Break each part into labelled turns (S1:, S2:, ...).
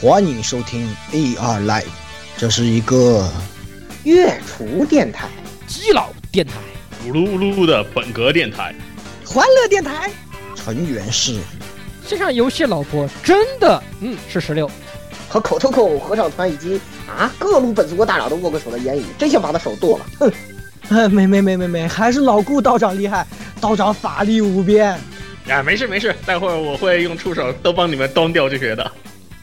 S1: 欢迎收听 AR Live，这是一个
S2: 月厨电台、
S3: 基佬电台、
S4: 咕噜咕噜的本格电台、
S2: 欢乐电台、
S1: 成员是
S3: 线上游戏老婆，真的，嗯，是十六，
S2: 和口头口合唱团以及啊各路本族国大佬都握过手的言语，真想把他手剁了。哼，
S5: 呃， 没没没没没，还是老顾道长厉害，道长法力无边。
S4: 啊，没事没事，待会儿我会用触手都帮你们端掉这些的。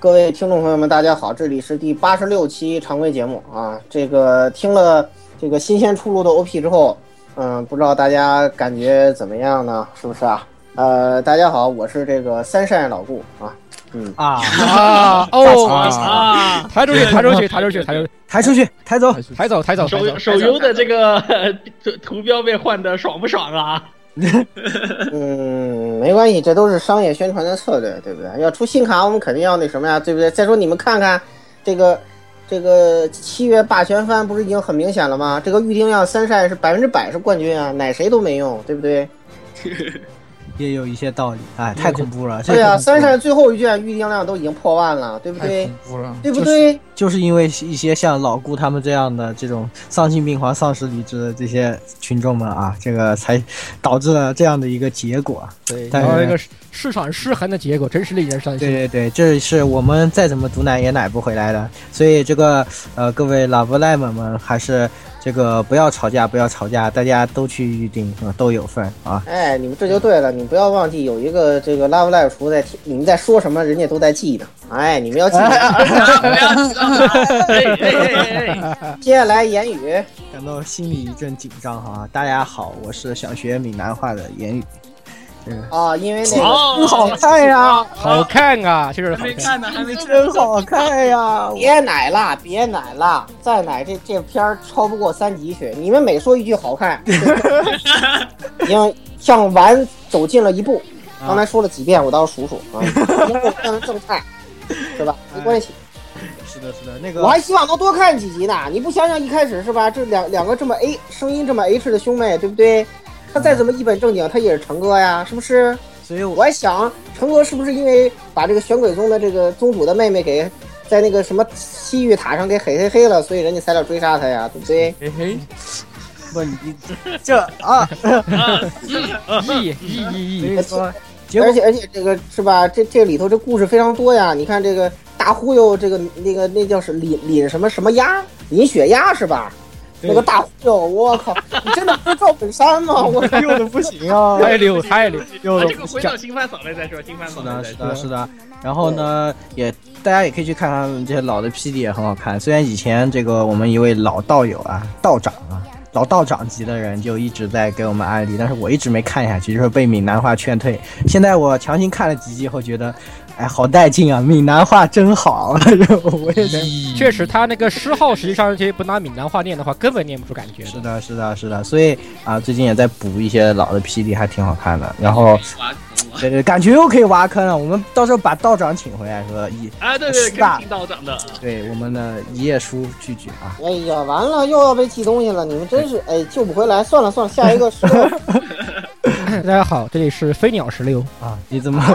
S2: 各位听众朋友们，大家好，这里是第八十六期常规节目啊。这个听了这个新鲜出炉的 OP 之后，嗯，不知道大家感觉怎么样呢？是不是啊？呃，大家好，我是这个三善老顾啊。嗯，
S5: 啊！
S3: 啊，哦，
S4: 啊，
S3: 抬出去，抬出去，抬出去，抬出去，
S5: 抬出去，抬走！
S3: 抬走，抬走，抬走
S4: 手，手游的这个 图图标被换的爽不爽啊？
S2: 嗯，没关系，这都是商业宣传的策略，对不对？要出新卡，我们肯定要那什么呀，对不对？再说你们看看，这个这个七月霸权番不是已经很明显了吗？这个预定量三善是百分之百是冠军啊，奶谁都没用，对不对？
S5: 也有一些道理，哎，太恐怖了！
S2: 对
S5: 呀、
S2: 啊，三善最后一卷预定量都已经破万了，对不
S5: 太
S2: 对
S5: 恐？怖了，
S2: 对不对？
S5: 就是因为一些像老顾他们这样的这种丧心病狂、丧失理智的这些群众们啊，这个才导致了这样的一个结果。啊
S3: 对，
S5: 但
S3: 然后一
S5: 是，
S3: 个市市场失衡的结果，真是令人伤
S5: 对
S3: 心。
S5: 对对，这是我们再怎么毒奶也奶不回来的。所以这个呃，各位老不赖们们，还是这个不要吵架，不要吵架，大家都去预定啊、都有份啊。
S2: 哎，你们这就对了，你们不要忘记有一个这个 Love Live 厨在听，你们在说什么，人家都在记呢。哎，你们要记。
S6: 不要知道吗？
S4: 哎哎哎哎，
S2: 接下来言语，
S5: 感到心里一阵紧张哈、大家好，我是想学闽南话的言语。
S2: 啊，因为那个
S4: 好，
S5: 好看呀、
S3: 好看啊，就是好
S7: 还没
S3: 看。
S7: 看呢，还没看。
S5: 真好看呀、
S2: 别奶啦，别奶啦，再奶这这片儿超不过三级去。你们每说一句好看，已经向完走近了一步。刚才说了几遍，我倒是数数啊，因为我看的正菜，对吧？没关系，
S5: 是的，是的，那
S2: 我
S5: 个
S2: 还希望能多看几集呢。你不想想一开始是吧？这两两个这么 A 声音这么 H 的兄妹，对不对？他再怎么一本正经，他也是成哥呀，是不是？
S5: 所以
S2: 我
S5: 我
S2: 还想，成哥是不是因为把这个玄鬼宗的这个宗主的妹妹给在那个什么西域塔上给嘿嘿嘿了，所以人家才要追杀他呀，对不对？
S7: 嘿嘿，
S5: 嗯不你这 啊，
S3: 意意意意，
S5: 所以说结
S2: 而
S5: 果
S2: 且而且这个是吧？这这里头这故事非常多呀，你看这个大忽悠，这个那个那叫是凛凛什么什么鸭，凛雪鸭是吧？那个大忽悠，我靠！你真的不是赵本山吗？我
S5: 溜的不行啊，
S3: 太溜太溜，
S5: 溜
S4: 啊
S5: 的
S4: 这个
S5: 不
S4: 回
S5: 行。
S4: 到新番扫雷再说，新番扫雷
S5: 是
S4: 再
S5: 的，是
S4: 说
S5: 的，。是的。然后呢，也大家也可以去看他们这些老的 PD 也很好看。虽然以前这个我们一位老道友啊，道长啊，老道长级的人就一直在给我们安利，但是我一直没看下去，就是被闽南话劝退。现在我强行看了几集后，觉得，哎，好带劲啊，闽南话真好。 我也能。
S3: 确实，他那个诗号实际上这些不拿闽南话念的话，根本念不出感觉
S5: 是
S3: 的。
S5: 的，是的，是的，所以啊，最近也在补一些老的 PD，还挺好看的。然后，
S6: 哇懂了
S5: 对对，感觉又可以挖坑了。我们到时候把道长请回来，说一
S4: 啊，对对，
S5: 是
S4: 可
S5: 的
S4: 以听道长的啊
S5: 对我们的一页书拒绝啊，
S2: 哎呀，完了，又要被记东西了！你们真是哎，救不回来。算了算了，下一个是
S3: 大家好，这里是飞鸟十六。
S5: 啊，你 怎么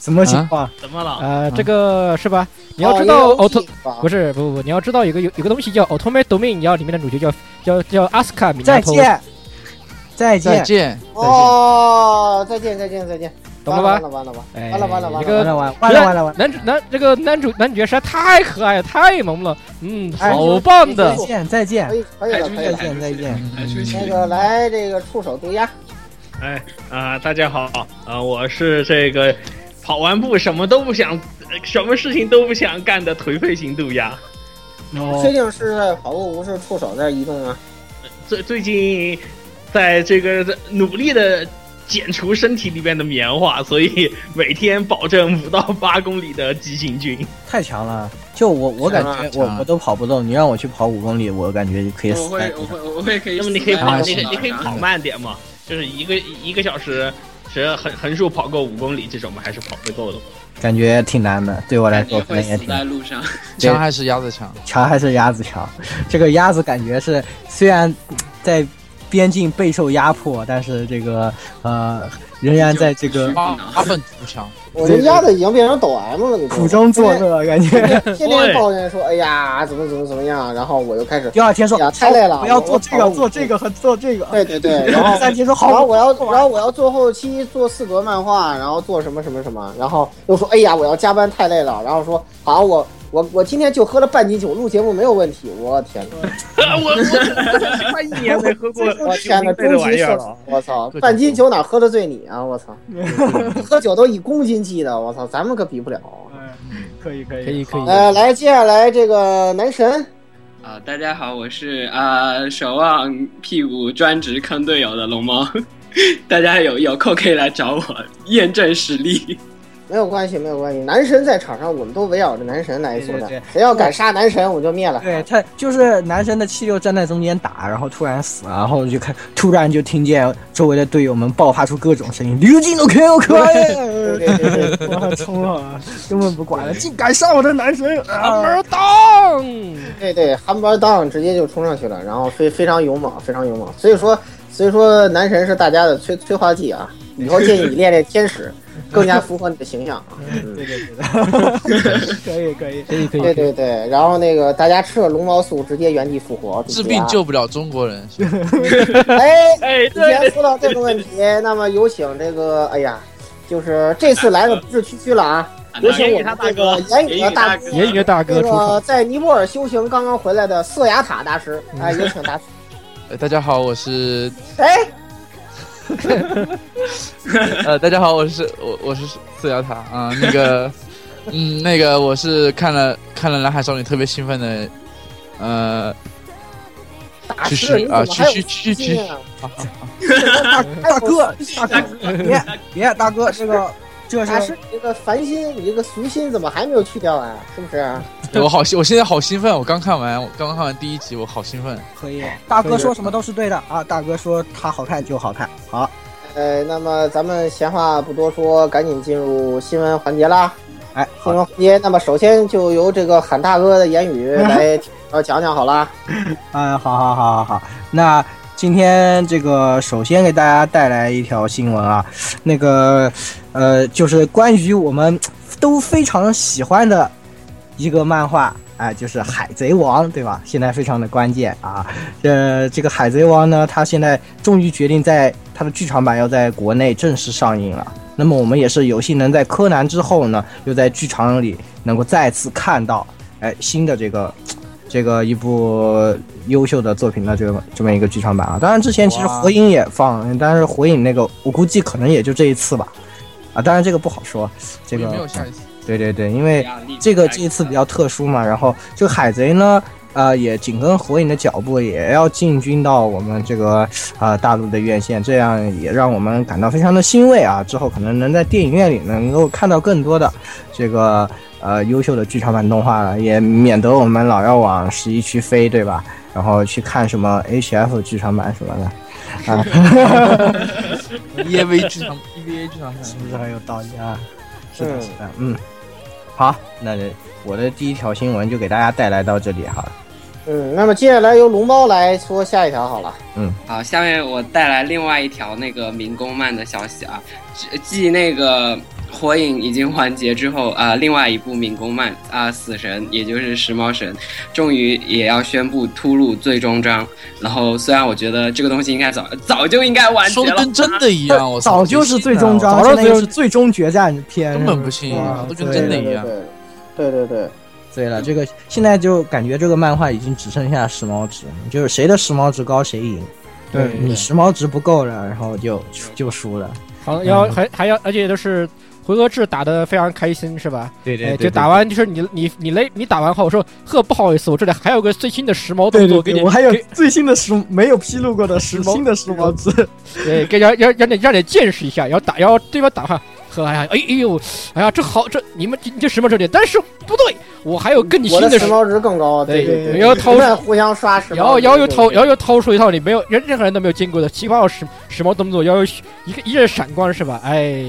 S5: 什么情况？
S4: 怎么了？
S3: 呃，这个是吧？ 你要知道
S2: 哦
S3: auto 啊不是不不不，你要知道有个有有个东西叫 automate domain，你知道里面的主角叫叫叫阿斯卡米
S5: 再
S3: 纳托，
S5: 见，再
S7: 再
S5: 见，
S7: 见，
S2: 哦，再见再见再见，
S3: 懂了
S2: 完
S3: 吧？
S2: 了完了完了
S3: 哎，
S2: 完了完了完
S3: 这
S2: 了
S3: 个
S5: 完了完了完了完了完了，
S3: 男主男这个男主男主角实在太可爱了，太萌了，嗯，
S2: 哎
S3: 好棒
S2: 这
S3: 的
S2: 个
S5: 再见再
S2: 可
S5: 见
S2: 以可以了可以
S5: 再
S2: 了。
S5: 见再见，
S6: 哎出去
S2: 那个来这个触手渡鸦，
S4: 哎啊、大家好啊、我是这个跑完步什么都不想，呃什么事情都不想干的颓废型渡鸦。
S2: 哦确定是在跑步不是触手在移动啊？
S4: 最最近在这个努力的减除身体里面的棉花，所以每天保证五到八公里的急行军。
S5: 太强了！就我我感
S1: 强了
S5: 觉
S1: 强了
S5: 我我都跑不动，你让我去跑五公里，我感觉可以
S6: 我
S5: 死在
S6: 会
S5: 路
S6: 我
S5: 上。
S6: 会我会可以
S4: 那么
S6: 死
S4: 你
S6: 在
S4: 可以
S6: 路上。
S4: 跑，
S1: 啊
S4: 你可以你可以跑慢点嘛，就是一个一个小时，其实横横竖跑够五公里这种嘛，还是跑得够的。
S5: 感觉挺难的，对我来
S6: 感
S5: 说
S6: 觉
S5: 可
S6: 会
S5: 能也
S6: 死
S5: 挺
S6: 在路上。
S5: 对
S7: 强还是鸭子强？
S5: 强，还是鸭子强。这个鸭子感觉是虽然在边境备受压迫，但是这个呃仍然在这个
S7: 八八分图强，
S2: 我这鸭子已经变成抖 M 了，你知道 吗
S5: 苦中作。乐，感
S2: 天
S5: 觉。
S2: 天天天抱怨说，哎呀，怎么怎么怎么样，啊然后我就开始，
S5: 第二天说
S2: 呀太累了
S5: 不要做这
S2: 我
S5: 个，
S2: 我
S5: 做这个和做这个。
S2: 对对对，然
S5: 然后
S2: 后
S5: 第三天说
S2: 然后
S5: 好，
S2: 我要，然后我要做后期，哎做四格漫画，然后做什么什么什么，然后又说，哎呀，我要加班太累了，然后说，好，我我我今天就喝了半斤酒，录节目没有问题。我天哪，
S4: 我我快一年没喝过
S2: 我天哪，
S4: 这
S2: 终
S4: 玩
S2: 极
S4: 意儿
S2: 社
S4: 了
S2: 畜。，我 操，半斤酒哪喝得醉你啊，我 操，喝酒都以公斤计的，我操，咱们可比不了。啊
S5: 可以可以
S3: 可以可以
S2: 呃，来，接下来这个男神，
S6: 啊、大家好，我是啊、守望屁股专职坑队友的龙猫，大家有有空可以来找我验证实力。
S2: 没有关系，没有关系。男神在场上，我们都围绕着男神来作
S5: 对对
S2: 战
S5: 对，
S2: 谁要敢杀男神，我就灭了。
S5: 对他就是男生的气流站在中间打，然后突然死，啊然后就看突然就听见周围的队友们爆发出各种声音，刘哎进都 KO 可
S2: 对
S5: 以，
S2: 对对对对
S5: 然后冲了，根本不管了，竟敢杀我的男神！啊、
S3: 门当，
S2: 对对，韩包当直接就冲上去了，然后非非常勇猛，非常勇猛。所以说，所以说男神是大家的催催化剂啊，以后建议你练练天使，更加符合你的形象啊。
S5: 对对对对，可以可以。
S3: 可以可以，
S2: 对对对，然后那个大家吃了龙毛素，直接原地复活，
S7: 治
S2: 对
S7: 病
S2: 吧
S7: 救不了中国人。是吧
S2: 哎，
S4: 哎，
S2: 今天
S4: 对，
S2: 说到这个问题，那么有请这个，哎呀，就是这次来的不是区区了啊，
S6: 啊
S2: 有请我
S4: 言语
S2: 们
S4: 大
S2: 这
S4: 哥
S2: 个言语的大哥，
S3: 言语的大
S2: 这
S3: 哥出
S2: 个
S3: 场，
S2: 在尼泊尔修行刚刚回来的色雅塔大师，哎，有请大师。
S7: 呃大家好，我是
S2: 哎，
S7: 呃，大家好，我是我我是四瑶塔啊、那个嗯，那个我是看了看了《蓝海少女》特别兴奋的，呃，
S2: 大
S7: 去
S2: 师，
S7: 去
S2: 你怎
S7: 啊
S2: 么还有
S7: 去去去
S2: 自信
S7: 去，
S2: 啊？
S5: 大大哥，大哥，别别，大哥，这个这
S2: 大
S5: 是
S2: 师，你这个烦心，你这个俗心怎么还没有去掉啊？是不是？
S7: 我好我现在好兴奋，我刚看完我刚看完第一集，我好兴奋。
S5: 可以。大哥说什么都是对的啊！大哥说他好看就好看，好。
S2: 呃，那么咱们闲话不多说，赶紧进入新闻环节啦。
S5: 哎，
S2: 新
S5: 好，
S2: 闻环节，那么首先就由这个喊大哥的言语来呃讲讲好啦。
S5: 嗯，好好好好好。那今天这个首先给大家带来一条新闻啊，那个呃，就是关于我们都非常喜欢的一个漫画。哎，就是《海贼王》，对吧？现在非常的关键啊。呃，这个《海贼王》呢，它现在终于决定在它的剧场版要在国内正式上映了。那么我们也是有幸能在柯南之后呢，又在剧场里能够再次看到，哎，新的这个这个一部优秀的作品的这个这么一个剧场版啊。当然之前其实
S7: 哇
S5: 火影也放，但是火影那个我估计可能也就这一次吧。啊，当然这个不好说，这
S7: 我
S5: 个
S7: 有没有下 一次？
S5: 对对对，因为
S6: 压力
S5: 这个这一次比较特殊嘛，然后这个海贼呢，呃，也紧跟火影的脚步，也要进军到我们这个呃大陆的院线，这样也让我们感到非常的欣慰啊。之后可能能在电影院里能够看到更多的这个呃优秀的剧场版动画了，也免得我们老要往十一区飞，对吧？然后去看什么 HF 剧场版什么的，E
S7: EVA 剧场 EVA ，E 剧场版
S5: 是不是很有道理啊？是
S2: 嗯
S5: 的，是的，嗯。好，那我的第一条新闻就给大家带来到这里好了。
S2: 嗯，那么接下来由龙猫来说下一条好了。
S6: 好，下面我带来另外一条那个民工漫的消息啊，继继那个《火影》已经完结之后啊、另外一部民工漫啊、死神》，也就是石猫神，终于也要宣布突入最终章。然后虽然我觉得这个东西应该早早就应该完结
S7: 说的
S6: 了，
S7: 跟真的一样，我操
S5: 早就是最终章，
S3: 早
S5: 现
S3: 就
S5: 在
S3: 是
S5: 又是最终决战篇，
S7: 根本不信
S5: 哇，
S7: 都跟
S5: 对
S7: 真的
S2: 对
S7: 一
S2: 对
S7: 样。
S2: 对，对对对，
S5: 对了，这个现在就感觉这个漫画已经只剩下时髦值，就是谁的时髦值高谁赢。
S3: 对
S5: 你时髦值不够了，然后就就输了。
S3: 好，要还还要，而且都是回合制打得非常开心，是吧？
S8: 对
S3: 哎，就打完就是你你你累，你打完后我说呵，不好意思，我这里还有个最新的时髦
S5: 对
S3: 动作给
S5: 对对，
S3: 你，
S5: 我还有
S3: 给
S5: 最新的时没有披露过的时
S3: 髦
S5: 新的时髦字，
S3: 对，给让让让你让你见识一下，然后打，然后对方打话，呵，哎呀，哎哎呦，哎呀，这好，这你们你这什么这点？但是不对，我还有更新
S2: 我的
S3: 的
S2: 时髦值更高，啊对
S3: 对
S2: 对，
S3: 然后
S2: 他
S3: 掏，
S2: 们互相刷时髦值，
S3: 然后然后又掏，
S2: 对
S3: 然后又掏出一套你没有任任何人都没有见过的奇怪的时时髦动作，然后一个一阵闪光是吧？哎，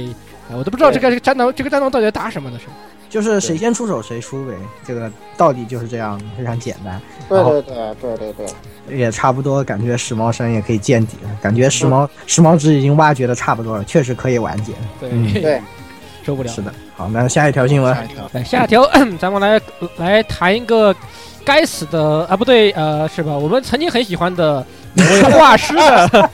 S3: 哎我都不知道这个这个战斗这个战斗到底在打什么呢？是吧？
S5: 就是谁先出手谁输呗。这个道理就是这样，非常简单，
S2: 对对对对对对，
S5: 也差不多。感觉时髦生也可以见底了，感觉时髦、时髦值已经挖掘的差不多了，确实可以完结了。
S3: 对
S5: 嗯
S2: 对，
S3: 受不了。
S5: 是的，好，那下一条新闻，
S3: 来哎下条， 咱们来来谈一个该死的啊，不对，呃，是吧？我们曾经很喜欢的某位画师 的，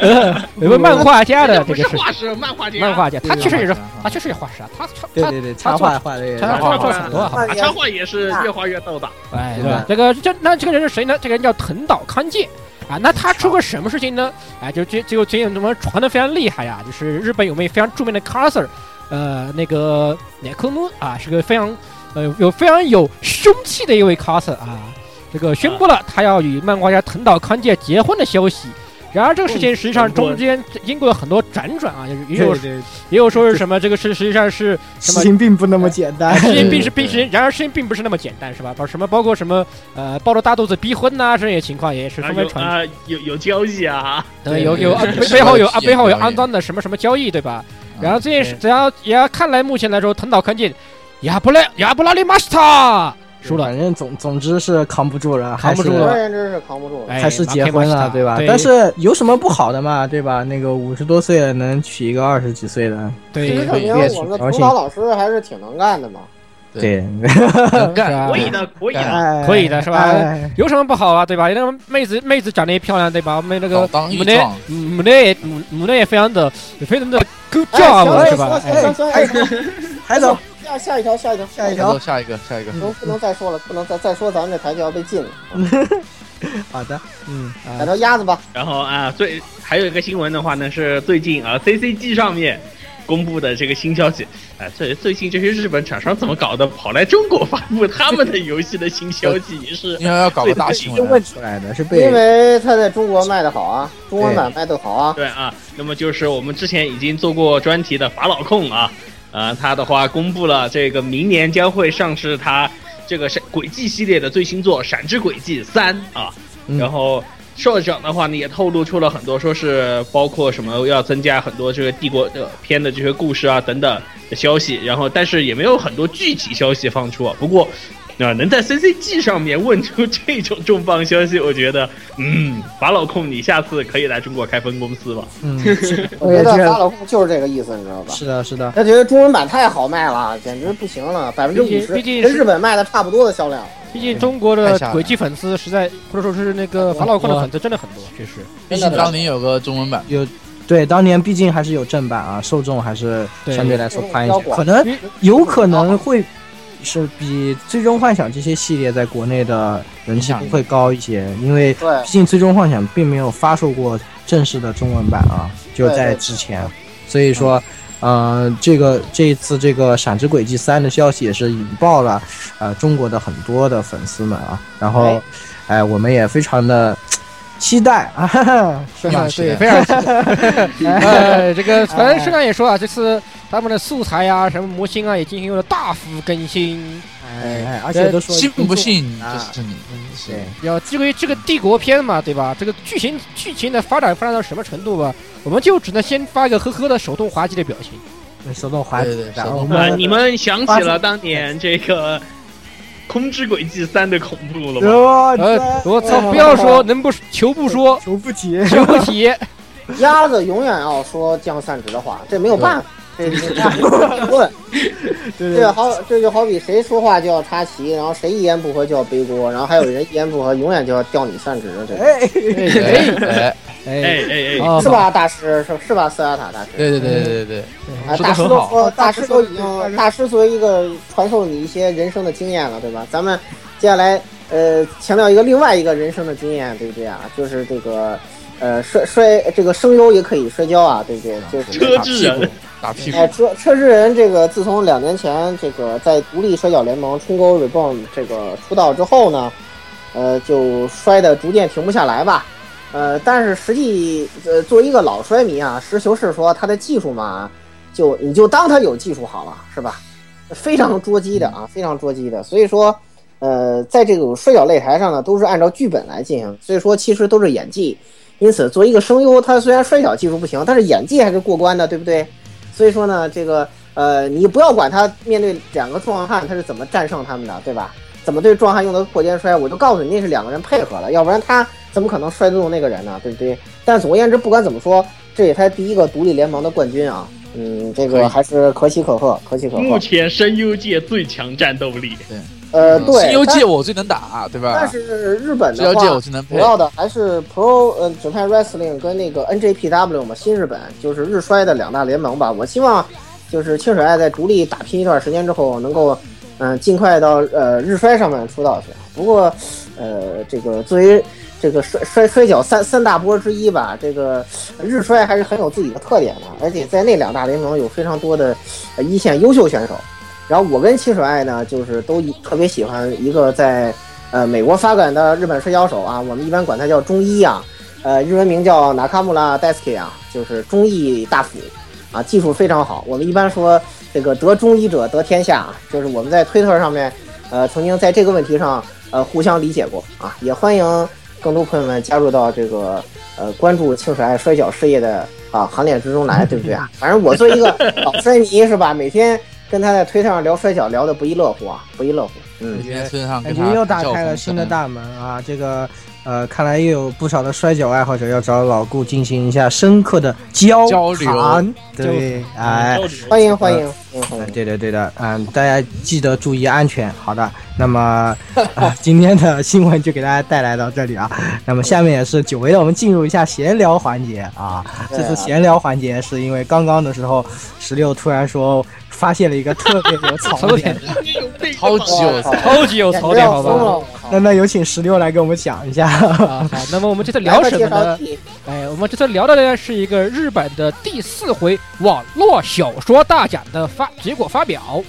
S3: 呃，某位漫画家的这
S4: 不
S3: 个
S4: 是
S3: 是
S4: 画师，漫画家，
S3: 漫画家，他确实也是，他
S7: 啊
S3: 确实也画师啊，他他
S5: 对
S3: 他
S5: 对对，插画画的也
S3: 他
S4: 画
S3: 画
S4: 画
S3: 画很多
S2: 哎
S3: 啊，好吧？
S4: 啊插画也是越画越逗的。
S3: 哎，
S5: 对
S3: 对吧
S5: 吧？
S3: 这个这那这个人是谁呢？这个人叫藤岛康介啊。那他出过什么事情呢？哎，就这就最近怎么传的非常厉害呀、就是日本有位非常著名的 coser，呃，那个乃科木啊，是个非常呃有非常有凶器的一位 coser 啊。这个宣布
S5: 啊
S3: 了他要与漫画家藤岛康介结婚的消息。然而这个事
S5: 哦
S3: 情实际上中间经过了很多辗转啊，也有
S5: 对，
S3: 也有说是什么这个是实际上是什
S5: 事
S3: 么
S5: 情并不那么简单
S3: 哎，事情并是
S8: 对
S3: 并是，然而事情并不是那么简单，是吧？包什么包括什么呃抱着大肚子逼婚呐、这些情况也是
S4: 啊
S3: 纷
S4: 有
S3: 纷传出。
S4: 啊有有交易啊，
S3: 对，有有啊
S7: 对
S3: 背
S7: 是
S3: 背后
S7: 有
S3: 有啊
S7: 企业
S3: 背后有啊
S7: 交易
S3: 肮脏的什么什么交易，对吧？
S7: 嗯
S3: 然后这件事，只要也要看来目前来说，藤岛康介亚布拉亚布拉利马斯塔输了，
S5: 反正总总之是扛不住了，
S3: 扛不住
S5: 还
S2: 很
S5: 是
S2: 多
S3: 了
S2: 人真是扛不住。
S3: 哎
S5: 还是结婚了，对吧？
S3: 对
S5: 但是有什么不好的嘛，对吧？那个五十多岁了能娶一个二十几岁的，
S2: 其实
S3: 对
S2: 证明我们的辅导老师还是挺能干的嘛。
S5: 对，
S7: 能
S3: 是啊
S7: 干，
S4: 可以的，可以的。
S5: 哎
S3: 可以的是吧
S5: 哎
S3: 有什么不好啊，对吧？那个妹子妹子长得也漂亮，对吧？我们那
S7: 老
S3: 个
S7: 当
S3: 母
S7: 益
S3: 内
S7: 壮，
S3: 母内也母母内也非常的非常的 good
S2: 哎，行
S3: job
S2: 了，行
S3: 是吧
S2: 了，？
S3: 哎
S2: 行了，行了，行了
S5: 海总，
S2: 下下一条，下一条，下一
S7: 下
S2: 条
S7: 周，下一个，下一个，
S5: 嗯
S2: 能不能再说了？不能再再说，咱们这台就要被禁了。
S5: 好的，嗯，
S2: 改条鸭子吧，
S4: 然后啊，最还有一个新闻的话呢，是最近啊 CCG 上面公布的这个新消息。啊，最最近这些日本厂商怎么搞的，跑来中国发布他们的游戏的新消息，也是
S7: 因为要搞个大新
S5: 是
S7: 闻
S5: 问，出来的，是
S2: 因
S5: 被
S2: 为它在中国卖的好啊，中文版卖的好啊。
S4: 对啊，那么就是我们之前已经做过专题的法老控啊，呃，他的话公布了这个明年将会上市他这个闪轨迹系列的最新作《闪之轨迹三》啊，
S5: 嗯
S4: 然后。社长的话呢，也透露出了很多，说是包括什么要增加很多这个帝国的片的这些故事啊等等的消息，然后但是也没有很多具体消息放出啊。不过，啊、能在 CCG 上面问出这种重磅消息，我觉得，嗯，法老控，你下次可以来中国开分公司吧。
S5: 嗯，
S2: 我觉得发老控就是这个意思，你知道吧？
S5: 是的，是的，
S2: 他觉得中文版太好卖了，简直不行了，百分之五
S3: 毕竟
S2: 十
S3: 毕竟
S2: 跟
S3: 是
S2: 日本卖的差不多的销量。
S3: 毕竟中国的
S7: 太吓人
S3: 轨迹粉丝实在，或者说是那个法老控的粉丝真的很多，确实。
S7: 毕竟当年有个中文版，
S5: 对，当年毕竟还是有正版啊，受众还是
S3: 对
S5: 相对来说宽一
S2: 受
S5: 些，
S2: 众
S5: 可能有可能会是比《最终幻想》这些系列在国内的人气会高一些，因为毕
S2: 对，
S5: 竟《最终幻想》并没有发售过正式的中文版啊，就在之前，所以说。呃，这个这一次这个《闪之轨迹三》的消息也是引爆了，呃，中国的很多的粉丝们啊，然后，哎、我们也非常的期待啊，哈哈，
S3: 非常对，
S7: 是
S3: 非常期待。啊 呃，这个反正社长也说啊，这次他们的素材啊、什么模型啊，也进行了大幅更新。
S5: 哎哎，而且都说
S7: 信不信
S5: 啊嗯
S7: 就是你，是
S5: 对，
S3: 要至于这个帝国篇嘛，对吧？这个剧情剧情的发展发展到什么程度吧，我们就只能先发一个呵呵的手动滑稽的表情。
S5: 手动滑
S7: 对对对
S5: 然
S7: 手
S5: 后
S7: 动
S4: 啊、
S5: 们
S4: 你们想起了当年这个《空之轨迹三》的恐怖了吗？
S5: 哟，
S3: 呃，
S5: 这
S3: 我操，不要说，能不求不说，
S5: 求不提，
S3: 求不提。
S2: 鸭子永远要说降散值的话，这没有办法，这 这这辩论，
S5: 对
S2: 这好这就好比谁说话就要插旗，然后谁一言不合就要背锅，然后还有人一言不合永远就要吊你散值，这个
S5: 哎，
S3: 哎
S7: 哎哎，
S3: 哎，
S4: 哎哎哎，
S3: 哦
S2: 是？吧？大师是是吧？斯瓦塔大师，
S7: 对对对对对对，
S2: 啊，
S7: 说得
S2: 大师
S7: 很
S2: 都
S7: 好，
S2: 说，大师都已经，大师作为一个传授你一些人生的经验了，对吧？咱们接下来呃强调一个另外一个人生的经验，对不对啊？就是这个呃摔摔这个声优也可以摔跤啊，对不对？就是
S4: 车之人，
S7: 打屁股
S2: 哎，。车车之人这个自从两年前这个在独立摔角联盟冲钩 Reborn 这个出道之后呢，呃，就摔得逐渐停不下来吧。呃，但是实际呃，作为一个老摔迷啊，实事求是说他的技术嘛，就你就当他有技术好了，是吧？非常捉鸡的啊，非常捉鸡的。所以说，呃，在这种摔角擂台上呢，都是按照剧本来进行，所以说其实都是演技。因此，作为一个声优，他虽然摔角技术不行，但是演技还是过关的，对不对？所以说呢，这个呃，你不要管他面对两个壮汉他是怎么战胜他们的，对吧？怎么对壮汉用的破肩摔，我就告诉你那是两个人配合的，要不然他怎么可能摔得动那个人呢？对不对？但总而言之，不管怎么说，这也他第一个独立联盟的冠军啊，嗯，这
S4: 可以嗯
S2: 个还是可喜可贺，可喜可贺
S4: 目。前声优界最强战斗力，
S2: 呃，对，
S7: 新游
S2: 但
S7: 界我最能打，啊对吧
S2: 但？是日本
S7: 新游
S2: 的
S7: 界我
S2: 话，
S7: 最能
S2: 主
S7: 配。
S2: 要的还是 Pro 呃 Japan Wrestling 跟那个 NJPW 嘛，新日本就是日摔的两大联盟吧。我希望就是清水爱在独立打拼一段时间之后，能够嗯、呃尽快到呃日摔上面出道去。不过呃这个作为这个摔摔摔跤三三大波之一吧，这个日摔还是很有自己的特点的，而且在那两大联盟有非常多的呃一线优秀选手。然后我跟清水爱呢，就是都一特别喜欢一个在呃美国发展的日本摔跤手啊，我们一般管他叫中一啊，呃日文名叫纳卡穆拉 d e s k 啊，就是中一大辅啊，技术非常好。我们一般说这个得中一者得天下，啊，就是我们在推特上面呃曾经在这个问题上呃互相理解过啊，也欢迎更多朋友们加入到这个呃关注清水爱摔跤事业的啊行列之中来，对不对啊？ 反正我作为一个老摔迷是吧，每天。跟他在推特上聊摔跤，聊得不亦乐乎啊，不亦乐乎。嗯，
S7: 今天村上
S5: 感
S7: 跟
S5: 觉
S7: 他
S5: 哎又打
S7: 叫
S5: 开了
S7: 风
S5: 新的大门啊！这个呃，看来又有不少的摔跤爱好者要找老顾进行一下深刻的交
S7: 交流
S5: 谈对，哎，
S2: 欢迎欢迎欢迎欢迎。
S5: 对的，对的，嗯，大家记得注意安全。好的，那么、 呃今天的新闻就给大家带来到这里啊。那么下面也是久违的，我们进入一下闲聊环节啊。这次闲聊环节是因为刚刚的时候，十六突然说发现了一个特别有槽
S3: 槽
S5: 点
S3: 点，
S7: 超级有才。
S3: 超级有槽点，哦
S2: 简直要
S3: 好
S2: 疯了
S3: 吧？
S2: 我靠
S5: 那那有请十六来给我们讲一下。
S3: 啊，好，那么我们这次聊什么呢？？哎，我们这次聊的呢是一个日本的第四回网络小说大奖的发结果发表。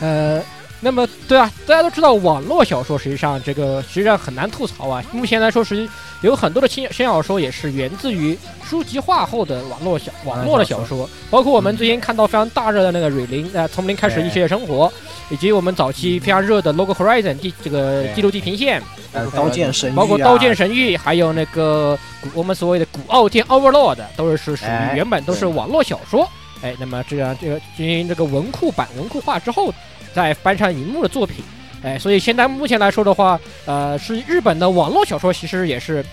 S3: 呃，那么对啊，大家都知道网络小说实际上这个实际上很难吐槽啊。目前来说是有很多的新新小说也是源自于书籍化后的网络小网络的小说，包括我们最近看到非常大热的那个《蕊零》呃，从零开始异世界生活，以及我们早期非常热的《Logo Horizon》地这个
S5: 对
S3: 记录地平线。
S5: 刀剑神域、啊，
S3: 包括《刀剑神域》，还有那个古我们所谓的古傲天 Overlord，都是是属
S5: 哎
S3: 于原本都是网络小说。哎，那么这样这个进行这个文库版文库化之后，再搬上荧幕的作品。哎，所以现在目前来说的话，呃，是日本的网络小说其实也是，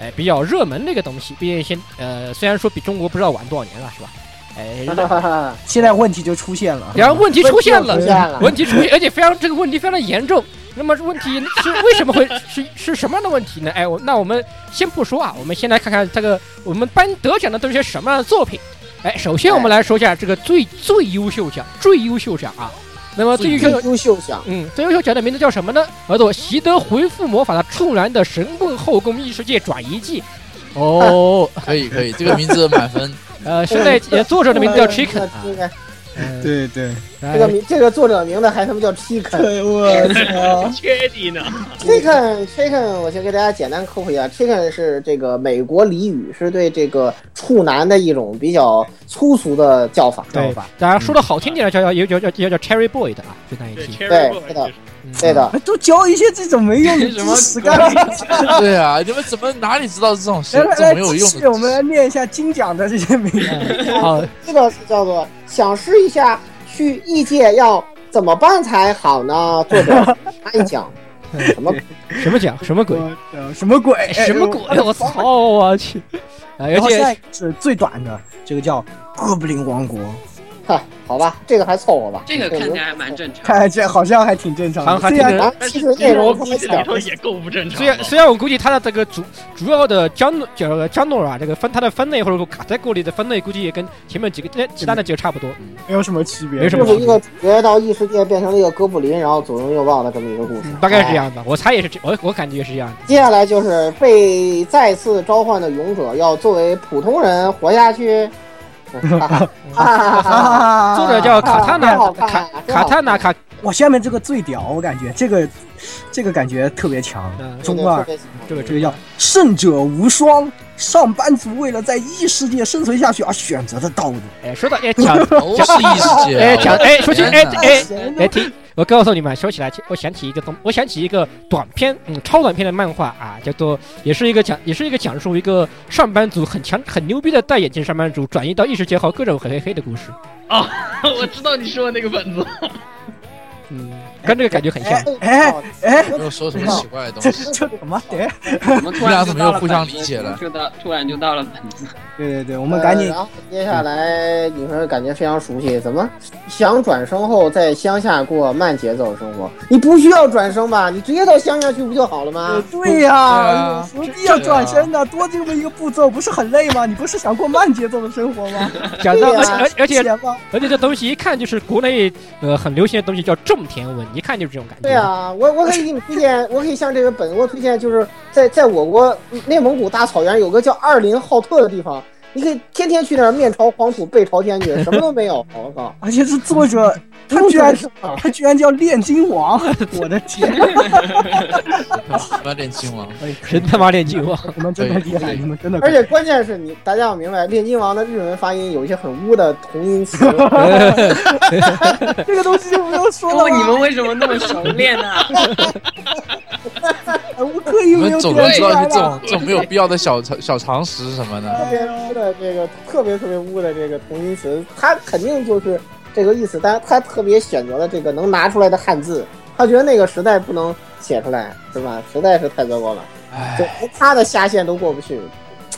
S3: 哎，比较热门的一个东西。毕竟现呃，虽然说比中国不知道晚多少年了，是吧？哎，
S5: 现在问题就出现了。
S3: 然后问题出现
S2: 问
S3: 了
S2: 题出 现了，
S3: 问题出现，而且非常这个问题非常的严重。那么问题是为什么会是是什么样的问题呢？哎，我那我们先不说啊，我们先来看看这个我们颁得奖的都是些什么样的作品。哎，首先我们来说一下这个最最优秀奖，最优秀奖啊。那么最优秀
S2: 最优秀奖，
S3: 嗯，最优秀奖的名字叫什么呢？叫做《习得回复魔法的处男的神棍后宫异世界转移记》。哦，
S7: 可以可以，这个名字满分。
S3: 呃，现在也作者的名字叫 Chicken 啊。
S2: 应该
S3: 嗯
S5: 对对，
S2: 这个名这个作者名字还他妈叫 Chicken。
S5: 对
S2: 呃
S5: 我操！
S4: 缺你呢，
S2: Chicken Chicken，我先给大家简单科普一下，Chicken 是这个美国俚语，是对这个处男的一种比较粗俗的叫法。
S3: 对吧？当然说的好听点的叫叫也叫叫叫叫 Cherry Boy 的啊，就那一
S4: 对
S3: 期。
S4: Cherry
S2: 对
S4: Boy
S2: 是的
S4: 就是
S2: 对的，
S5: 哎都教一些这种没用的
S7: 什么
S5: 知识干嘛？
S7: 对啊，你们怎么哪里知道这种事
S5: 来
S7: 这
S5: 来
S7: 种
S5: 来，
S7: 没有
S5: 继
S7: 用
S5: 续，
S7: 的？
S5: 我们来念一下金奖的这些名字。
S3: 嗯好，
S2: 这个是叫做想试一下去异界要怎么办才好呢？作者他一讲什么
S3: 什么奖？什么鬼？
S5: 呃什么鬼？哎
S3: 什么鬼？我操！我去！啊而
S5: 然后
S3: 且
S5: 下一个是最短的，这个叫《哥布林王国》，
S2: 嗨，好吧，这个还凑合吧。
S6: 这个看起来还蛮
S2: 正。
S6: 正常。
S5: 看来哎这好像还挺正常
S3: 还
S5: 的。
S3: 还
S5: 虽
S3: 挺
S5: 然
S3: 人。
S2: 啊，其实内容他们
S4: 这里
S2: 讲
S4: 头也够不正常
S3: 虽然
S4: 了。
S3: 虽然我估计他的这个主主要的江诺叫江诺啊，这个分他的分类或者说卡在锅里的分类，估计也跟前面几个那其他的几个差不多。
S5: 没有什么区别，
S3: 没什
S2: 就
S3: 么
S2: 是一个主角到异世界变成了一个哥布林，然后左拥右抱的这么一个故事
S3: 嗯，大概是这样的，我猜也是这，我我感觉也是这样的。
S2: 哎。接下来就是被再次召唤的勇者要作为普通人活下去，哈哈哈哈哈！
S5: 啊
S3: 作者叫卡塔
S2: 真好
S3: 纳
S2: 看
S3: 卡
S2: 真好看
S3: 卡塔纳卡，
S5: 我下面这个最屌，我感觉这个这个感觉特别强
S3: 嗯，
S5: 中二。
S3: 这个
S5: 这
S3: 这
S5: 个
S3: 个
S5: 叫胜者无双，上班族为了在异世界生存下去而选择的道路。
S3: 哎，说到哎讲
S7: 都是异世界啊。
S3: 哎讲哎说起哎哎
S2: 天
S3: 哎，听我告诉你们，说起来，我想起一个东，我想起一个短片，嗯，超短片的漫画啊，叫做，也是一个讲，也是一个讲述一个上班族很强、很牛逼的戴眼镜上班族转移到异世界后各种黑黑黑的故事，
S4: 我知道你说的那个本子，
S3: 嗯，跟这个感觉很像。
S5: 哎哎，
S7: 又说什么奇怪的东
S5: 这
S7: 西？
S5: 这怎么得？
S6: 我们突然就
S7: 你俩怎么
S6: 到
S7: 又
S6: 了
S7: 互相
S6: 本
S7: 理
S6: 子
S7: 解了
S6: 就到突然就到了本子，
S5: 对对对，我们赶紧
S2: 然后接下来你们感觉非常熟悉，怎么想转生后在乡下过慢节奏生活？你不需要转生吧？你直接到乡下去不就好了吗？
S5: 对呀、
S7: 啊
S5: 有什么必要转身呢？多这么一个步骤，不是很累吗？你不是想过慢节奏的生活吗？
S3: 讲
S5: 哎
S3: 到，
S2: 对
S3: 而
S2: 呀
S3: 且而且而且
S5: 啊钱吗？
S3: 而且这东西一看就是国内呃很流行的东西，叫种田文，一看就是这种感觉。
S2: 对啊，我我可以给你推荐，我可以向这个本国推荐，就是在在我国内蒙古大草原有个叫二林浩特的地方，你可以天天去那儿面朝黄土背朝天去，什么都没有。我靠，
S5: 而且是作者， 他居然他居然叫炼金 王，我的天！
S7: 不要点金王，
S3: 神他妈练 金王，
S5: 你们真的厉害，
S7: 对
S5: 你们真的
S2: 而且关键是你大家要明白，炼金王的日文发音有一些很污的同音 词。
S5: 这个东西就不用说了
S6: 哦，你
S5: 吗。
S6: 们为什么那么 熟练呢？
S5: 啊我刻意
S7: 你
S5: 没
S7: 们
S5: 有
S7: 总
S5: 点
S7: 能知
S5: 出
S7: 道
S5: 来
S7: 一些这种
S5: 了。
S7: 这种没有必要的小小常识什么的。
S2: 特别污的这个特别特别污的这个同音词，他肯定就是这个意思，但是他特别选择了这个能拿出来的汉字，他觉得那个实在不能写出来，是吧？实在是太糟糕了，就
S7: 唉，
S2: 他的下限都过不去。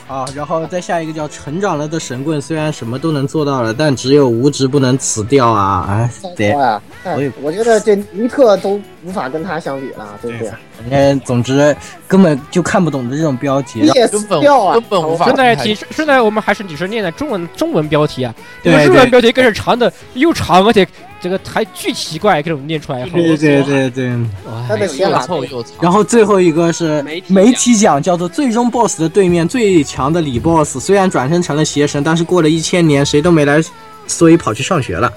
S5: 啊，然后再下一个叫成长了的神棍，虽然什么都能做到了，但只有无职不能辞掉啊！哎，对，
S2: 哇，哎
S5: 我也
S2: 我觉得这尼特都无法跟他相比了，对不对？
S5: 反正总之根本就看不懂的这种标题。
S2: 你
S5: 然后
S2: 也
S7: 根
S2: 撕
S7: 本
S2: 掉啊，
S7: 根本无法
S3: 现在提现在我们还是只是念的中文中文标题啊，
S5: 对
S3: 这个日
S5: 对
S3: 文标题更是长的又长，而且这个还巨奇怪，各种念出来后，
S5: 对对对对，
S3: 哇
S2: 他的写
S7: 又
S2: 法
S7: 臭又长。
S5: 然后最后一个是
S6: 媒体奖
S5: 媒体奖，叫做最终 BOSS 的对面最强的李 BOSS，虽然转身成了邪神，但是过了一千年谁都没来，所以跑去上学了。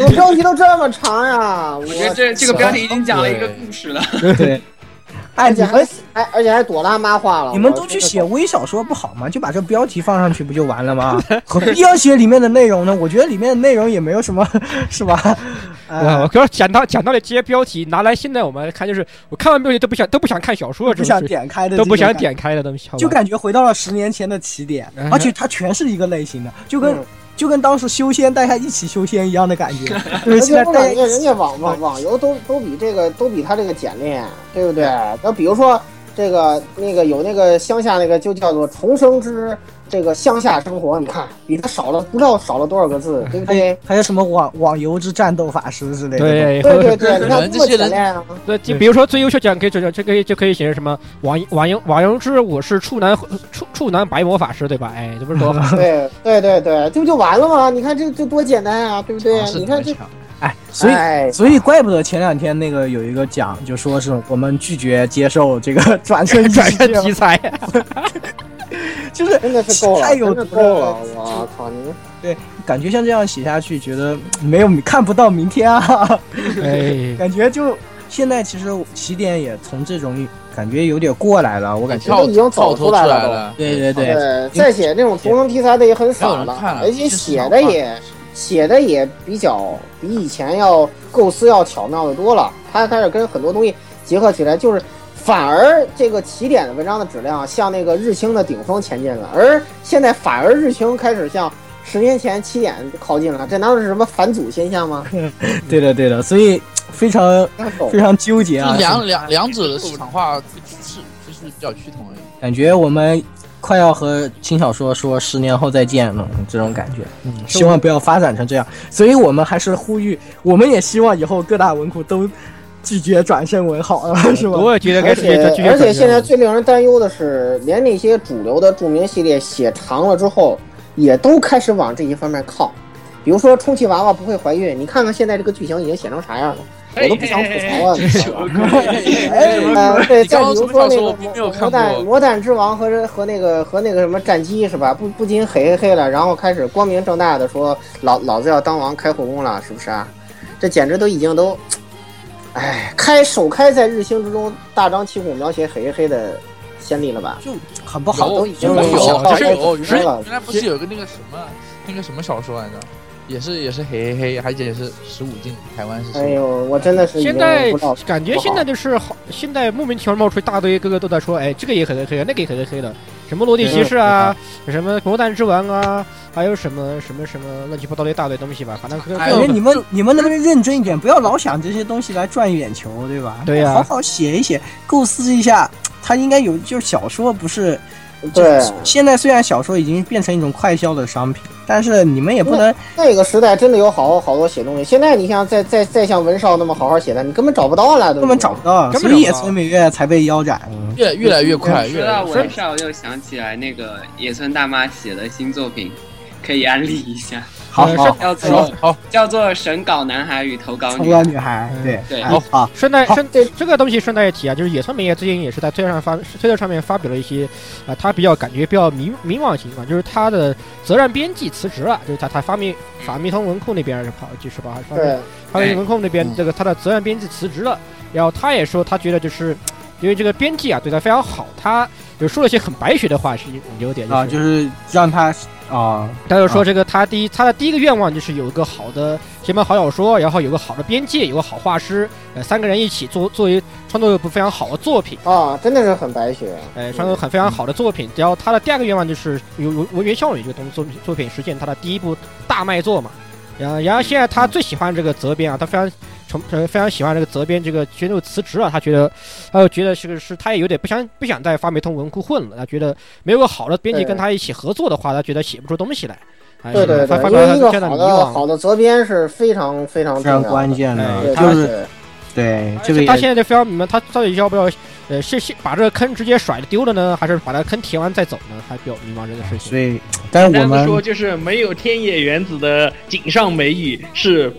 S2: 我标题都这么长呀，我
S6: 我觉得这这个标题已经讲了一个故事了。
S5: 对， 哎，
S2: 而
S5: 你
S2: 且
S5: 们
S2: 还还而且还朵拉妈化了，
S5: 你们
S2: 我
S5: 都去写微小说不好吗？就把这标题放上去不就完了吗？何必要写里面的内容呢？我觉得里面的内容也没有什么， 是
S3: 哇！
S5: 吧？呃，
S3: 我刚讲到讲到了这些标题，拿来现在我们来看，就是我看完标题都不想都不想看小说，
S5: 不想
S3: 真是
S5: 点开的，
S3: 都不想，点开的东西，好吧
S5: 就感觉回到了十年前的起点，而且它全是一个类型的，就跟
S2: 嗯
S5: 就跟当时修仙大家一起修仙一样的感 觉，就
S2: 而
S5: 是现在
S2: 且我
S5: 大家
S2: 感
S5: 一
S2: 觉
S5: 起
S2: 人家网网网游都都比这个都比他这个简练，对不对？那比如说这个那个有那个乡下那个就叫做《重生之这个乡下生活》，你看比他少了不知道少了多少个字，对不对？
S5: 还有什么网网游之战斗法师之类的，
S3: 对，
S2: 对对对，你
S7: 你
S2: 看
S7: 看
S2: 这
S7: 这
S2: 么
S7: 些人
S2: 简练啊！
S3: 对，就比如说最优秀奖可以就就就可以就可以写成什么网网游网游之我是处男处处男白魔法师对吧？哎，这不是多好？
S2: 对对对对，这不就完了吗？你看这这多简单啊，对不对
S7: 尝？试
S2: 你看这
S7: 特别，强
S5: 哎，所以
S2: 哎
S5: 所以怪不得前两天那个有一个奖，就说是我们拒绝接受这个转 身
S3: 转
S5: 转
S3: 身题材，
S5: 就是
S2: 真 的是够了，
S5: 太有
S2: 真的够了！我靠，你们
S5: 感觉像这样写下去，觉得嗯没有看不到明天啊，
S3: 哎，
S5: 感觉就现在其实起点也从这种感觉有点过来了，我感觉。
S7: 跳
S2: 都已经
S7: 跳
S2: 走出
S7: 脱出
S2: 来了
S7: 来
S2: 都
S7: 了，
S5: 对对对
S2: 对再写这种重生题材的也很
S7: 没有
S2: 少
S7: 人
S2: 了
S7: 看，了，
S2: 而且
S7: 这是
S2: 写
S7: 老
S2: 的
S7: 话
S2: 也写的也比较比以前要构思要巧妙的多了。他开始跟很多东西结合起来，就是反而这个起点的文章的质量向那个日清的顶峰前进了，而现在反而日清开始向十年前起点靠近了。这难道是什么返祖现象 吗？
S5: 对的对的，所以非常
S2: 那种
S5: 非常纠结
S7: 就是
S5: 啊，
S7: 两两两者的市场化是就是比较趋同而已。
S5: 感觉我们快要和轻小说说十年后再见了这种感觉。
S7: 嗯，
S5: 希望不要发展成这样。所以我们还是呼吁，我们也希望以后各大文库都拒绝转身文好了，是吧？
S3: 我也觉得该
S2: 而
S3: 直接
S2: 且
S3: 就直接
S2: 而且
S3: 转
S2: 现在
S3: 身了
S2: 最令人担忧的是，连那些主流的著名系列写长了之后，也都开始往这一方面靠。比如说，充气娃娃不会怀孕，你看看现在这个剧情已经写成啥样了。
S9: 我都不想吐槽了。
S7: 哎
S9: 呃，对，再比如说那个
S7: 我没有
S9: 魔
S7: 看
S9: 魔弹
S7: 过。
S9: 魔弹之王和和那个和那个什么战机是吧？不不禁黑黑了，然后开始光明正大的说老老子要当王开后宫了，是不是啊？这简直都已经都，哎，开首开在日星之中大张旗鼓描写黑黑的先例了吧？
S5: 就很不好。
S9: 都已经
S7: 有
S9: 想
S7: 有
S9: 到
S7: 是有，
S9: 开
S7: 原
S9: 始
S7: 来
S9: 了
S7: 原来不是有个那个什么那个什么小说来着？也是也是嘿嘿嘿，还也是十五禁，台湾是
S9: 哎
S7: 15禁。
S9: 呦，我真的是已经
S3: 现在
S9: 不知道
S3: 感觉现在就是好，现在莫名其妙冒出一大堆，个个都在说，哎，这个也很黑，那个也很黑的，什么《落地骑士》啊，什么《魔弹之王》啊，还有什么什么什么乱七八糟的一大堆东西吧，反正各
S7: 哎
S5: 感觉
S3: 各
S5: 你们你们能不能认真一点，不要老想这些东西来赚眼球，对吧？
S3: 对呀
S5: 好好写一写，构思一下，它应该有就是小说不是。
S9: 对
S5: 现在虽然小说已经变成一种快销的商品，但是你们也不能
S9: 那个时代真的有好好多写东西。现在你像再再再像文少那么好好写的，你根本找不到了，
S5: 根本找不到，
S3: 根本找不
S5: 所
S3: 到嗯
S5: 以野村每月才被腰斩。
S7: 越越来越快，
S6: 说
S7: 越来
S6: 到
S7: 越
S6: 文
S7: 快。
S6: 少，又想起来那个野村大妈写的新作品，可以安利一下，
S5: 好
S3: 呃
S5: 好，
S6: 叫
S7: 好
S6: 做
S7: 好，
S6: 叫做《审稿男孩与投稿
S5: 超
S6: 女
S5: 哥
S6: 孩》。
S5: 女孩，
S3: 嗯
S5: 对
S6: 对
S5: 啊好，
S3: 顺带
S5: 好
S3: 顺这这个东西顺带一提啊，就是野村明也最近也是在推特上发推特上面发表了一些，啊、他比较感觉比较迷迷惘的情况，就是他的责任编辑辞职了，就是他他发密法密通文库那边是跑就是吧，发
S9: 对，
S3: 他们文控那边这个他的责任编辑辞职了，然后他也说他觉得就是因为这个编辑啊对他非常好，他就说了一些很白雪的话，是有点
S5: 啊，
S3: 就
S5: 就是是让他啊，
S3: 他就说这个他第一他的第一个愿望就是有一个好的写本好小说，然后有个好的编辑，有个好画师，呃三个人一起做做一创作一部非常好的作品。
S9: 啊，真的是很白雪。
S3: 呃，创作很非常好的作品。然后他的第二个愿望就是有有文学效应这个东作品作品实现他的第一部大卖座嘛。然后，然后现在他最喜欢这个责编啊，他非常从呃非常喜欢这个责编这个决定辞职了、啊他觉得，他又觉得是个是他也有点不想不想在发霉通文库混了，他觉得没有个好的编辑
S9: 对
S3: 跟他一起合作的话，他觉得写不出东西来。哎
S9: 对对
S3: 发发
S9: 对，
S3: 表他
S9: 因为一
S3: 这样
S9: 个
S3: 的
S9: 好
S3: 迷
S9: 的
S3: 惘。
S9: 好的责编是非常非常
S5: 非
S9: 重要
S5: 常
S9: 的
S5: 关。键
S3: 哎
S5: 的，
S9: 他
S5: 就是对
S3: 而
S5: 这个
S3: 且他
S5: 也
S3: 现在就非常明白，他到底要不要，呃，是是把这个坑直接甩了丢了呢，还是把它坑填完再走呢？还比较迷茫这个事情。
S5: 啊所以，但是我
S4: 简单
S5: 们
S4: 的说，就是没有天野原子的井上美语是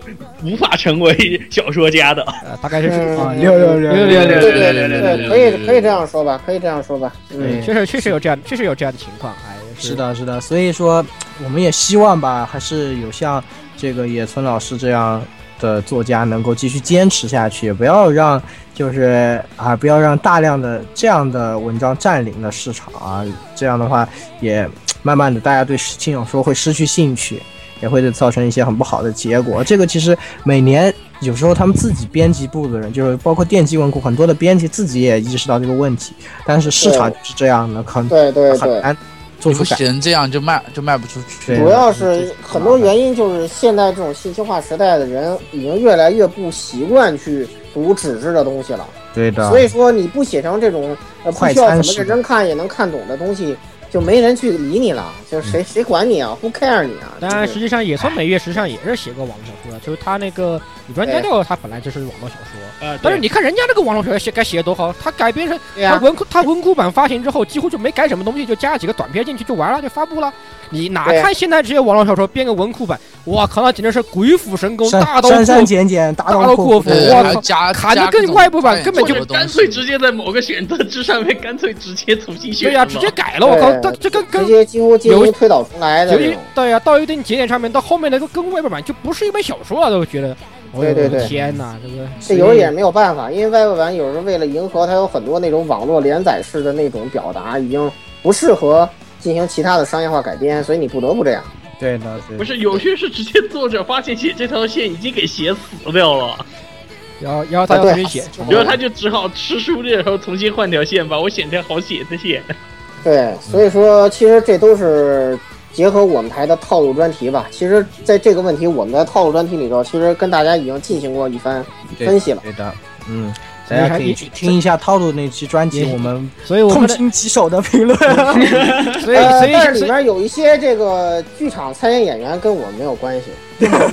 S4: 无法成为小说家的。
S3: 呃，大概是这个
S5: 啊
S9: 嗯
S5: 六六六
S3: 六六六
S9: 对
S3: 六
S9: 对对对，可以可以这样说吧，可以这样说吧。嗯，
S3: 确实确实有这样，确实有这样的情况，哎，
S5: 是，的，是的，所以说我们也希望吧，还是有像这个野村老师这样的作家能够继续坚持下去，不要让就是啊，不要让大量的这样的文章占领了市场啊，这样的话也慢慢的大家对轻小说会失去兴趣。也会造成一些很不好的结果。这个其实每年有时候他们自己编辑部的人，就是包括电击文库很多的编辑自己也意识到这个问题，但是市场就是这样的，很
S9: 对对
S5: 很
S9: 对，
S5: 难做
S7: 你
S5: 出
S7: 不
S5: 改。
S7: 写成这样就卖就卖不出去。
S5: 对
S9: 主要是很多原因就是现在这种信息化时代的人已经越来越不习惯去读纸质的东西了，
S5: 对的
S9: 所以说你不写成这种呃不
S5: 快
S9: 需要
S5: 餐
S9: 怎么
S5: 式的
S9: 认真看也能看懂的东西，就没人去理你了，就谁谁管你啊？Who care 你啊？
S3: 当然
S9: 就
S3: 实际上野村美月实际上也是写过网络小说的，就是他那个《女专家
S9: 对
S3: 教》，他本来就是网络小说。
S4: 呃，
S3: 但是你看人家那个网络小说写该写的多好，他改编成
S9: 对
S3: 他
S9: 呀，
S3: 文库他文库版发行之后，几乎就没改什么东西，就加几个短篇进去就完了，就发布了。你哪
S9: 对呀
S3: 看现在这些网络小说编个文库版，哇靠，那简直是鬼斧神工，
S5: 删
S3: 大刀
S5: 删
S3: 阔
S5: 删减减，大
S3: 大刀
S5: 刀
S3: 阔斧
S5: 斧
S7: 对，
S3: 哇
S7: 还要加
S3: 砍
S7: 加
S3: 得更
S7: 各种
S3: 外部版
S7: 加
S3: 根本
S7: 各种
S3: 就
S4: 干
S7: 东西
S4: 脆直接在某个选择之上面，干脆直接重新选
S3: 对
S4: 了。
S3: 呀、直接改了，我靠，他这跟跟
S9: 直接几乎接
S3: 有
S9: 近推倒重来的
S3: 由
S9: 这
S3: 于
S9: 种。
S3: 对呀、到一定节点上面，到后面那个跟外边版就不是一本小说了，都觉得，我
S9: 对对对
S3: 天哪，这个
S9: 这有点没有办法，因为外 e 版有时候为了迎合它有很多那种网络连载式的那种表达，已经不适合进行其他的商业化改编，所以你不得不这样。
S5: 对的，对的
S4: 不是有些是直接作者发现写这条线已经给写死掉了，
S3: 然后然后他
S9: 啊
S3: 要
S9: 对
S3: 重新写，
S4: 然后他就只好吃书的时候重新换条线，把我写条好写的 线。
S9: 对，所以说其实这都是结合我们台的套路专题吧。其实，在这个问题，我们的套路专题里头，其实跟大家已经进行过一番分析了。
S5: 对的，嗯，大家可以去听一下套路那期专辑，
S3: 也
S5: 我们
S3: 所以我
S5: 痛
S3: 们的
S5: 心疾首的评论。
S3: 所以
S9: 呃
S3: 所，以
S9: 但是里
S3: 所以
S9: 面有一些这个剧场参演演员跟我们没有关系，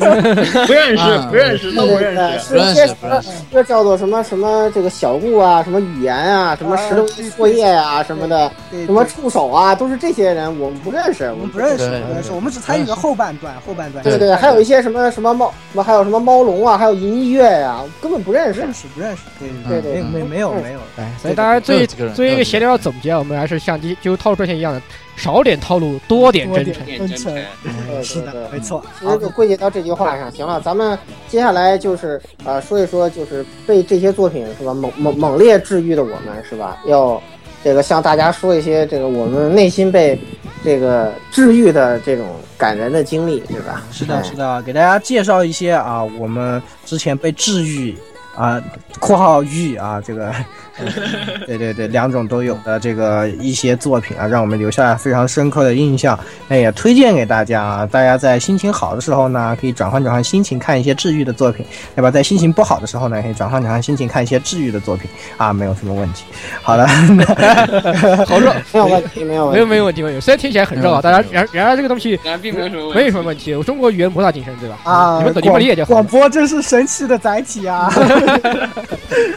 S4: 不认识
S7: 啊，
S4: 不认识，都不认
S9: 呃
S2: 对
S4: 识。
S2: 是一些什么这叫做什么什么这个小故啊，什么语言啊，什么石头作业啊什么的，
S5: 对
S2: 什么触手啊，都是这些人我们不认识，
S5: 我
S2: 我
S5: 们
S2: 们
S5: 不认识，
S7: 对
S5: 我们是我们只参与了后半段，后半段
S2: 对对对，还有一些什么什么猫什么，还有什么猫龙啊，还有银翼月呀、根本不认
S5: 不
S2: 识
S5: 认。识不认识，对
S2: 对对
S5: 没没没有没有，
S3: 哎，所以大家
S7: 都有
S3: 最
S7: 几个人
S3: 作为一
S7: 都
S3: 个
S7: 有
S3: 闲
S7: 几
S3: 聊总结，我们还是像就就套路赚钱一样的，少点套路，多点真诚。
S6: 点真诚。
S2: 对
S5: 是
S2: 对
S5: 的，
S2: 对。
S5: 没错。
S2: 其实就归结到这句话上，行了，咱们接下来就是呃说一说，就是被这些作品是吧猛猛猛烈治愈的我们是吧，要这个向大家说一些这个我们内心被这个治愈的这种感人的经历是吧？
S5: 是
S9: 嗯
S5: 的，
S2: 哎
S5: 是的，给大家介绍一些啊，我们之前被治愈啊（括号愈啊）这个，呃对对对，两种都有的这个一些作品啊，让我们留下非常深刻的印象。那也推荐给大家啊，大家在心情好的时候呢，可以转换转换心情，看一些治愈的作品，对吧？在心情不好的时候呢，可以转换转换心情，看一些治愈的作品啊，没有什么问题。好了，
S3: 好热，
S2: 没有问题，没有问
S3: 没
S2: 题
S3: 有。没有问题，没有。虽然听起来很绕啊，大家然然而这个东西
S6: 然后并没有什么问题，
S3: 没有什么问题。中国语言博大精深，对吧？
S5: 啊，
S3: 你们懂你们理解就好
S5: 广播真是神奇的载体 啊！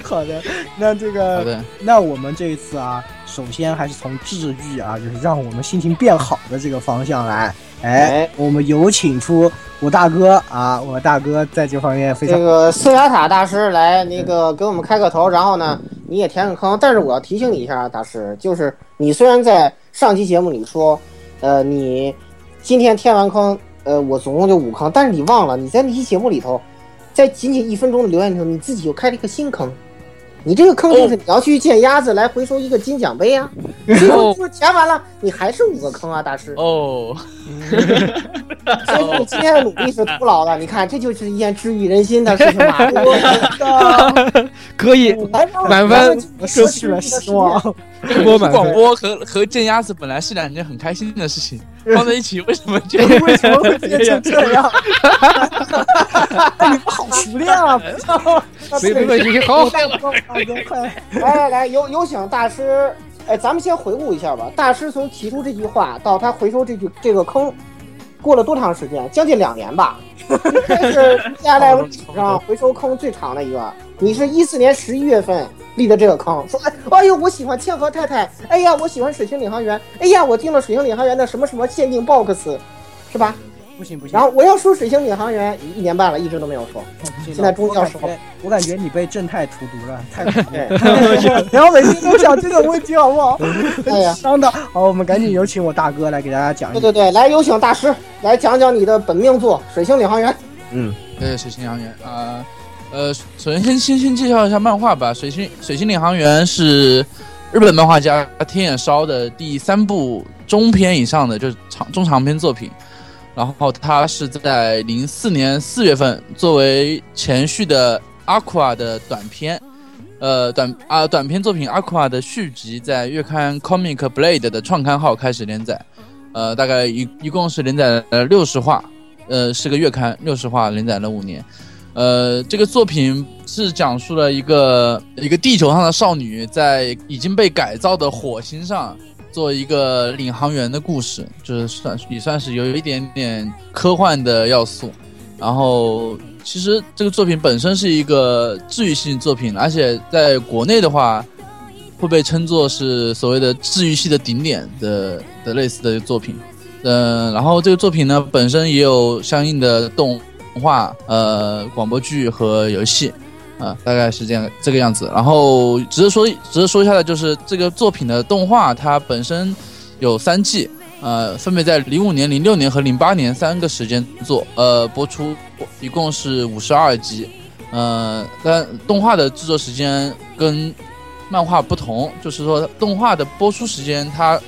S5: 好的，那这个
S7: 好的，
S5: 那我们这一次啊，首先还是从治愈啊，就是让我们心情变好的这个方向来。哎
S2: 哎，
S5: 我们有请出我大哥啊，我大哥在这方面非
S2: 这
S5: 常
S2: 个斯雅塔大师来那个给我们开个头，然后呢你也填个坑。但是我要提醒你一下，大师，就是你虽然在上期节目里说，呃，你今天填完坑，呃，我总共就五坑，但是你忘了你在那期节目里头，在仅仅一分钟的留言里头，你自己又开了一个新坑。你这个坑就是你要去捡鸭子来回收一个金奖杯啊！最后就是填完了，你还是五个坑啊，大师。
S7: 哦，
S2: 所以说你今天的努力是徒劳的。你看，这就是一件治愈人心的事情嘛。
S3: 可以，满分
S5: 失去了希望。
S3: 中国满
S7: 广
S3: 分。
S7: 播和和见鸭子本来是两件很开心的事情，放在一起为什么就
S5: 为什么会变成这 样？哎你们好熟练啊！
S3: 没没问题，好，
S5: 大哥，大哥，快！
S2: 来来来，有有请大师。哎，咱们先回顾一下吧。大师从提出这句话到他回收这句这个坑，过了多长时间？将近两年吧。这是接下来历史上回收坑最长的一个。你是一四年十一月份立的这个坑，说哎哎呦，我喜欢天河太太，哎呀，我喜欢水星领航员，哎呀，我订了水星领航员的什么什么限定 box，是吧？
S5: 不行不行
S2: 然，后我要说水星领航员一年半了，一直都没有说。现在终于要
S5: 我
S2: 说
S5: 感觉我感觉你被正太荼毒了， 太荼毒了。
S2: 对，
S5: 不要每次都想这种问题，好不好？
S2: 哎呀，
S5: 伤的。好，我们赶紧有请我大哥来给大家讲一
S2: 对对对，来有请大师来讲讲你的本命作《水星领航员》。
S7: 对，水星领航员啊、呃，首先先先先介绍一下漫画吧，《水星水星领航员》是日本漫画家天野烧的第三部中篇以上的就是长中长篇作品，然后他是在零四年四月份作为前续的《Aqua》的短篇。呃，短啊、短篇作品《Aqua》的续集在月刊《Comic Blade》的创刊号开始连载，呃，大概一一共是连载了六十话，呃，是个月刊，六十话连载了五年。呃，这个作品是讲述了一个一个地球上的少女在已经被改造的火星上做一个领航员的故事，就是算也算是有一点点科幻的要素。然后，其实这个作品本身是一个治愈性作品，而且在国内的话，会被称作是所谓的治愈系的顶点的的类似的作品。嗯，然后这个作品呢本身也有相应的动画、呃广播剧和游戏，啊、大概是这样这个样子。然后只是说，只是说一下的就是这个作品的动画，它本身有三季，呃，分别在零五年、零六年和零八年三个时间做呃播出，一共是五十二集。呃，但动画的制作时间跟漫画不同，就是说动画的播出时间它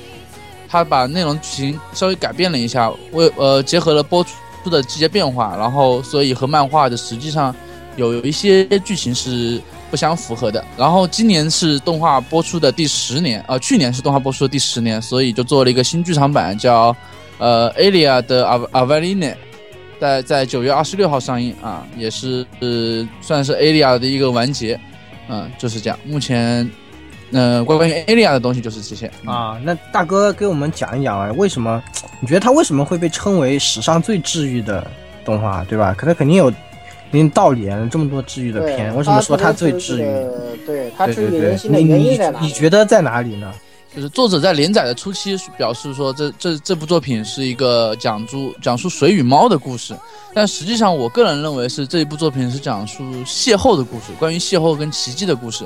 S7: 他把内容剧情稍微改变了一下，为呃结合了播出的季节变化，然后所以和漫画的实际上有有一些剧情是不相符合的。然后今年是动画播出的第十年，呃，去年是动画播出的第十年，所以就做了一个新剧场版，叫呃《Alia 的 Av Avaline》，在在九月二十六号上映啊，也是呃算是《Alia》的一个完结，嗯、就是这样。目前，嗯、关关于《Alia》的东西就是这些嗯
S5: 啊，那大哥给我们讲一讲啊，为什么你觉得他为什么会被称为史上最治愈的动画，对吧？可它肯定有一定道理啊，这么多治愈的
S2: 对
S5: 片，为什么说它
S2: 它
S5: 最治愈？
S2: 愈？对，它
S5: 对
S2: 治
S5: 对
S2: 愈
S5: 对
S2: 人，心的
S5: 你
S2: 原因在
S5: 你
S2: 哪
S5: 你
S2: 里？
S5: 觉得在哪里呢？
S7: 就是作者在连载的初期表示说这，这这部作品是一个讲述讲述水与猫的故事，但实际上我个人认为是这一部作品是讲述邂逅的故事，关于邂逅跟奇迹的故事。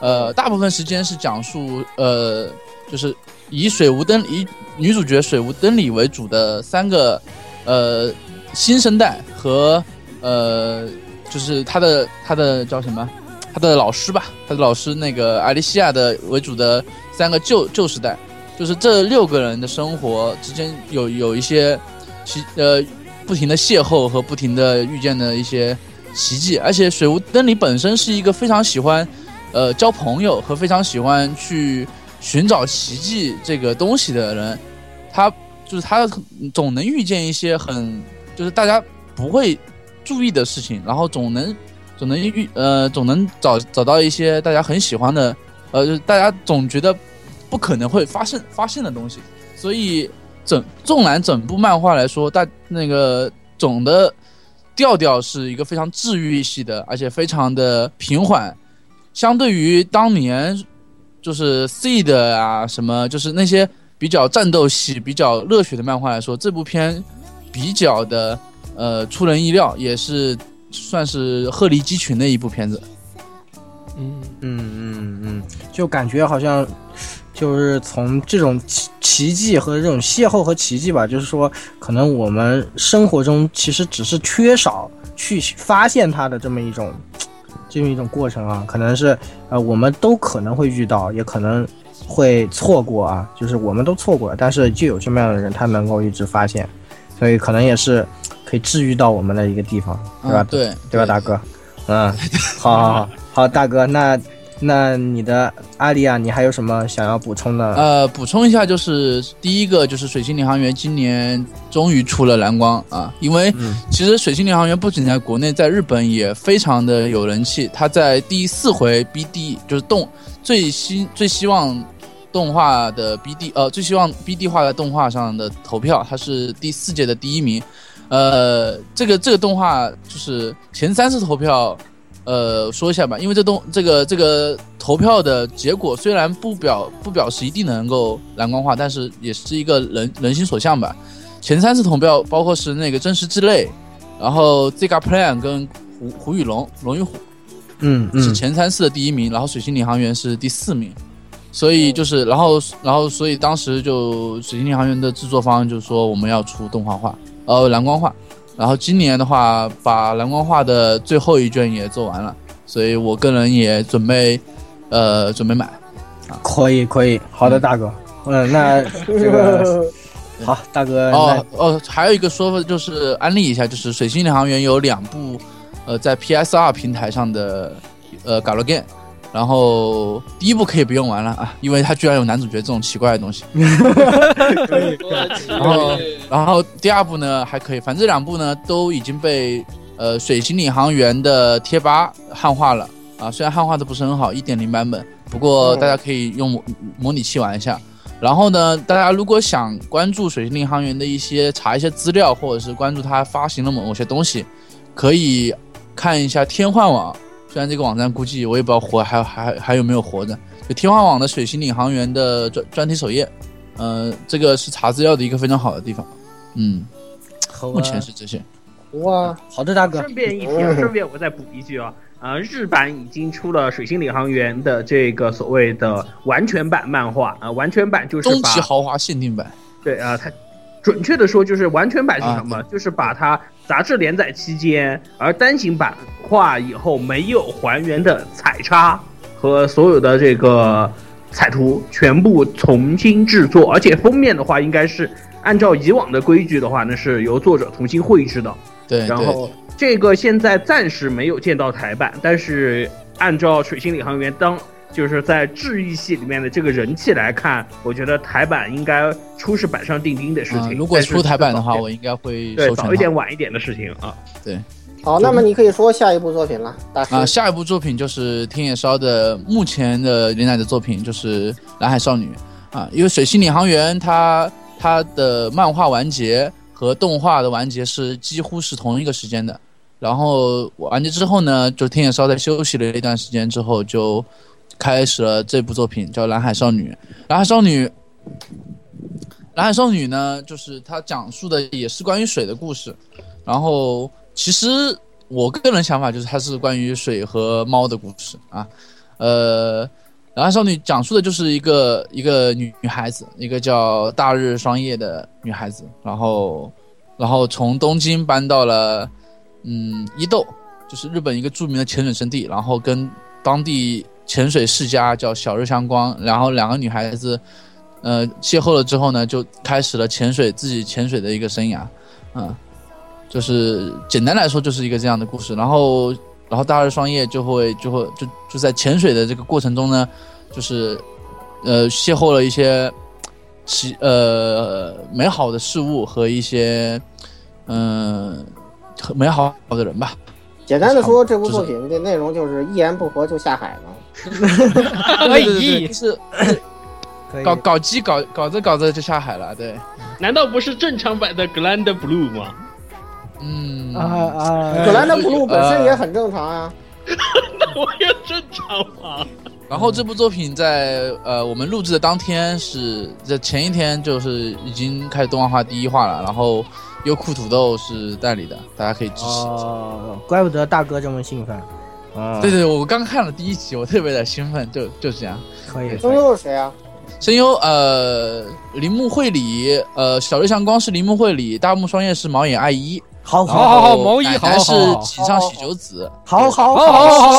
S7: 呃，大部分时间是讲述呃，就是以水无灯以女主角水无灯里为主的三个呃新生代和呃就是她的她的叫什么？她的老师吧，她的老师那个艾莉西亚的为主的三个旧旧时代，就是这六个人的生活之间有有一些奇呃不停的邂逅和不停的遇见的一些奇迹，而且水无灯里本身是一个非常喜欢呃交朋友和非常喜欢去寻找奇迹这个东西的人，他就是他总能遇见一些很就是大家不会注意的事情，然后总能总能遇呃总能找找到一些大家很喜欢的，呃就是大家总觉得不可能会发生发现的东西，所以整纵览整部漫画来说，大那个总的调调是一个非常治愈系的，而且非常的平缓，相对于当年就是 seed 啊什么，就是那些比较战斗系、比较热血的漫画来说，这部片比较的呃出人意料，也是算是鹤立鸡群的一部片子。
S3: 嗯，
S5: 嗯嗯嗯，就感觉好像就是从这种奇奇迹和这种邂逅和奇迹吧，就是说，可能我们生活中其实只是缺少去发现它的这么一种这么一种过程啊，可能是呃我们都可能会遇到，也可能会错过啊，就是我们都错过了，但是就有这么样的人，他能够一直发现，所以可能也是可以治愈到我们的一个地方，对吧？
S7: 嗯，对
S5: 对吧，大 哥？嗯，好好好好，大哥，那那你的阿丽亚，你还有什么想要补充的？
S7: 呃，补充一下，就是第一个就是《水星领航员》今年终于出了蓝光啊，因为
S5: 嗯
S7: 其实《水星领航员》不仅在国内，在日本也非常的有人气。它在第四回 BD 就是动最新最希望动画的 BD 呃最希望 BD 画的动画上的投票，它是第四届的第一名。呃，这个这个动画就是前三次投票呃说一下吧，因为这东这个这个投票的结果虽然不表不表示一定能够蓝光化，但是也是一个人人心所向吧。前三次投票包括是那个真实之泪，然后 Zega Plan 跟胡胡与龙龙与虎
S5: 嗯
S7: 是
S5: 嗯
S7: 前三次的第一名，然后水星领航员是第四名，所以就是然后然后所以当时就水星领航员的制作方就说我们要出动画化，呃蓝光化，然后今年的话把蓝光化的最后一卷也做完了，所以我个人也准备呃准备买，
S5: 可以可以，好的，大哥，嗯，那这个 好，大哥，
S7: 哦哦，还有一个说法就是安利一下，就是《水星领航员》有两部，呃，在 PSR 平台上的呃 g a l a game，然后第一部可以不用玩了啊，因为它居然有男主角这种奇怪的东西。然后然后第二部呢还可以，反正这两部呢都已经被呃《水星领航员》的贴吧汉化了啊，虽然汉化的不是很好，一点零版本，不过
S2: 嗯
S7: 大家可以用模模拟器玩一下。然后呢，大家如果想关注水星领航员的一些查一些资料，或者是关注他发行的某某些东西，可以看一下天幻网。虽然这个网站估计我也不知道活还还还有没有活着，就天幻网的水星领航员的专专题首页，呃，这个是查资料的一个非常好的地方。嗯，
S5: 好啊吧
S7: 目前是这些。
S2: 哇，
S5: 好的，大哥，
S4: 顺便一提啊，顺便我再补一句啊，呃，日版已经出了《水星领航员》的这个所谓的完全版漫画啊、呃完全版就是
S7: 终
S4: 把
S7: 极豪华限定版，
S4: 对啊、呃它准确的说就是完全版是什么？就是把它杂志连载期间，而单行版画以后没有还原的彩插和所有的这个彩图全部重新制作，而且封面的话应该是按照以往的规矩的话呢，是由作者重新绘制的。
S7: 对
S4: 然
S7: 对，
S4: 后这个现在暂时没有见到台版，但是按照《水星领航员》当就是在治愈系里面的这个人气来看，我觉得台版应该出是板上钉钉的事
S7: 啊、
S4: 情。
S7: 如果
S4: 但是
S7: 出台版的话，
S4: 早
S7: 我应该会
S4: 对
S7: 收
S4: 早一
S7: 全
S4: 点
S7: 它。
S4: 晚一点的事情啊。
S2: 好，那么你可以说下一部作品了，大师。
S7: 啊，下一部作品就是天野烧的目前的连载的作品就是《蓝海少女》啊，因为《水星领航员》它它的漫画完结，和动画的完结是几乎是同一个时间的。然后完结之后呢，就天野烧在休息了一段时间之后，就开始了这部作品叫《蓝海少女》。《蓝海少女》，《蓝海少女》呢，就是它讲述的也是关于水的故事。然后其实我个人想法就是它是关于水和猫的故事啊，呃。然后少女讲述的就是一个一个女女孩子，一个叫大日双叶的女孩子，然后，然后从东京搬到了，嗯，伊豆，就是日本一个著名的潜水圣地，然后跟当地潜水世家叫小日向光，然后两个女孩子，呃，邂逅了之后呢，就开始了潜水自己潜水的一个生涯，嗯，就是简单来说就是一个这样的故事，然后。然后大二双叶就会就会就就在潜水的这个过程中呢，就是呃邂逅了一些奇呃美好的事物和一些嗯、很美好的人吧。
S2: 简单的说，这部作品的内容就是一言不合就下海嘛。
S3: 可以
S7: 就，是
S5: 可以
S7: 搞搞基搞搞着搞着就下海了，对，
S4: 难道不是正常版的 Grand Blue 吗？
S7: 嗯
S5: 啊啊，
S2: 葛兰的 blue
S7: 呃
S2: 本身也很正常啊，
S4: 那我也正常啊吗？
S7: 然后这部作品在呃我们录制的当天是在前一天就是已经开始动画化第一话了，然后优酷土豆是代理的，大家可以支持。
S5: 哦，怪不得大哥这么兴奋。啊，
S7: 对，对，我刚看了第一集，我特别的兴奋，就就这样。
S5: 可以。
S2: 声
S7: 哎
S2: 优是谁啊？
S7: 声优呃，铃木惠里，呃，小日向光是铃木惠里，大木双叶是毛野爱一，
S5: 好
S3: 好好好毛衣
S7: 乃
S3: 好
S7: 乃是
S3: 好好
S7: 井上喜久子，
S5: 好好好
S3: 好好好好好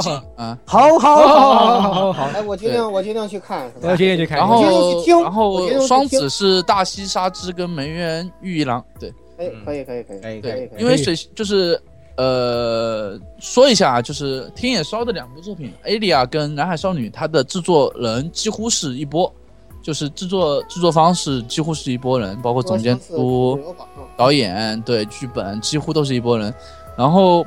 S3: 好，
S7: 啊，
S5: 好好好好好，
S2: 哎，我决定，我决定去看，是
S3: 我
S2: 吧？
S3: 今天去看一
S7: 然
S3: 下。
S2: 我觉得
S7: 后
S2: 去听
S7: 然
S2: 我觉得
S7: 后
S2: 去
S7: 双
S2: 听
S7: 子是大西纱织跟梅园玉一郎，对
S2: 哎，可以，可以，可以，
S5: 可以
S2: 可以，可以
S7: 因为水就是呃，说一下啊，就是天野烧的两部作品《Alia》跟《南海少女》，它的制作人几乎是一波，就是制作制作方是几乎是一波人，包括总监督。
S2: 嗯
S7: 导演、对剧本几乎都是一拨人，然后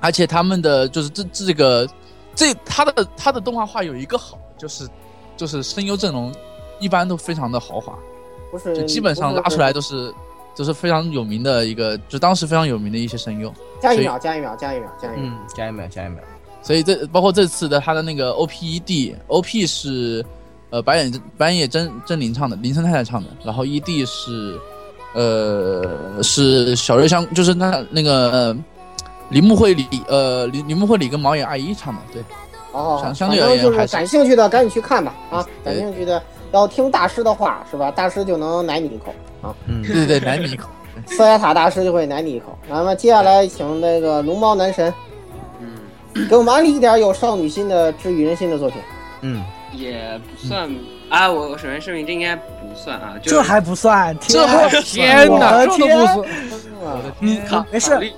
S7: 而且他们的就是这这个这他的他的动画化有一个好就是就是声优阵容一般都非常的豪华，
S2: 不是
S7: 就基本上拉出来。都是都是非常有名的一个，就当时非常有名的一些声优，
S2: 加一秒，加一秒，加一秒，加一秒。
S5: 嗯，加一秒，加一秒。
S7: 所以这包括这次的他的那个 E OPED OP 是呃白野白野真真绫唱的，林森太太唱的，然后 ED 是呃是小瑞香，就是那那个。呃铃木惠里，呃，铃铃木惠里跟毛野爱一唱的， 对，
S2: 哦
S7: 相，相
S2: 反
S7: 对
S2: 正
S7: 而言
S2: 就是
S7: 还是
S2: 感兴趣的赶紧去看吧啊！
S7: 对
S2: 感兴趣的要听大师的话是吧？大师就能奶你一口，
S5: 嗯，
S7: 对对对，男女口，
S2: 斯莱塔大师就会奶你一口。那么接下来请那个龙猫男神
S6: 嗯，
S2: 给我们安利一点有少女心的、治愈人心的作品。
S5: 嗯，
S6: 也不算啊。我我首先声明，这应该不算啊。就
S5: 这
S6: 是
S5: 还不算，
S7: 这
S5: 还
S3: 天哪，
S5: 我
S3: 这
S5: 的
S3: 都
S5: 天
S3: 不算，
S2: 嗯
S5: 你
S6: 考
S5: 没
S6: 考
S5: 事呃
S6: 虑，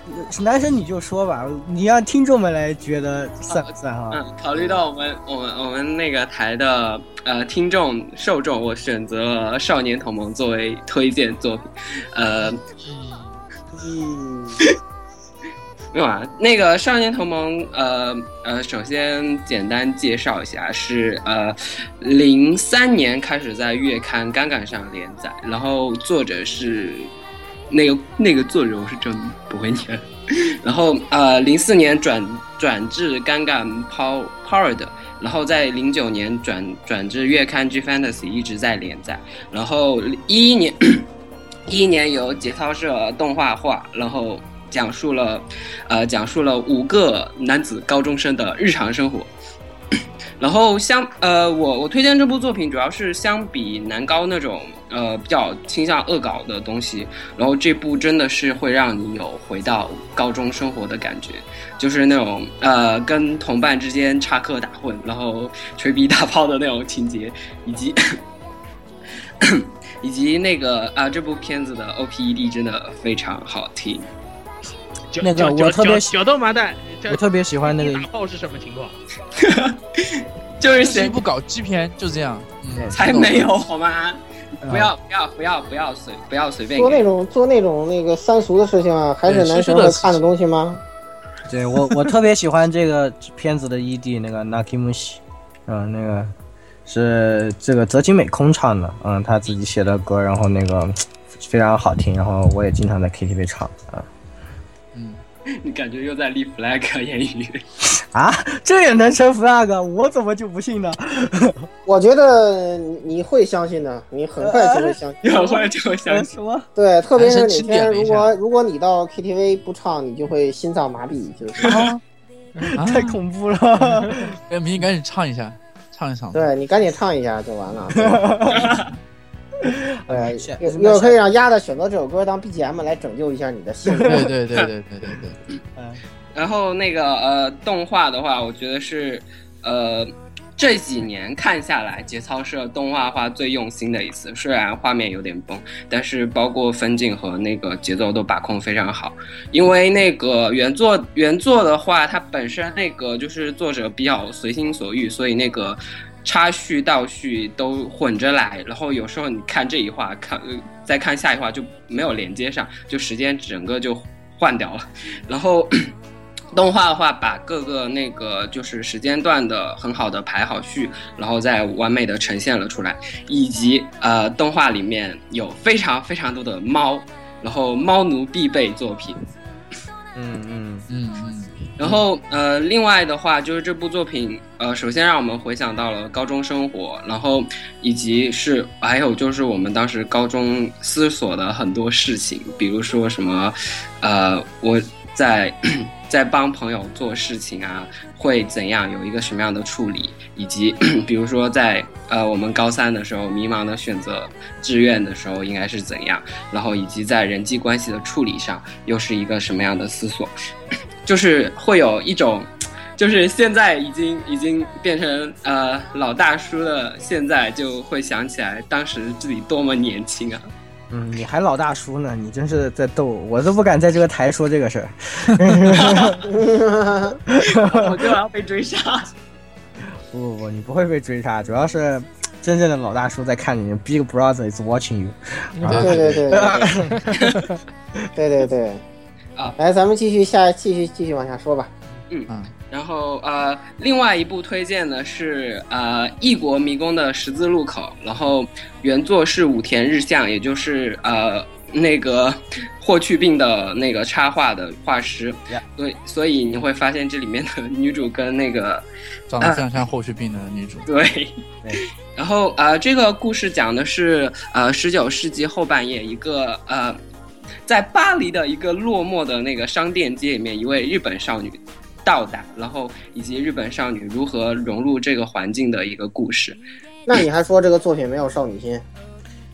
S5: 男生你就说吧，你让听众们来觉得算不算啊？
S6: 嗯，考虑到我们我们我们那个台的呃听众受众，我选择了《少年同盟》作为推荐作品。呃，
S2: 嗯，
S6: 没有啊，那个《少年同盟》呃呃，首先简单介绍一下，是呃零三年开始在月刊《杠杆》上连载，然后作者是那个那个作者我是真不会念，然后呃零四年转转至《杠杆 Power Power》的，然后在零九年转转至月刊《G Fantasy》一直在连载，然后一一年。一一年由节操社动画化，然后讲述了，呃，讲述了五个男子高中生的日常生活。然后相呃，我我推荐这部作品主要是相比南高那种呃比较倾向恶搞的东西，然后这部真的是会让你有回到高中生活的感觉，就是那种呃跟同伴之间插科打诨，然后吹逼打炮的那种情节，以及 以及那个啊、这部片子的 OPED 真的非常好听。
S4: 角
S5: 那个
S4: 角
S5: 我
S4: 角
S5: 特别
S4: 角
S5: 喜
S4: 角豆麻蛋，
S5: 我特别喜欢那个
S2: 嗯
S4: 打炮是什么情况？
S6: 就是
S7: 这是一
S6: 谁
S7: 部搞基片，就这样，嗯，
S6: 才没有好吗？
S5: 嗯
S6: 不要不要不要不要随不要随便
S2: 做
S6: 给
S2: 那种做那种那个三俗的事情啊，还是
S7: 对
S2: 男神
S7: 是
S2: 会
S7: 的
S2: 看的东西吗？
S5: 对我，我特别喜欢这个片子的 ED 那个 Nakimushi，嗯，那个是这个泽井美空唱的，嗯，他自己写的歌，然后那个非常好听，然后我也经常在 KTV 唱啊
S7: 嗯，
S6: 你感觉又在立 flag 言语？
S5: 啊，这也能成 flag，我怎么就不信呢？
S2: 我觉得你会相信的，你很快就会相信。
S6: 有会就相信
S5: 什么？
S2: 对，特别是
S7: 男
S2: 哪
S7: 生轻
S2: 天
S7: 点了
S2: 如
S7: 一下
S2: 果如果你到 KTV 不唱，你就会心脏麻痹，就是
S7: 啊，
S5: 太恐怖
S2: 嗯
S5: 了！
S7: 哎，明天赶紧唱一下，唱 一唱。
S2: 对你赶紧唱一下就完了。对，
S5: 选
S2: 哎有
S5: 选
S2: 有可以让鸭子选择这首歌当 BGM 来拯救一下你的心。
S7: 对对对对对对对，
S6: 然后那个呃，动画的话，我觉得是呃这几年看下来，节操社动画化最用心的一次。虽然画面有点崩，但是包括分镜和那个节奏都把控非常好。因为那个原作原作的话，它本身那个就是作者比较随心所欲，所以那个。插叙、倒叙都混着来，然后有时候你看这一话，看呃再看下一话就没有连接上，就时间整个就换掉了。然后 动画的话，把各个那个就是时间段的很好的排好序，然后再完美的呈现了出来，以及呃动画里面有非常非常多的猫，然后猫奴必备作品。
S5: 嗯嗯，
S7: 嗯嗯，
S6: 然后呃，另外的话就是这部作品，呃，首先让我们回想到了高中生活，然后以及是还有就是我们当时高中思索的很多事情，比如说什么，呃，我在在帮朋友做事情啊，会怎样有一个什么样的处理，以及比如说在呃我们高三的时候迷茫的选择志愿的时候应该是怎样，然后以及在人际关系的处理上又是一个什么样的思索。就是会有一种，就是现在已经已经变成呃老大叔的，现在就会想起来当时自己多么年轻啊！
S5: 嗯，你还老大叔呢，你真是在逗我，我都不敢在这个台说这个事儿。
S6: 我就要被追杀。
S5: 不不不，你不会被追杀，主要是真正的老大叔在看你，Big Brother is watching you。啊
S2: 对对对对对对对对
S6: 啊！
S2: 来，咱们继续下，继续继续往下说吧。
S6: 然后呃，另外一部推荐的是呃《异国迷宫的十字路口》，然后原作是武田日向，也就是呃那个霍去病的那个插画的画师
S5: Yeah
S6: 所以所以你会发现这里面的女主跟那个
S7: 长得非常像霍去病的 女主。
S6: 对
S5: 对。
S6: 然后呃，这个故事讲的是呃，十九世纪后半夜，一个呃，在巴黎的一个落寞的那个商店街里面，一位日本少女到达，然后以及日本少女如何融入这个环境的一个故事。
S2: 那你还说这个作品没有少女心？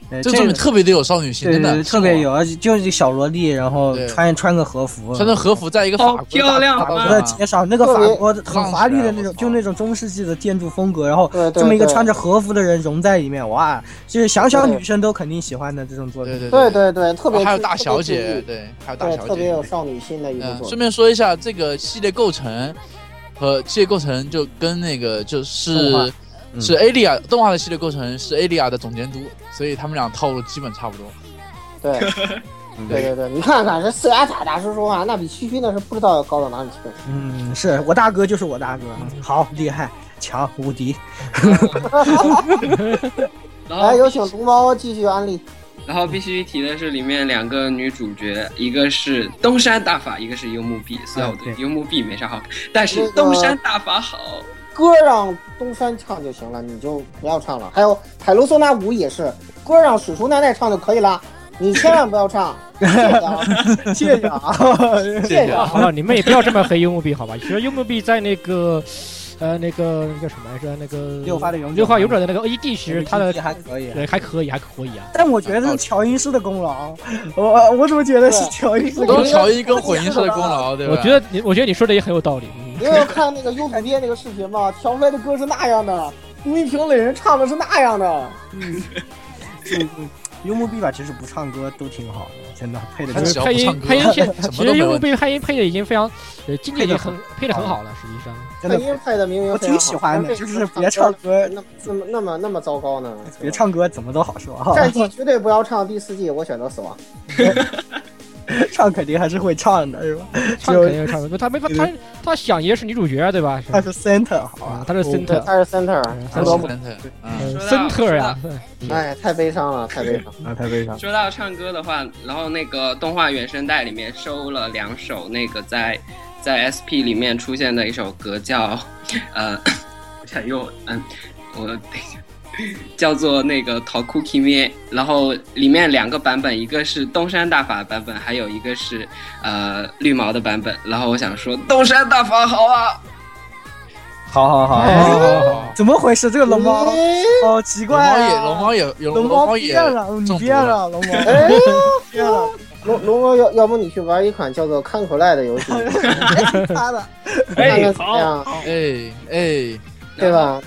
S5: 呃
S7: 这个作品特别的有少女心，
S5: 对
S7: 真
S5: 对
S7: 的
S5: 对，特别。有，而且就是一个小萝莉，然后
S7: 对
S5: 穿穿个和服，
S7: 穿着和服在一个法国
S6: 好哦漂亮
S7: 大
S5: 法
S7: 道
S5: 国
S6: 啊
S5: 的
S7: 上
S5: 街上，那个
S2: 特别
S5: 法国的很华丽的那
S7: 浪起来我
S5: 种，
S7: 操
S5: 就那种中世纪的建筑风格，然后
S2: 对对
S5: 这么一个
S2: 对
S5: 穿着和服的人融在里面，哇，就是想想
S2: 对
S5: 女生都肯定喜欢的这种作
S7: 对
S5: 品。
S7: 对哦
S2: 对对对，特别
S7: 还有
S2: 注
S7: 大小，
S2: 特
S7: 姐，
S2: 别注意
S7: 对，还有大
S2: 对，
S7: 小姐，
S2: 特别有少女心的一部
S7: 嗯，
S2: 作
S7: 顺
S2: 品。
S7: 便说一下，这个系列构成和系列构成就跟那个就是
S5: 动画嗯
S7: 是 A 利亚动画的系列构成是 A 利亚的总监督，所以他们俩套路基本差不多。
S2: 对，对对对，你看看这四牙塔大师说话，那比区区那是不知道要高到哪里去。
S5: 嗯，是我大哥就是我大哥，嗯好厉害，强无敌。
S6: 然
S9: 哎
S7: 啊
S2: 来，
S6: 后
S2: 哎有请龙猫继续安利。
S6: 然后必须提的是，里面两个女主角，一个是东山大法，一个是幽木碧。虽然我对
S5: 嗯
S6: 幽木碧没啥好感，但
S2: 那
S6: 是
S2: 个
S6: 东山大法好。
S2: 歌让东山唱就行了，你就不要唱了。还有海罗索纳舞也是，歌让水树奈奈唱就可以了，你千万不要唱。谢谢啊，谢谢啊，谢谢啊。
S3: 好了，你们也不要这么黑幽默币，好吧？其实幽默币在那个，呃，那个那叫什么来着？那个
S5: 六花的勇者
S3: 嗯六花勇者的那个 AD 其实他的
S5: 还可以，啊
S3: 对还可以，还可以啊。
S5: 但我觉得是乔音师的功劳，我我怎么觉得是乔音师的功
S7: 都
S5: 劳
S7: 是乔伊跟混音社的功劳，对吧？
S3: 我觉得你，我觉得你说的也很有道理。嗯
S2: 因为我看那个优土鳖那个视频嘛，调出来的歌是那样的，吴一平垒人唱的是那样的。
S5: 嗯幽默币吧，其实不唱歌都挺好的，真的配的
S7: 他
S5: 就
S3: 就是
S7: 只要
S3: 配
S7: 不
S3: 音
S7: 唱歌
S3: 配音 现，
S7: 什么
S3: 其
S7: 都
S3: 实
S7: 没
S3: 幽默
S7: 问
S3: 币配音配的已经非常，呃，今年已经很配的
S5: 好
S3: 很好了，实际上。
S5: 真
S2: 配
S5: 的。
S2: 音配的明明
S5: 我
S2: 非常
S5: 挺
S2: 好
S5: 喜欢的，
S2: 但
S5: 就
S2: 为
S5: 是
S2: 什么
S5: 别唱歌，
S2: 那么那么那么那么糟糕呢？
S5: 别唱歌怎么都好说啊。
S2: 战绩绝对不要唱第四季，我选择死亡。
S5: 唱肯定还是会唱的，是吧？
S3: 唱肯定是唱的，不他没法他他想爷是女主角对吧？
S5: 他哦是 center 好
S3: 啊
S5: 吧，？
S3: 他是森特，
S2: 他是 center，
S3: 他
S2: 罗
S3: 是呃
S2: 姆，
S7: 嗯，
S6: 说到
S3: 森特呀，
S2: 哎，太悲伤了，太悲伤了。
S5: 啊，太悲伤。
S6: 说到唱歌的话，然后那个动画原声带里面收了两首那个在在 SP 里面出现的一首歌叫呃， 我想用嗯，我 等一下。叫做那个《桃 Cookie 面》，然后里面两个版本，一个是东山大法版本，还有一个是呃绿毛的版本。然后我想说，东山大法好啊，
S5: 好好好，
S2: 哎
S5: 好好好啊怎么回事？这个龙猫
S2: 哎
S5: 好奇
S7: 龙
S5: 怪
S7: 猫
S5: 啊！
S7: 也龙猫也有
S5: 龙
S7: 猫也
S5: 变了，你
S7: 中毒
S5: 变了，龙猫
S2: 哎呀，
S5: 变了，
S2: 龙龙哥，要要不你去玩一款叫做《看可赖》的 游戏，看
S5: 他的
S4: 哎
S2: 看，怎么
S4: 好，
S2: 样，
S7: 哎哎，
S2: 对吧？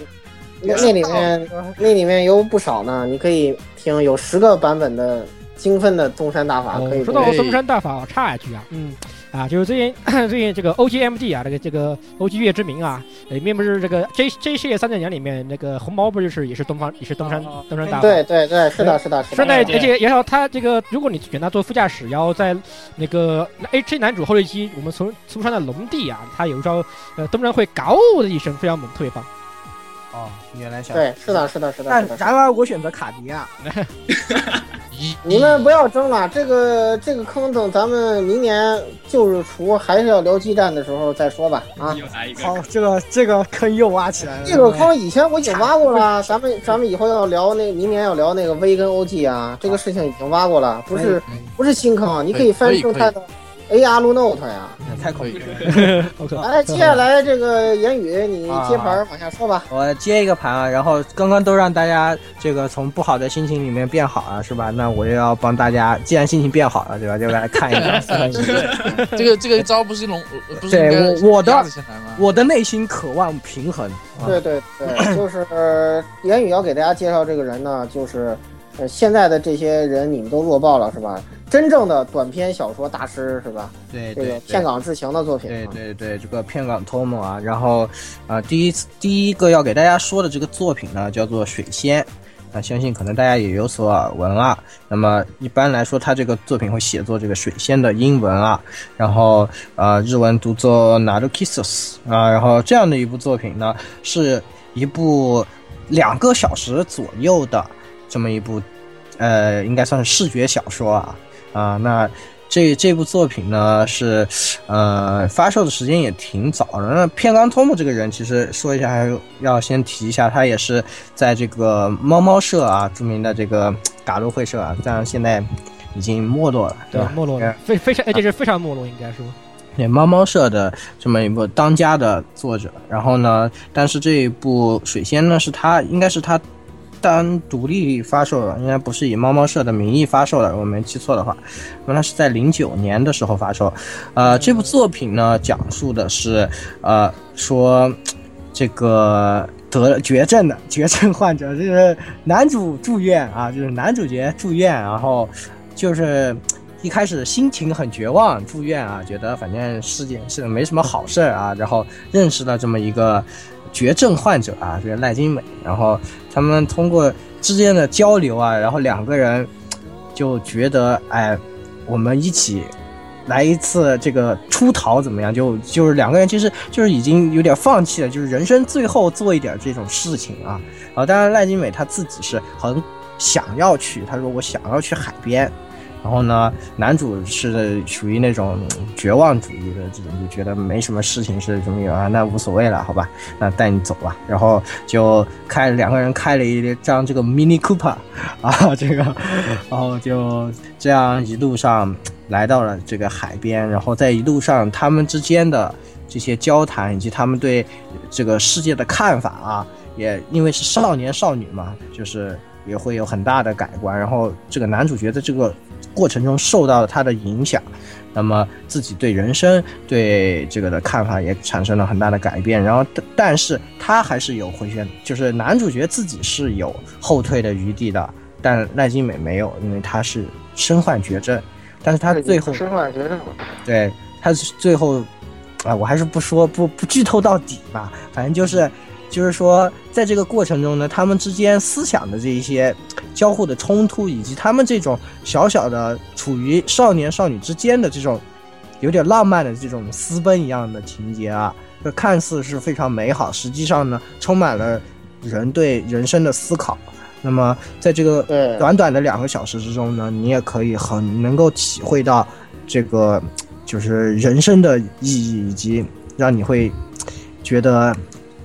S2: 那那里面 那里面有不少呢，你可以听，有十个版本的精分的东山大法可以
S3: 哦，说
S2: 播。
S3: 到
S7: 哎
S3: 东山大法，我插一句啊，嗯，啊，就是最近 最近这个 OGMD 啊，这个这个 OG 月之名啊，里面不是这个 J J 系列三九年里面那个红毛不就是也是东方也是东山
S5: 哦
S3: 东山大法
S2: 对对对，
S5: 哎
S2: 是的，是的，是
S3: 顺带，
S2: 的。
S3: 而且也要他这个，如果你选他做副驾驶，然后在那个 H 男主后一期，我们从苏山的龙帝啊，他有一招，呃，登山会嘎哦的一声，非常猛，特别棒。
S5: 哦，原来想
S2: 对，是的，是的，是的，
S5: 但
S2: 是的。
S5: 然而我选择卡迪啊亚，
S7: 一
S2: 你们不要争了，这个这个坑等咱们明年就是除还是要聊基站的时候再说吧啊。
S6: 又来一个
S5: 好，这个这个坑又挖起来了。
S2: 这个坑以前我已经挖过了，咱们咱们以后要聊那明年要聊那个 V 跟 OG 啊，这个事情已经挖过了，不是
S7: 可以
S2: 不是新坑，你可以翻正太的 AR 路 note 呀。
S5: 太恐怖了。
S3: OK，
S2: 来，接下来这个言语你
S7: 啊
S2: 接盘往下说吧。
S5: 我接一个盘啊，然后刚刚都让大家这个从不好的心情里面变好了，是吧？那我就要帮大家，既然心情变好了，对吧？就来看一下四分 之一。
S7: 这个这个招不是龙，不是
S5: 对
S7: 应该
S5: 我我的
S7: 鸭子先来吗？
S5: 我的内心渴望平衡，啊
S2: 对对对，就是呃言语要给大家介绍这个人呢，就是呃现在的这些人你们都弱爆了是吧？真正的短篇小说大师是吧？
S5: 对
S2: 这
S5: 对
S2: 个
S5: 对
S2: 片冈志行的作品
S5: 对
S2: 啊，
S5: 对对，这个片港 Tom 啊，然后啊、呃第一次第一个要给大家说的这个作品呢，叫做《水仙》。啊，相信可能大家也有所耳闻啊。那么一般来说，他这个作品会写作这个水仙的英文啊，然后呃日文读作 Narukissus 啊，然后这样的一部作品呢，是一部两个小时左右的这么一部，呃，应该算是视觉小说啊啊、那这这部作品呢是呃，发售的时间也挺早的。那片冈通木这个人，其实说一下，还是要先提一下，他也是在这个猫猫社啊，著名的这个嘎鲁会社啊，当然现在已经没落了，
S3: 对
S5: 吧，？
S3: 没落了，非非常，
S2: 啊
S3: 而且是非常没落，应该说。
S5: 对猫猫社的这么一部当家的作者。然后呢，但是这一部《水仙》呢，是他应该是他单独立发售的，应该不是以猫猫社的名义发售的，我没记错的话。那么它是在零九年的时候发售。呃，这部作品呢，讲述的是呃说这个。得了绝症的绝症患者，就是男主住院啊，就是男主角住院，然后就是一开始心情很绝望，住院啊，觉得反正世界是没什么好事儿啊，然后认识了这么一个绝症患者啊，这个赖金美，然后他们通过之间的交流啊，然后两个人就觉得，哎，我们一起来一次这个出逃怎么样？就就是两个人其实就是已经有点放弃了，就是人生最后做一点这种事情啊。啊，当然赖金美她自己是很想要去，她说我想要去海边。然后呢，男主是属于那种嗯绝望主义的这种，就觉得没什么事情是什么有啊，那无所谓了，好吧，那带你走吧。然后就开两个人开了一张这个 Mini Cooper，啊， 这个，然后就这样一路上来到了这个海边，然后在一路上他们之间的这些交谈以及他们对这个世界的看法啊，也因为是少年少女嘛，就是也会有很大的改观。然后这个男主角的这个过程中受到了他的影响，那么自己对人生对这个的看法也产生了很大的改变。然后但但是他还是有回旋，就是男主角自己是有后退的余地的，但赖金美没有，因为他是身患绝症，但是他最后
S2: 身患绝症，
S5: 对，他是最后，啊，我还是不说不不剧透到底吧，反正就是，就是说，在这个过程中呢，他们之间思想的这一些交互的冲突，以及他们这种小小的处于少年少女之间的这种有点浪漫的这种私奔一样的情节啊，这看似是非常美好，实际上呢，充满了人对人生的思考。那么，在这个
S2: 对
S5: 短短的两个小时之中呢，你也可以很能够体会到这个就是人生的意义，以及让你会觉得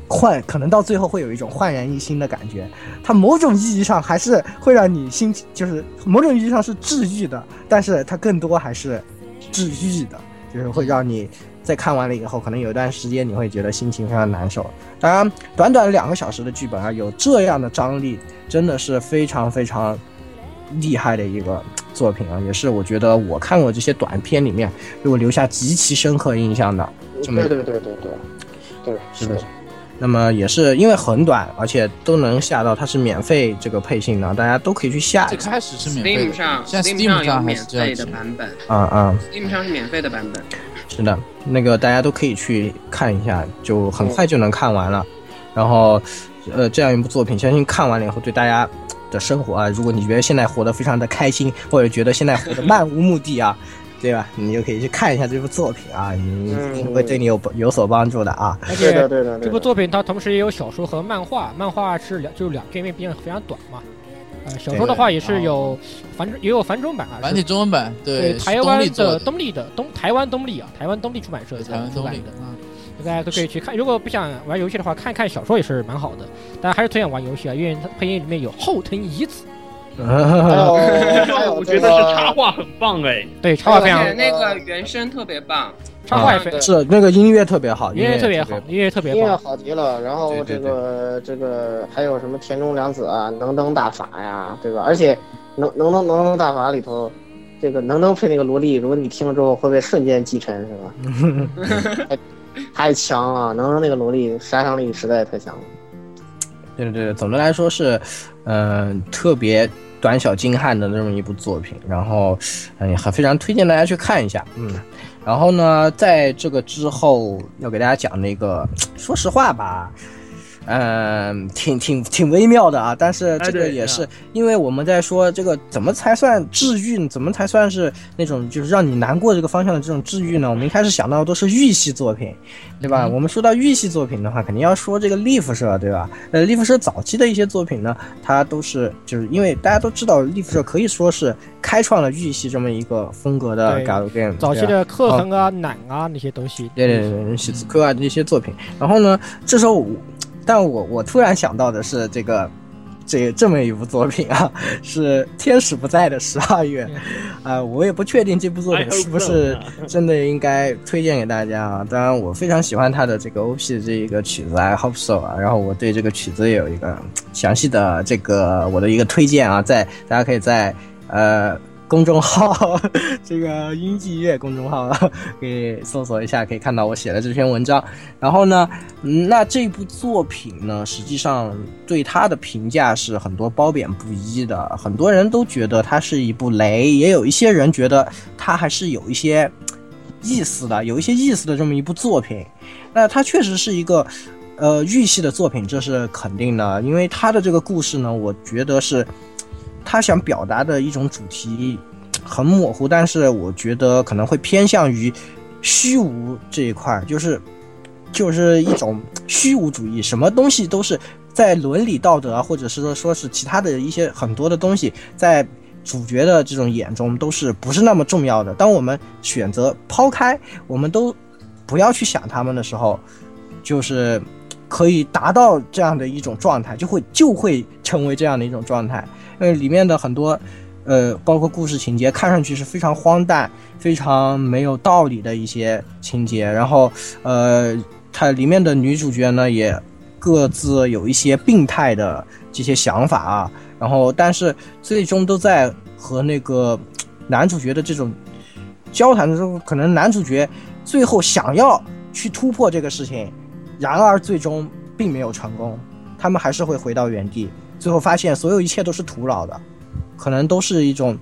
S5: 焕，可能到最后会有一种焕然一新的感觉。它某种意义上还是会让你心，就是某种意义上是治愈的，但是它更多还是治愈的，就是会让你在看完了以后，可能有一段时间你会觉得心情非常难受。当然，短短两个小时的剧本啊，有这样的张力，真的是非常非常厉害的一个作品啊，也是我觉得我看过这些短片里面给我留下极其深刻印象的。这么
S2: 对对对对对，对是的，
S5: 那么也是因为很短，而且都能下到，它是免费这个配信的，大家都可以去下
S7: 最开始是免费
S6: Steam
S7: 的，
S6: 上
S7: 现在
S6: Steam 上有
S7: 上还
S6: 免
S7: 是这样
S6: 费的
S7: 子。
S6: 版本
S5: 啊啊、
S6: ，Steam 上是免费的版本。
S5: 是的，那个大家都可以去看一下，就很快就能看完了。然后，呃，这样一部作品，相信看完了以后对大家的生活啊，如果你觉得现在活得非常的开心，或者觉得现在活得漫无目的啊， 对吧？你就可以去看一下这部作品啊，你
S3: 嗯
S5: 一定会对你有有所帮助的啊。
S3: 而
S2: 对
S3: 且
S2: 的对的
S3: 这
S2: 对
S3: 部
S2: 的。
S3: 作品它同时也有小说和漫画，漫画是两就是两篇，因为毕竟非常短嘛。呃，小说的话也是有繁也有繁中版啊，
S7: 繁
S3: 是
S7: 体中文版对，是
S3: 台
S7: 东立
S3: 湾
S7: 做
S3: 东立的东台湾东立啊，台湾东立出版社
S7: 对
S3: 出
S7: 台湾
S3: 版
S7: 东立
S3: 的，
S7: 啊，
S3: 大家都可以去看。如果不想玩游戏的话，看一看小说也是蛮好的，但还是推荐玩游戏啊，因为它配音里面有后藤怡子，
S2: 还
S3: 嗯
S2: 有还有
S4: 我觉
S2: 这
S4: 得
S2: 个
S4: 是插画很棒哎，
S3: 对插画非
S6: 而
S3: 常
S6: 且那个原声特别棒，
S3: 插画也
S7: 啊
S3: 非
S5: 是那个音乐特别好，
S3: 音乐特别好，音乐特别
S2: 音乐
S3: 棒。
S2: 好极了，然后这个这个还有什么田中良子啊，能登大法呀，对吧？而且能能登能登大法里头，这个能登配那个萝莉，如果你听了之后会被瞬间击沉，是 吧？太太强了，能登那个萝莉杀伤力实在太强了。
S5: 对对对，总的来说是，嗯、特别短小精悍的那么一部作品，然后，嗯、也很非常推荐大家去看一下，嗯，然后呢，在这个之后要给大家讲那个，说实话吧。嗯，挺挺挺微妙的啊，但是这个
S4: 哎对
S5: 也是因为我们在说这个怎么才算治愈，怎么才算是那种就是让你难过这个方向的这种治愈呢？我们一开始想到的都是玉系作品，对
S4: 嗯
S5: 吧？我们说到玉系作品的话，肯定要说这个利夫社，对吧？呃，利夫社早期的一些作品呢，它都是就是因为大家都知道，利夫社可以说是开创了玉系这么一个风格的
S3: 对
S5: gal game，
S3: 早期
S5: 对吧
S3: 的刻痕啊、奶啊那些东西，
S5: 对对对对，喜子科啊这些作品。然后呢，这时候我，但我我突然想到的是这个。这这么一部作品啊，是《天使不在的十二月》，啊、我也不确定这部作
S4: I
S5: 品
S3: 哎
S4: hope
S5: 是不是
S4: so
S5: 真的应该推荐给大家啊。当然，我非常喜欢他的这个 OP 的这一个曲子《I Hope So》啊，然后我对这个曲子也有一个嗯详细的这个我的一个推荐啊，在大家可以在呃公众号这个音记乐公众号啊 可以搜索一下，可以看到我写的这篇文章。然后呢，嗯，那这部作品呢，实际上对它的评价是很多褒贬不一的，很多人都觉得它是一部雷，也有一些人觉得它还是有一些意思的，有一些意思的这么一部作品。那它确实是一个。呃，玉系的作品这是肯定的，因为它的这个故事呢，我觉得是他想表达的一种主题很模糊，但是我觉得可能会偏向于虚无这一块儿，就是就是一种虚无主义，什么东西都是在伦理道德啊，或者是说说是其他的一些很多的东西，在主角的这种眼中都是不是那么重要的。当我们选择抛开，我们都不要去想他们的时候，就是可以达到这样的一种状态，就会就会成为这样的一种状态。因为里面的很多，呃，包括故事情节，看上去是非常荒诞、非常没有道理的一些情节。然后，呃，它里面的女主角呢，也各自有一些病态的这些想法啊。然后，但是最终都在和那个男主角的这种呃交谈的时候，可能男主角最后想要去突破这个事情，然而最终并没有成功，他们还是会回到原地，最后发现所有一切都是徒劳的，可能都是一种，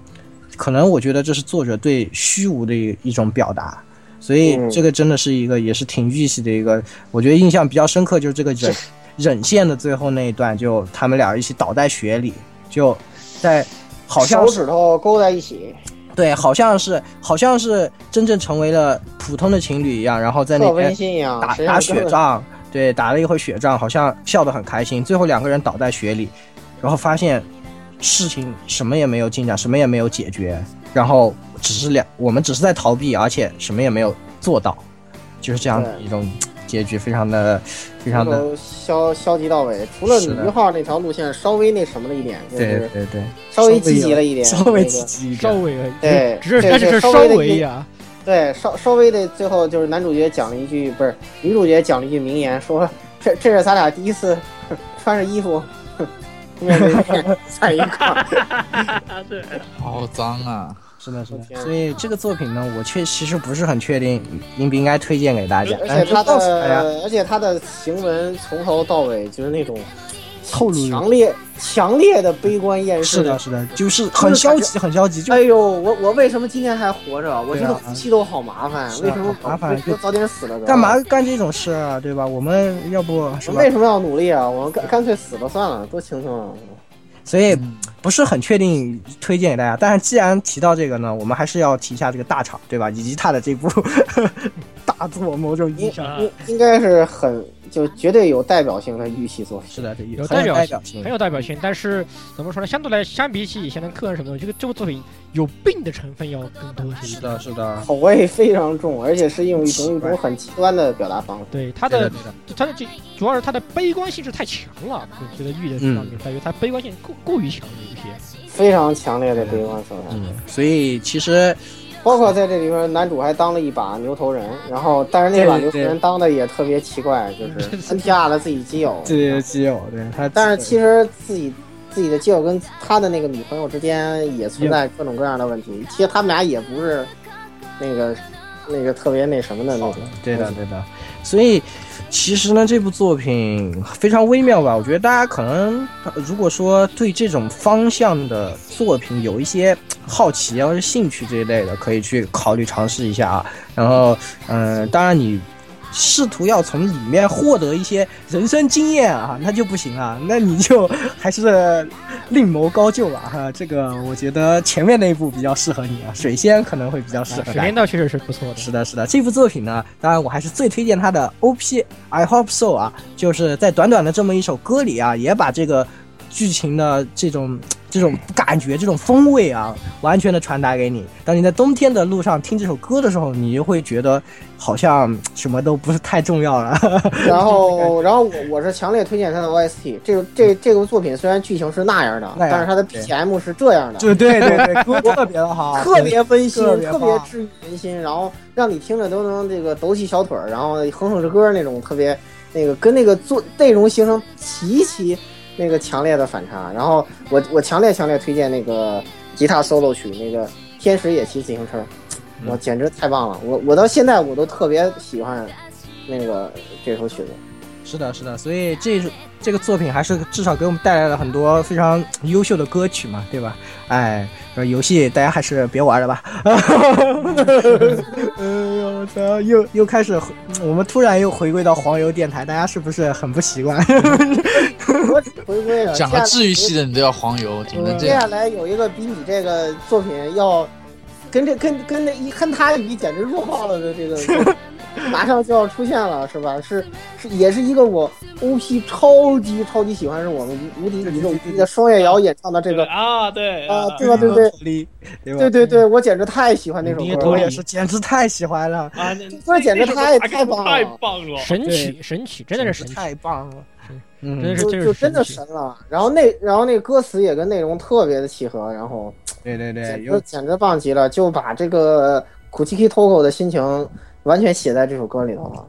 S5: 可能我觉得这是作者对虚无的一一种表达。所以
S2: 嗯
S5: 这个真的是一个，也是挺预期的一个，我觉得印象比较深刻就是这个忍忍线的最后那一段，就他们俩一起倒在雪里，就哎在好像
S2: 手
S5: 是
S2: 指头勾在一起，
S5: 对，好像是好像是真正成为了普通的情侣一样，然后在
S2: 特
S5: 那
S2: 温
S5: 边
S2: 馨呀，
S5: 打
S2: 谁
S5: 打
S2: 让
S5: 雪仗，对，打了一会儿雪仗，好像笑得很开心。最后两个人倒在雪里，然后发现事情什么也没有进展，什么也没有解决，然后只是两我们只是在逃避，而且什么也没有做到，就是这样的
S2: 对
S5: 一种结局，非常的非
S2: 那
S5: 常的
S2: 种消消极到尾？除了
S5: 是的
S2: 女一号那条路线稍微那什么了一点，就
S5: 对
S2: 是
S5: 对对，
S2: 稍微积极了一点，
S5: 稍微
S2: 那个
S5: 积极一
S3: 稍
S5: 点，
S3: 微而已
S2: 对
S3: 只是
S2: 对
S3: 但只
S2: 对
S3: 是
S2: 稍
S3: 稍
S2: 微的
S3: 微
S2: 那
S3: 啊，
S2: 对，稍稍微的，最后就是男主角讲了一句，不是女主角讲了一句名言，说这这是咱俩第一次哼穿着衣服 哼面对 面
S5: 哎
S2: 在一块儿。
S7: 好脏啊！
S5: 是的，是
S2: 我天
S5: 的。所以这个作品呢，我确其实不是很确定应不应该推荐给大家，
S2: 而
S5: 但
S2: 且
S5: 是哎
S2: 他
S5: 告诉大家，
S2: 呃的，而且他的行文从头到尾就是那种
S3: 透露
S2: 强烈、强烈的悲观厌世
S5: 是的，。是的，就是很消极，很消极，就
S2: 哎呦，我我为什么今天还活着？我觉
S5: 对
S2: 得
S5: 啊
S2: 呼吸都好麻烦，
S5: 是啊
S2: 为什么
S5: 好麻烦
S2: 我我
S5: 就
S2: 早点死了得了？
S5: 干嘛干这种事啊，对吧？我们要不是
S2: 我
S5: 吧
S2: 们？为什么要努力啊？我们干干脆死了算了，多轻松啊！
S5: 所以不是很确定推荐给大家。但是既然提到这个呢，我们还是要提一下这个大厂，对吧？以及他的这部 大作，某种意义
S7: 啊
S5: 上
S2: 应应该是很就绝对有代表性的预期作品。
S5: 是的，这
S3: 有
S5: 很
S3: 代
S5: 有
S3: 表
S5: 代
S3: 性
S5: 表性
S3: 很。有代表性，但是怎么说呢？相对来，相比起以前的客人什么东西，这个这部作品有病的成分要更多一些。
S5: 是的，，是的，
S2: 口味非常重，而且是用一种一种很极端的表达方式。
S3: 对他
S5: 对
S3: 的
S5: 的，对的。
S3: 他的这主要是他的悲观性质太强了，我觉得玉的
S5: 嗯
S3: 上面在于他悲观性过过于强了一些。
S2: 非常强烈的悲观色彩，
S5: 嗯，所以其实
S2: 包括在这里面，男主还当了一把牛头人，然后但是那把
S5: 对
S2: 牛头人当的也特别奇怪，就是分家了自己基友。
S5: 这些基友， 对他，
S2: 但是其实自己自己的基友跟他的那个女朋友之间也存在各种各样的问
S5: 嗯
S2: 题。其实他们俩也不是那个那个特别那什么的那 种。
S5: 对的，对的。所以其实呢，这部作品非常微妙吧。我觉得大家可能呃如果说对这种方向的作品有一些好奇啊或者兴趣这一类的，可以去考虑尝试一下啊。然后，嗯、当然你。试图要从里面获得一些人生经验啊，那就不行啊，那你就还是另谋高就吧哈。这个我觉得前面那一部比较适合你啊，水仙可能会比较适合大
S3: 啊水
S5: 家。
S3: 莲道确实是不错的，
S5: 是的，是的，这部作品呢，当然我还是最推荐它的 OP I Hope So 啊，就是在短短的这么一首歌里啊，也把这个剧情的这种这种感觉、这种风味啊，完全的传达给你。当你在冬天的路上听这首歌的时候，你就会觉得好像什么都不是太重要了。
S2: 然后，然后我我是强烈推荐他的 OST。这个这这部作品虽然剧情是那样的，
S5: 那样
S2: 但是它的
S5: 对
S2: BGM 是这样的，
S5: 对对对对，歌特别的好，
S2: 特别温馨，
S5: 特
S2: 特
S5: 别
S2: 别
S5: 棒
S2: 治愈人心，然后让你听着都能这个抖起小腿儿，然后哼哼着歌儿那种特别那个跟那个作内容形成极其那个强烈的反差。然后我我强烈强烈推荐那个吉他 solo 曲，那个天使也骑自行车，我简直太棒了！我我到现在我都特别喜欢那个这首曲子。
S5: 是的，是的，所以这是这个作品还是至少给我们带来了很多非常优秀的歌曲嘛，对吧？哎，呃游戏大家还是别玩了吧。 哎呦，我操，又又开始回，我们突然又回归到黄油电台，大家是不是很不习惯？
S2: 我只回归了
S7: 讲
S2: 下
S7: 了
S2: 来
S7: 治愈系的，你都要黄油，怎么能这
S2: 接
S7: 样？
S2: 下来有一个比你这个作品要跟这跟跟那一跟他比简直弱爆了的这个，马上就要出现了，是吧？是是也是一个我 OP 超级超级喜欢，是我们无敌宇宙无敌的双月瑶演唱的这
S4: 对
S2: 个
S4: 啊，对
S2: 啊，对吧？对对
S5: 对，对吧？
S2: 对对对，我简直太喜欢那首
S5: 你
S2: 歌
S5: 我也
S2: 了，
S5: 是，简直太喜欢了，
S4: 啊，那
S2: 这简直
S4: 那首
S2: 太
S4: 歌
S2: 太棒
S4: 太
S2: 了。
S4: 棒了！
S3: 神曲神曲真的是神曲，
S5: 太棒了，
S3: 真
S5: 嗯
S3: 的，是
S2: 就
S3: 这
S2: 就真的
S3: 神曲
S2: 神了，然后那然后那歌词也跟内容特别的契合，然后
S5: 对对
S3: 哎
S5: 对，
S2: 简
S5: 有
S2: 直简直棒极了，就把这个 Kuchiki Toko 的心情完全写在这首歌里头了。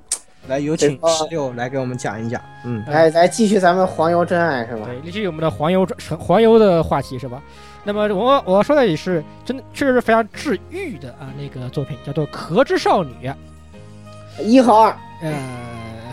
S5: 来有请
S2: 啊
S5: 十六来给我们讲一讲，嗯，
S2: 来来，继续咱们黄油真爱是吧？
S3: 对，这是我们的黄油专黄油的话题是吧？那么我我说的也是真的，确实是非常治愈的啊，那个作品叫做《壳之少女》。啊
S2: 一和二，
S3: 呃，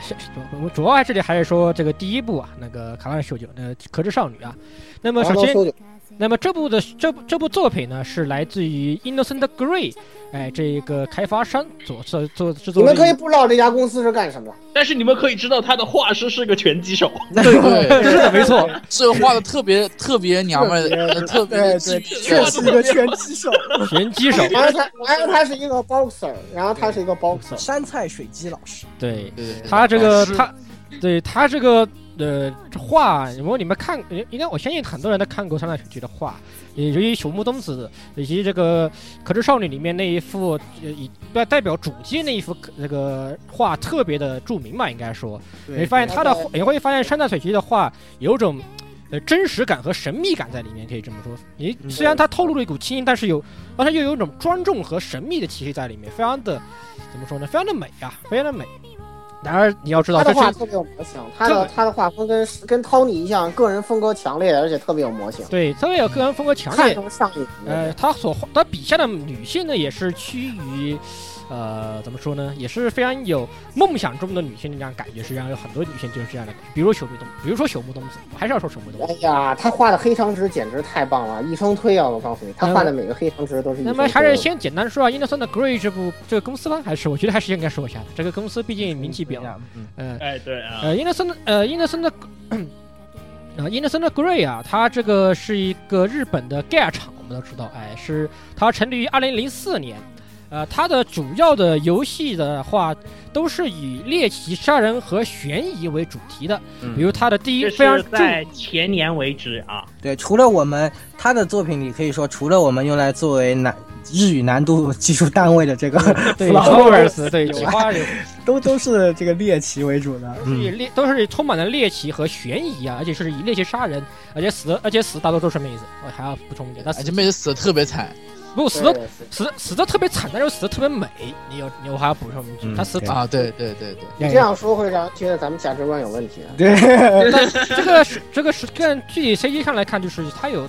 S3: 是是我我主要还这里还是说这个第一部啊，那个卡拉秀九的《壳之少女》啊。那么
S2: 黄
S3: 首
S2: 油
S3: 先
S2: 修酒，
S3: 那么这部的这部这部作品呢，是来自于 Innocent Gray，哎，这个开发商所做做制
S2: 你
S3: 作的
S2: 们
S3: 一。
S2: 可以不知道这家公司是干 什么的，
S4: 但是你们可以知道，他的画师是个拳击手，
S7: 对，
S3: 是的，没错。
S7: 是画的特别特别娘们儿的，特别
S5: 对
S4: 确
S5: 确
S4: 实一
S5: 实一
S4: 个
S5: 个
S2: 啊
S5: 拳击手，
S3: 拳击手，
S2: 然后他，然后他是一个 boxer，然后他是一个 boxer，
S5: 山菜水鸡老师，
S3: 对
S7: 对对
S3: 他这个
S7: 老师
S3: 他，对他这个呃画，如果你们看，应该我相信很多人都看过山田雪菊的画，也由于朽木冬子以及这个《可知少女》里面那一幅呃以代代表主机那一幅那个画特别的著名吧，应该说，你发现他的画，你会发现山田水菊的画有种。呃，真实感和神秘感在里面，可以这么说。你
S7: 嗯
S3: 虽然它透露了一股清新，但是有，但是又有一种庄重和神秘的气息在里面，非常的，怎么说呢？非常的美啊，非常的美。然而你要知道，
S2: 他的
S3: 这是
S2: 画特别有魔性，他的他的画风跟跟 Tony 一样，个人风格强烈，而且特别有魔性，
S3: 对，特别有个人风格强
S2: 看
S3: 烈。
S2: 着上瘾。
S3: 呃，他所画他笔下的女性呢，也是趋于，呃，怎么说呢，也是非常有梦想中的女性的这样感觉。实际上有很多女性就是这样的，比如朽木冬，比如说朽木冬子，我还是要说朽木冬
S2: 哎
S3: 子。
S2: 呀，他画的黑长直简直太棒了，一生推啊！我告诉你，他画的每个黑长直都是一
S3: 呃那
S2: 生推。
S3: 么还是先简单说啊，Innocent Gray 这部这个公司吧，还是我觉得还是应该说一下的。这个公司毕竟名气比较，呃，
S4: 哎，对啊，
S3: 呃，Innocent 呃 Innocent 的呃 Innocent Gray 啊，它这个是一个日本的 GAI 厂，我们都知道，哎，是它成立于二零零四年。呃，它的主要的游戏的话，都是以猎奇、杀人和悬疑为主题的。比如它的第一
S4: 这
S3: 非常
S4: 是
S3: 著
S4: 在前年为止啊，
S5: 对，除了我们他的作品里，可以说除了我们用来作为难日语难度技术单位的这个
S3: 嗯对
S5: flowers，
S3: Flowers 对有花有
S5: 都都是这个猎奇为主的。
S3: 嗯是以猎都是充满了猎奇和悬疑啊，而且是以猎奇杀人，而且死的而且死大多都是妹子。我还要补充一点，但
S7: 哎，
S3: 死
S7: 这妹子死的特别惨，
S3: 不过死的
S2: 对
S3: 死死的特别惨，但是死的特别美。你有你我还要补充一句，
S5: 嗯
S3: 他死得
S5: 对
S7: 啊，对对对对，
S2: 你这样说会让人觉得咱们价值观有问题。啊
S5: 对，
S3: 这个是这个是跟具体 CG 上来看，就是他有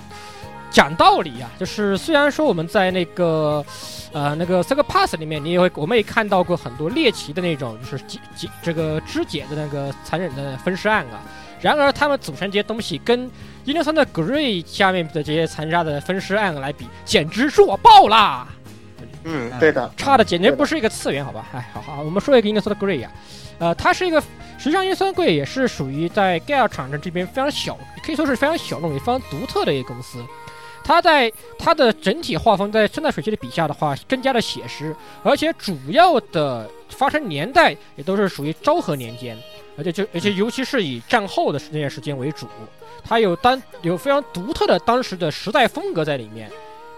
S3: 讲道理啊。就是虽然说我们在那个呃那个 c y c l Pass 里面，你也会我们也看到过很多猎奇的那种，就是解解这个肢解的那个残忍的分尸案啊。然而他们组成这些东西跟一六三的 Grey 下面的这些残杀的分尸案来比，简直弱爆啦！
S2: 嗯，对的，
S3: 差的简直不是一个次元，好吧？哎，好好，我们说一个 Innocent Gray 啊，呃，它是一个，实际上 Innocent Gray 也是属于在 GAL 厂商这边非常小，可以说是非常小众、也非常独特的一个公司。它在它的整体画风在生态水系的笔下的话，更加的写实，而且主要的发生年代也都是属于昭和年间，而且就而且尤其是以战后的那段时间为主，它有当有非常独特的当时的时代风格在里面，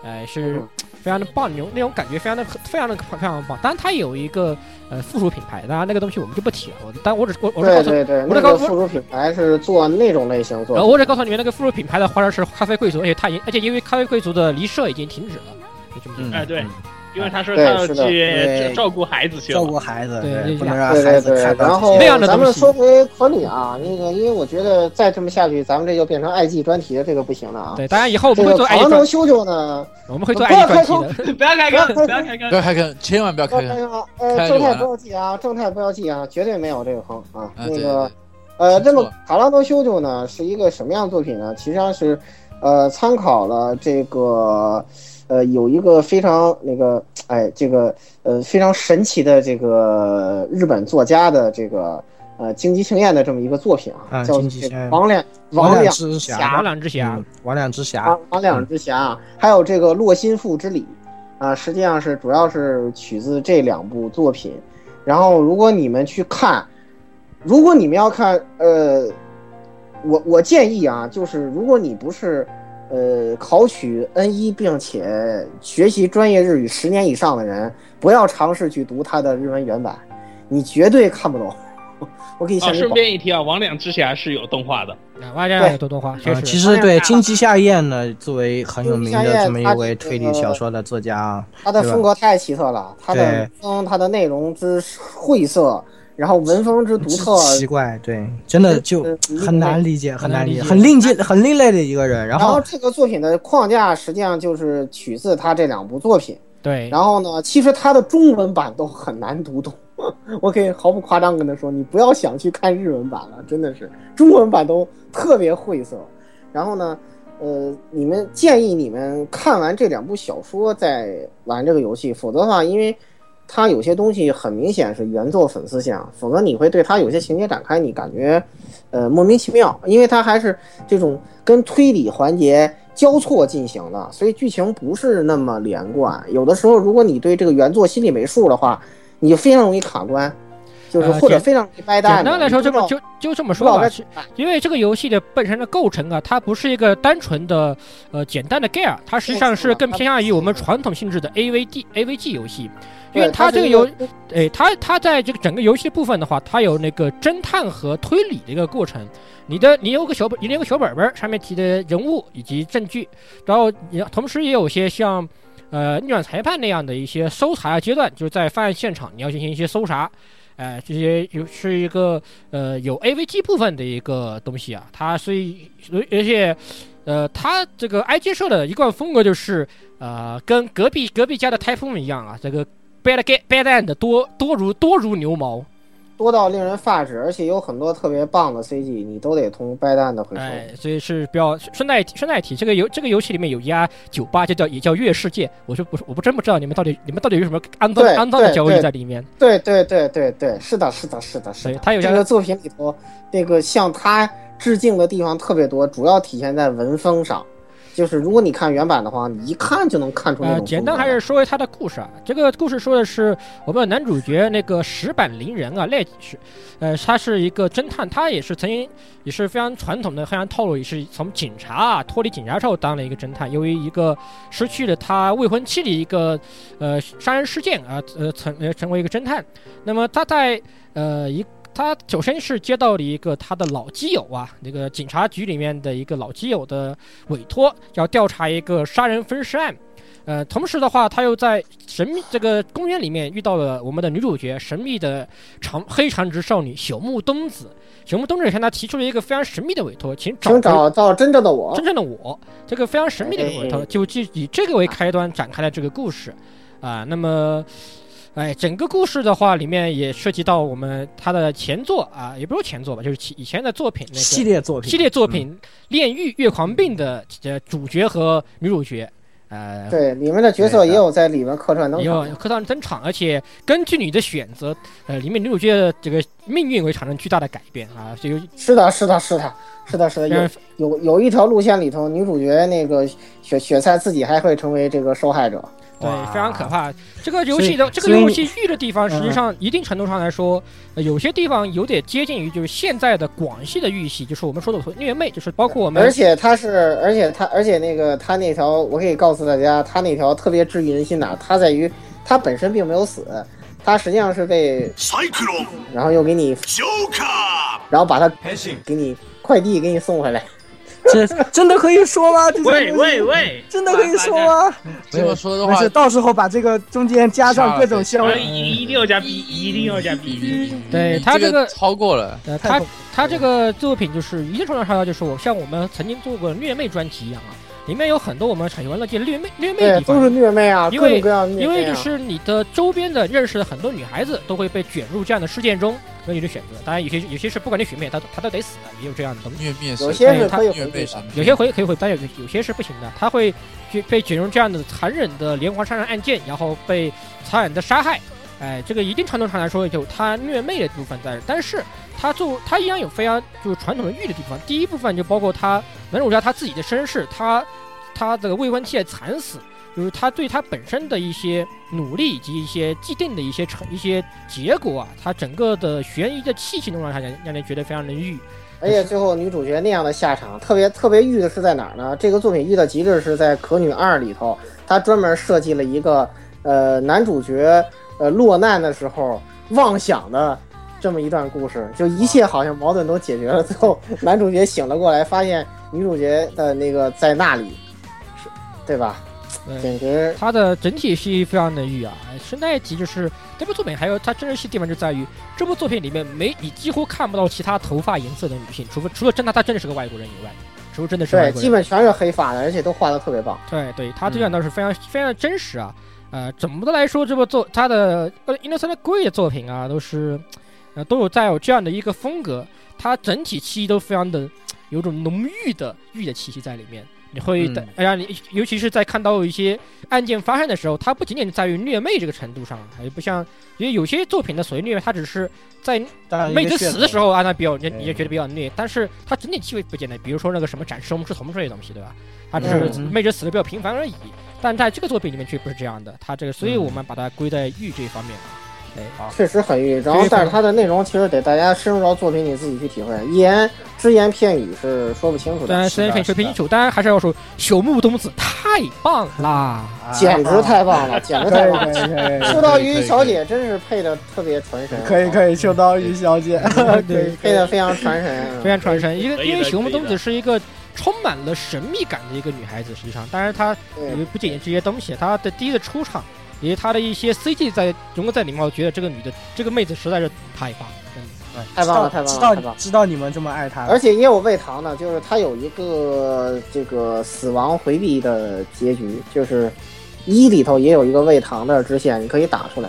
S3: 呃，是非常的棒，那种那种感觉非常的非常的非常的棒。当然，它有一个呃附属品牌，当然那个东西我们就不提了。我但我只我我是告
S2: 对
S3: 诉，
S2: 对对，
S3: 我是
S2: 那
S3: 告
S2: 个
S3: 诉
S2: 附属品牌是做那种类型
S3: 呃，
S2: 做。
S3: 我只告诉你们，那个附属品牌的花儿是咖啡贵族，而且它也而且因为咖啡贵族的离社已经停止了，就这么呃说。
S4: 哎对
S5: 嗯
S4: 因为他说他
S2: 对
S4: 要
S2: 是的
S4: 去
S5: 对
S4: 照顾孩子去
S5: 照
S4: 了。
S5: 顾孩子，
S3: 对
S5: 对，
S3: 就
S5: 不
S3: 是
S5: 能让
S2: 对
S5: 孩
S2: 对
S5: 子
S2: 对
S5: 看，到
S2: 然后
S3: 那样的
S2: 咱
S3: 东
S2: 们
S3: 西
S2: 说回科里啊，那个，因为我觉得再这么下去，咱们这就变成 IG 专题了，这个不行了啊。
S3: 对，当然以后我
S2: 这
S3: 们会
S2: 个
S3: 做爱
S2: 唐
S3: 情
S2: 能
S3: 专，
S2: 修修呢，
S3: 我们会做爱情专题的。
S4: 不要开
S2: 不
S4: 杠，
S2: 要开
S4: 不要开杠
S7: 不。要开坑，千万不要
S2: 不要
S7: 开
S2: 开
S7: 坑，
S2: 啊！呃，
S3: 哎
S7: 开就
S2: 正
S7: 完
S2: 太
S7: 了
S2: 不要记啊，正太不要记啊，绝对没有这个坑啊。
S7: 啊
S2: 那个
S7: 对对，
S2: 呃，
S7: 没
S2: 那么
S7: 错
S2: 卡拉多修修呢是一个什么样的作品呢？其实上是，呃，参考了这个，呃，有一个非常那个，哎，这个呃非常神奇的这个日本作家的这个呃荆棘庆彦的这么一个作品啊，
S5: 啊
S2: 叫
S5: 荆棘庆彦
S2: 王两
S5: 王
S2: 王
S5: 两
S2: 两
S5: 之
S3: 马
S5: 侠，
S3: 两之侠
S5: 嗯，王两之侠
S2: 啊，，王两之侠啊，还有这个《洛心赋之礼》啊，实际上是主要是取自这两部作品。然后，如果你们去看，如果你们要看，呃，我我建议啊，就是如果你不是呃考取 N 一并且学习专业日语十年以上的人，不要尝试去读它的日文原版，你绝对看不懂。 我可以向
S4: 啊，
S2: 你
S4: 顺
S2: 保
S4: 便一提啊，《王两之侠》是有动画的，
S2: 嗯
S3: 啊，万家有多动画，确
S5: 嗯，其
S3: 实。
S5: 实对金鸡下彦呢，作为很有名
S2: 金鸡下
S5: 的
S2: 彦
S5: 这么一
S2: 他
S5: 位
S2: 是
S5: 推理小说的作家啊，
S2: 他的
S5: 对吧
S2: 风格太奇特了，他的
S5: 对
S2: 嗯，他的内容之晦涩，然后文风之独特，
S5: 奇怪，对，真的就
S2: 嗯嗯
S5: 很难理解，很
S3: 难
S5: 难
S3: 理
S5: 理解，
S3: 解
S5: 很另界、很另类的一个人。然
S2: 然后
S5: 后
S2: 这个作品的框架实际上就是取自他这两部作品。
S3: 对，
S2: 然后呢，其实他的中文版都很难读懂， 我可以毫不夸张跟他说，你不要想去看日文版了，真的是中文版都特别晦涩。然后呢，呃，你们建议你们看完这两部小说再玩这个游戏，否则的话，因为它有些东西很明显是原作粉丝向，否则你会对它有些情节展开，你感觉呃莫名其妙，因为它还是这种跟推理环节交错进行的，所以剧情不是那么连贯。有的时候，如果你对这个原作心里没数的话，你就非常容易卡关，就是
S3: 呃
S2: 或者
S3: 简
S2: 非常容易掰蛋。
S3: 简单来说，
S2: 你不
S3: 这
S2: 知道
S3: 么就就这么
S2: 不知
S3: 说
S2: 道
S3: 吧
S2: 该，
S3: 是因为这个游戏的本身的构成啊，它不是一个单纯的呃简单的 gear，它实际上是更偏向于我们传统性质的 AVD AVG 游戏，因为
S2: 对它
S3: 这个
S2: 是一
S3: 游，诶，它它在这个整个游戏部分的话，它有那个侦探和推理的一个过程。你的你有个小本，你有个小本本，上面提的人物以及证据，然后你同时也有一些像。呃，逆转裁判那样的一些搜查阶段，就是在犯案现场，你要进行一些搜查，呃，这些有是一个呃有 AVG 部分的一个东西啊，它所以而而且呃，它这个 IG 社的一贯风格就是呃，跟隔壁隔壁家的 Typhoon 一样啊，这个 bad get bad end 多多如多如牛毛，
S2: 多到令人发指，而且有很多特别棒的 CG，你都得通掰蛋的回收。
S3: 哎、所以是比较顺带顺带提，这个游这个游戏里面有一家酒吧，就叫也叫月世界，我就不是我不真不知道你们到底你们到底有什么肮脏
S2: 对
S3: 肮脏的
S2: 对
S3: 交易
S2: 对
S3: 在里面，
S2: 对对对对对，是的，是的，是的，是
S3: 对
S2: 的。
S3: 它有
S2: 这
S3: 像
S2: 个作品里头，那个向他致敬的地方特别多，主要体现在文风上。就是如果你看原版的话，你一看就能看出那
S3: 呃，
S2: 种风格来。
S3: 简单还是说一下他的故事啊。这个故事说的是我们男主角那个石板林人啊，赖是，呃，他是一个侦探，他也是曾经也是非常传统的非常套路，也是从警察啊脱离警察之后当了一个侦探。由于一个失去了他未婚妻的一个呃杀人事件啊，呃成呃成为一个侦探。那么他在呃一。他首先是接到了一个他的老基友啊，那个警察局里面的一个老基友的委托，要调查一个杀人分尸案。呃，同时的话，他又在神秘这个公园里面遇到了我们的女主角神秘的长黑长直少女朽木冬子。朽木冬子向他提出了一个非常神秘的委托，请找
S2: 请
S3: 回
S2: 找到真正的我
S3: 真。正的我，这个非常神秘的一个委托，
S2: 哎
S3: 就就以这个为开端展开了这个故事，啊、那么。哎，整个故事的话，里面也涉及到我们他的前作啊，也不是前作吧，就是其以前的作品那个
S5: 系列作品，
S3: 系列
S2: 嗯
S3: 作品《炼狱月狂病》的呃主角和女主角，呃，
S2: 对，里面的角色也有在里面客串登
S3: 也
S2: 场
S3: 有。客串登场，而且根据你的选择，呃，里面女主角的这个命运会产生巨大的改变啊，所以
S2: 是的，是的，是的，是的，是的。
S3: 非常
S2: 有有有一条路线里头，女主角那个雪雪菜自己还会成为这个受害者。
S3: 对，
S5: 哇
S3: 非常可怕。这个游
S5: 所以
S3: 戏的这个
S5: 所以
S3: 游
S5: 你
S3: 戏遇的地方，
S2: 嗯
S3: 实际上一定程度上来说，呃有些地方有点接近于就是现在的广西的玉系，就是我们说的虐妹，就是包括我
S2: 而
S3: 们
S2: 且他是，而且他，而且那个他那条，我可以告诉大家，他那条特别治愈人心的，他在于他本身并没有死，他实际上是被，
S8: サイクロン
S2: 然后又给你，
S8: ジョーカ
S2: 然后把他
S8: ー変身
S2: 给你快递给你送回来。
S5: 这真的可以说吗？这
S4: 喂喂喂，
S5: 真的可以说吗？
S7: 这么说的
S5: 没
S7: 话
S5: 事，，到时候把这个中间加上各种效
S4: 啊
S5: 果。
S4: 一一定要加 B，一定要加 B。
S3: 对他
S7: 这
S3: 这个
S7: 超过了，
S3: 呃，
S5: 太
S3: 他
S5: 恐
S3: 他这个作品就是一定程度上来说，就是我像我们曾经做过虐妹专题一样啊，里面有很多我们喜欢乐界虐妹虐妹
S2: 对，
S3: 的地
S2: 都
S3: 方
S2: 是。虐妹啊，
S3: 因
S2: 各
S3: 为
S2: 种各样的虐
S3: 因为
S2: 妹
S3: 就
S2: 啊。
S3: 是你的周边的认识的很多女孩子都会被卷入这样的事件中，所以你的选择。当然有些有些是不管你选不选，她都她都得死的，也有这样的东西。
S7: 虐灭神
S2: 有些
S3: 对
S2: 是
S3: 他
S2: 可以
S7: 虐
S2: 回避
S7: 妹
S2: 的
S7: 神，
S3: 有些回可以回，但有有些是不行的，他会去被卷入这样的残忍的连环杀人案件，然后被残忍的杀害。哎，这个一定程度上来说，有他虐妹的部分在，但是他做他依然有非常就是传统的欲的地方。第一部分就包括他男主角他自己的身世，他他这个未婚妻的惨死，就是他对他本身的一些努力以及一些既定的一些成一些结果啊，他整个的悬疑的气息弄让他让让人觉得非常的郁。
S2: 而且最后女主角那样的下场，特别特别遇的是在哪儿呢？这个作品遇到极致是在《可女二》里头，他专门设计了一个呃男主角呃落难的时候妄想的这么一段故事，就一切好像矛盾都解决了，最 后男主角醒了过来，发现女主角的那个在那里，是，对吧？
S3: 嗯
S2: 简直
S3: 它的整体戏非常的欲啊，顺带一提就是这部作品还有它真人戏地方就在于这部作品里面没你几乎看不到其他头发颜色的女性，除非除了真的她真的是个外国人以外，除了真的是
S2: 对
S3: 外，国
S2: 基
S3: 人，
S2: 本全是黑发的，而且都画的特别棒。
S3: 对对，她这样倒是非常、非常真实啊。呃，总的来说，这部作它的呃《Innocent Grey》的作品啊，都是呃都有带有这样的一个风格，它整体气息都非常的有种浓郁的欲的气息在里面。你会
S5: 嗯
S3: 的，哎呀，你尤其是在看到一些案件发生的时候，它不仅仅在于虐妹这个程度上，还不像，因为有些作品的所谓虐妹，它只是在
S5: 当然
S3: 妹子死的时候啊，那比较你
S5: 对
S3: 你就觉得比较虐，但是它整体气味不见得，比如说那个什么展示我们吃同这些东西，对吧？它只是
S5: 嗯
S3: 妹子死的比较频繁而已，但在这个作品里面却不是这样的，它这个，所以我们把它归在欲这一方面啊。
S2: 确实很欲，然后
S3: 对
S2: 但是它的内容其实得大家深入到作品里自己去体会，一言只言片语是说不清楚
S3: 当
S2: 的，
S3: 然，虽然可以说清楚，当然还是要说朽木冬子太棒啦！
S2: 简直太棒 了，简直太棒了！秋刀鱼小姐真是配的特别传神，
S5: 可以
S2: 以，
S5: 可以，秋刀鱼小姐，可以
S2: 配的非常传神，嗯
S3: 非常传神，因为
S4: 嗯可以的
S3: 因为朽木冬
S4: 可以
S3: 子
S4: 的
S3: 是一个充满了神秘感的一个女孩子，实际上，当然她
S2: 对
S3: 也不仅仅这些东西，她的第一次出场以及她的一些 CG 在融合在里面，我觉得这个女的这个妹子实在是太棒了，真的。
S2: 太棒了，太棒
S5: 知
S2: 了，
S5: 道
S2: 太棒了！
S5: 知道你们这么爱他，
S2: 而且也有胃糖呢，就是它有一个这个死亡回避的结局，就是一里头也有一个胃糖的支线，你可以打出来。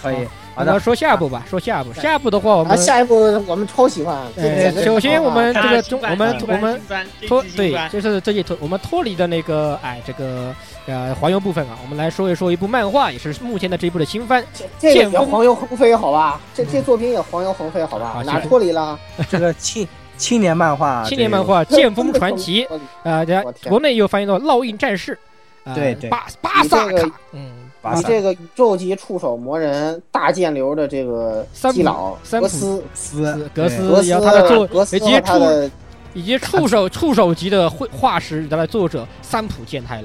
S5: 可以，好
S3: 我
S5: 的
S3: 们说下一步吧，说下一步，下一步的话我
S2: 啊，
S3: 们。
S2: 下一步我们超喜欢，这
S3: 呃
S2: 简直太
S3: 首先，
S2: 棒
S3: 我
S2: 了
S3: 们这
S4: 啊
S3: 个
S4: 新
S3: 中，
S4: 番
S3: 我们
S4: 新
S3: 我
S4: 番
S3: 们
S4: 新番这一
S3: 脱
S4: 季新
S3: 对，
S4: 番
S3: 就是这一脱我们脱离的那个哎这个呃黄油部分啊，我们来说一说一部漫画，也是目前的这一部的新番。
S2: 这这个
S3: 见
S2: 也
S3: 风
S2: 黄油横飞好吧？
S5: 嗯
S2: 这这作品也黄油横飞好
S3: 啊
S2: 吧？
S3: 是
S2: 哪脱离了？
S5: 这个青青年漫画，
S3: 青年漫画《剑锋传 奇》
S2: 真的脱离
S3: 啊，家
S2: 嗯我天
S3: 国内又翻译到《烙印战士》啊，
S5: 对对
S3: 巴巴
S2: 你
S3: 萨
S2: 这个
S3: 卡，嗯，
S5: 哇
S2: 你
S5: 塞，
S2: 这个宇宙级触手魔人大剑流的这个
S3: 三浦
S2: 基佬
S3: 三浦
S2: 格斯，
S5: 斯
S3: 格
S5: 对
S3: 斯
S2: 格斯
S3: 然后他的作哎
S2: 格
S3: 以
S2: 斯
S3: 及
S2: 和他
S3: 触
S2: 的
S3: 以及触手触手级的绘画师，他的作者三浦健太郎，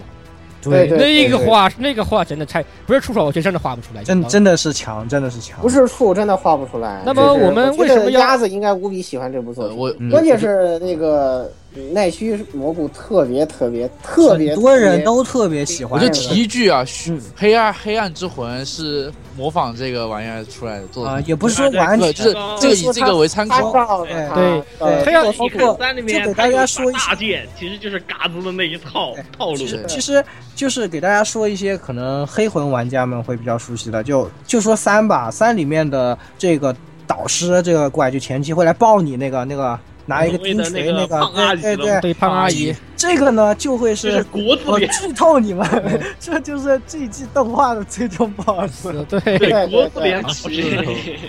S5: 对
S2: 对
S3: 那
S5: 对
S3: 个
S5: 对
S3: 画那个画真的太不是触手，我觉得真的画不出来，
S5: 真真的是强，真的是强，
S2: 不是触真的画不出来。
S3: 那么
S2: 就是
S3: 我们
S2: 觉
S3: 为什
S2: 得
S3: 么要
S2: 鸭子应该无比喜欢这部作
S7: 呃，
S2: 品？
S7: 我
S5: 嗯
S2: 关键是那个奈须蘑菇特别特别特别，
S5: 很多人都特别喜
S7: 我
S5: 欢
S7: 就
S5: 这
S7: 提
S5: 个。
S7: 一句啊，
S5: 嗯
S7: 虚黑暗黑暗之魂是模仿这个玩意儿出来的，做
S5: 啊，
S7: 的。
S5: 也不是说完
S7: 对
S5: 全
S7: 就是这个以这个为参
S2: 他
S7: 考。
S2: 照
S4: 对
S2: 着他
S3: 对
S2: 呃
S5: 对
S3: 黑暗
S2: 做
S5: 包
S4: 一
S5: 括
S4: 看三里面
S5: 就给大家
S4: 它有
S5: 说一
S4: 把大剑，其实就是嘎子的那一套
S5: 哎
S4: 套路
S5: 其。实
S7: 对
S5: 其实就是给大家说一些可能黑魂玩家们会比较熟悉的，就就说三吧，三里面的这个导师这个怪，就前期会来抱你那个那个拿一个钉锤
S4: 所谓的那个
S5: 个
S4: 胖，阿姨
S5: 对
S4: 了
S5: 对对，
S3: 对胖阿姨，
S5: 这个呢就会
S4: 就是
S5: 是。
S4: 国字
S5: 我
S4: 脸，
S5: 剧透你们， 这就是这一季动画的最终 BOSS。
S3: 对
S2: 对对
S4: 国字脸
S7: 对
S4: 老
S7: 对
S4: 师，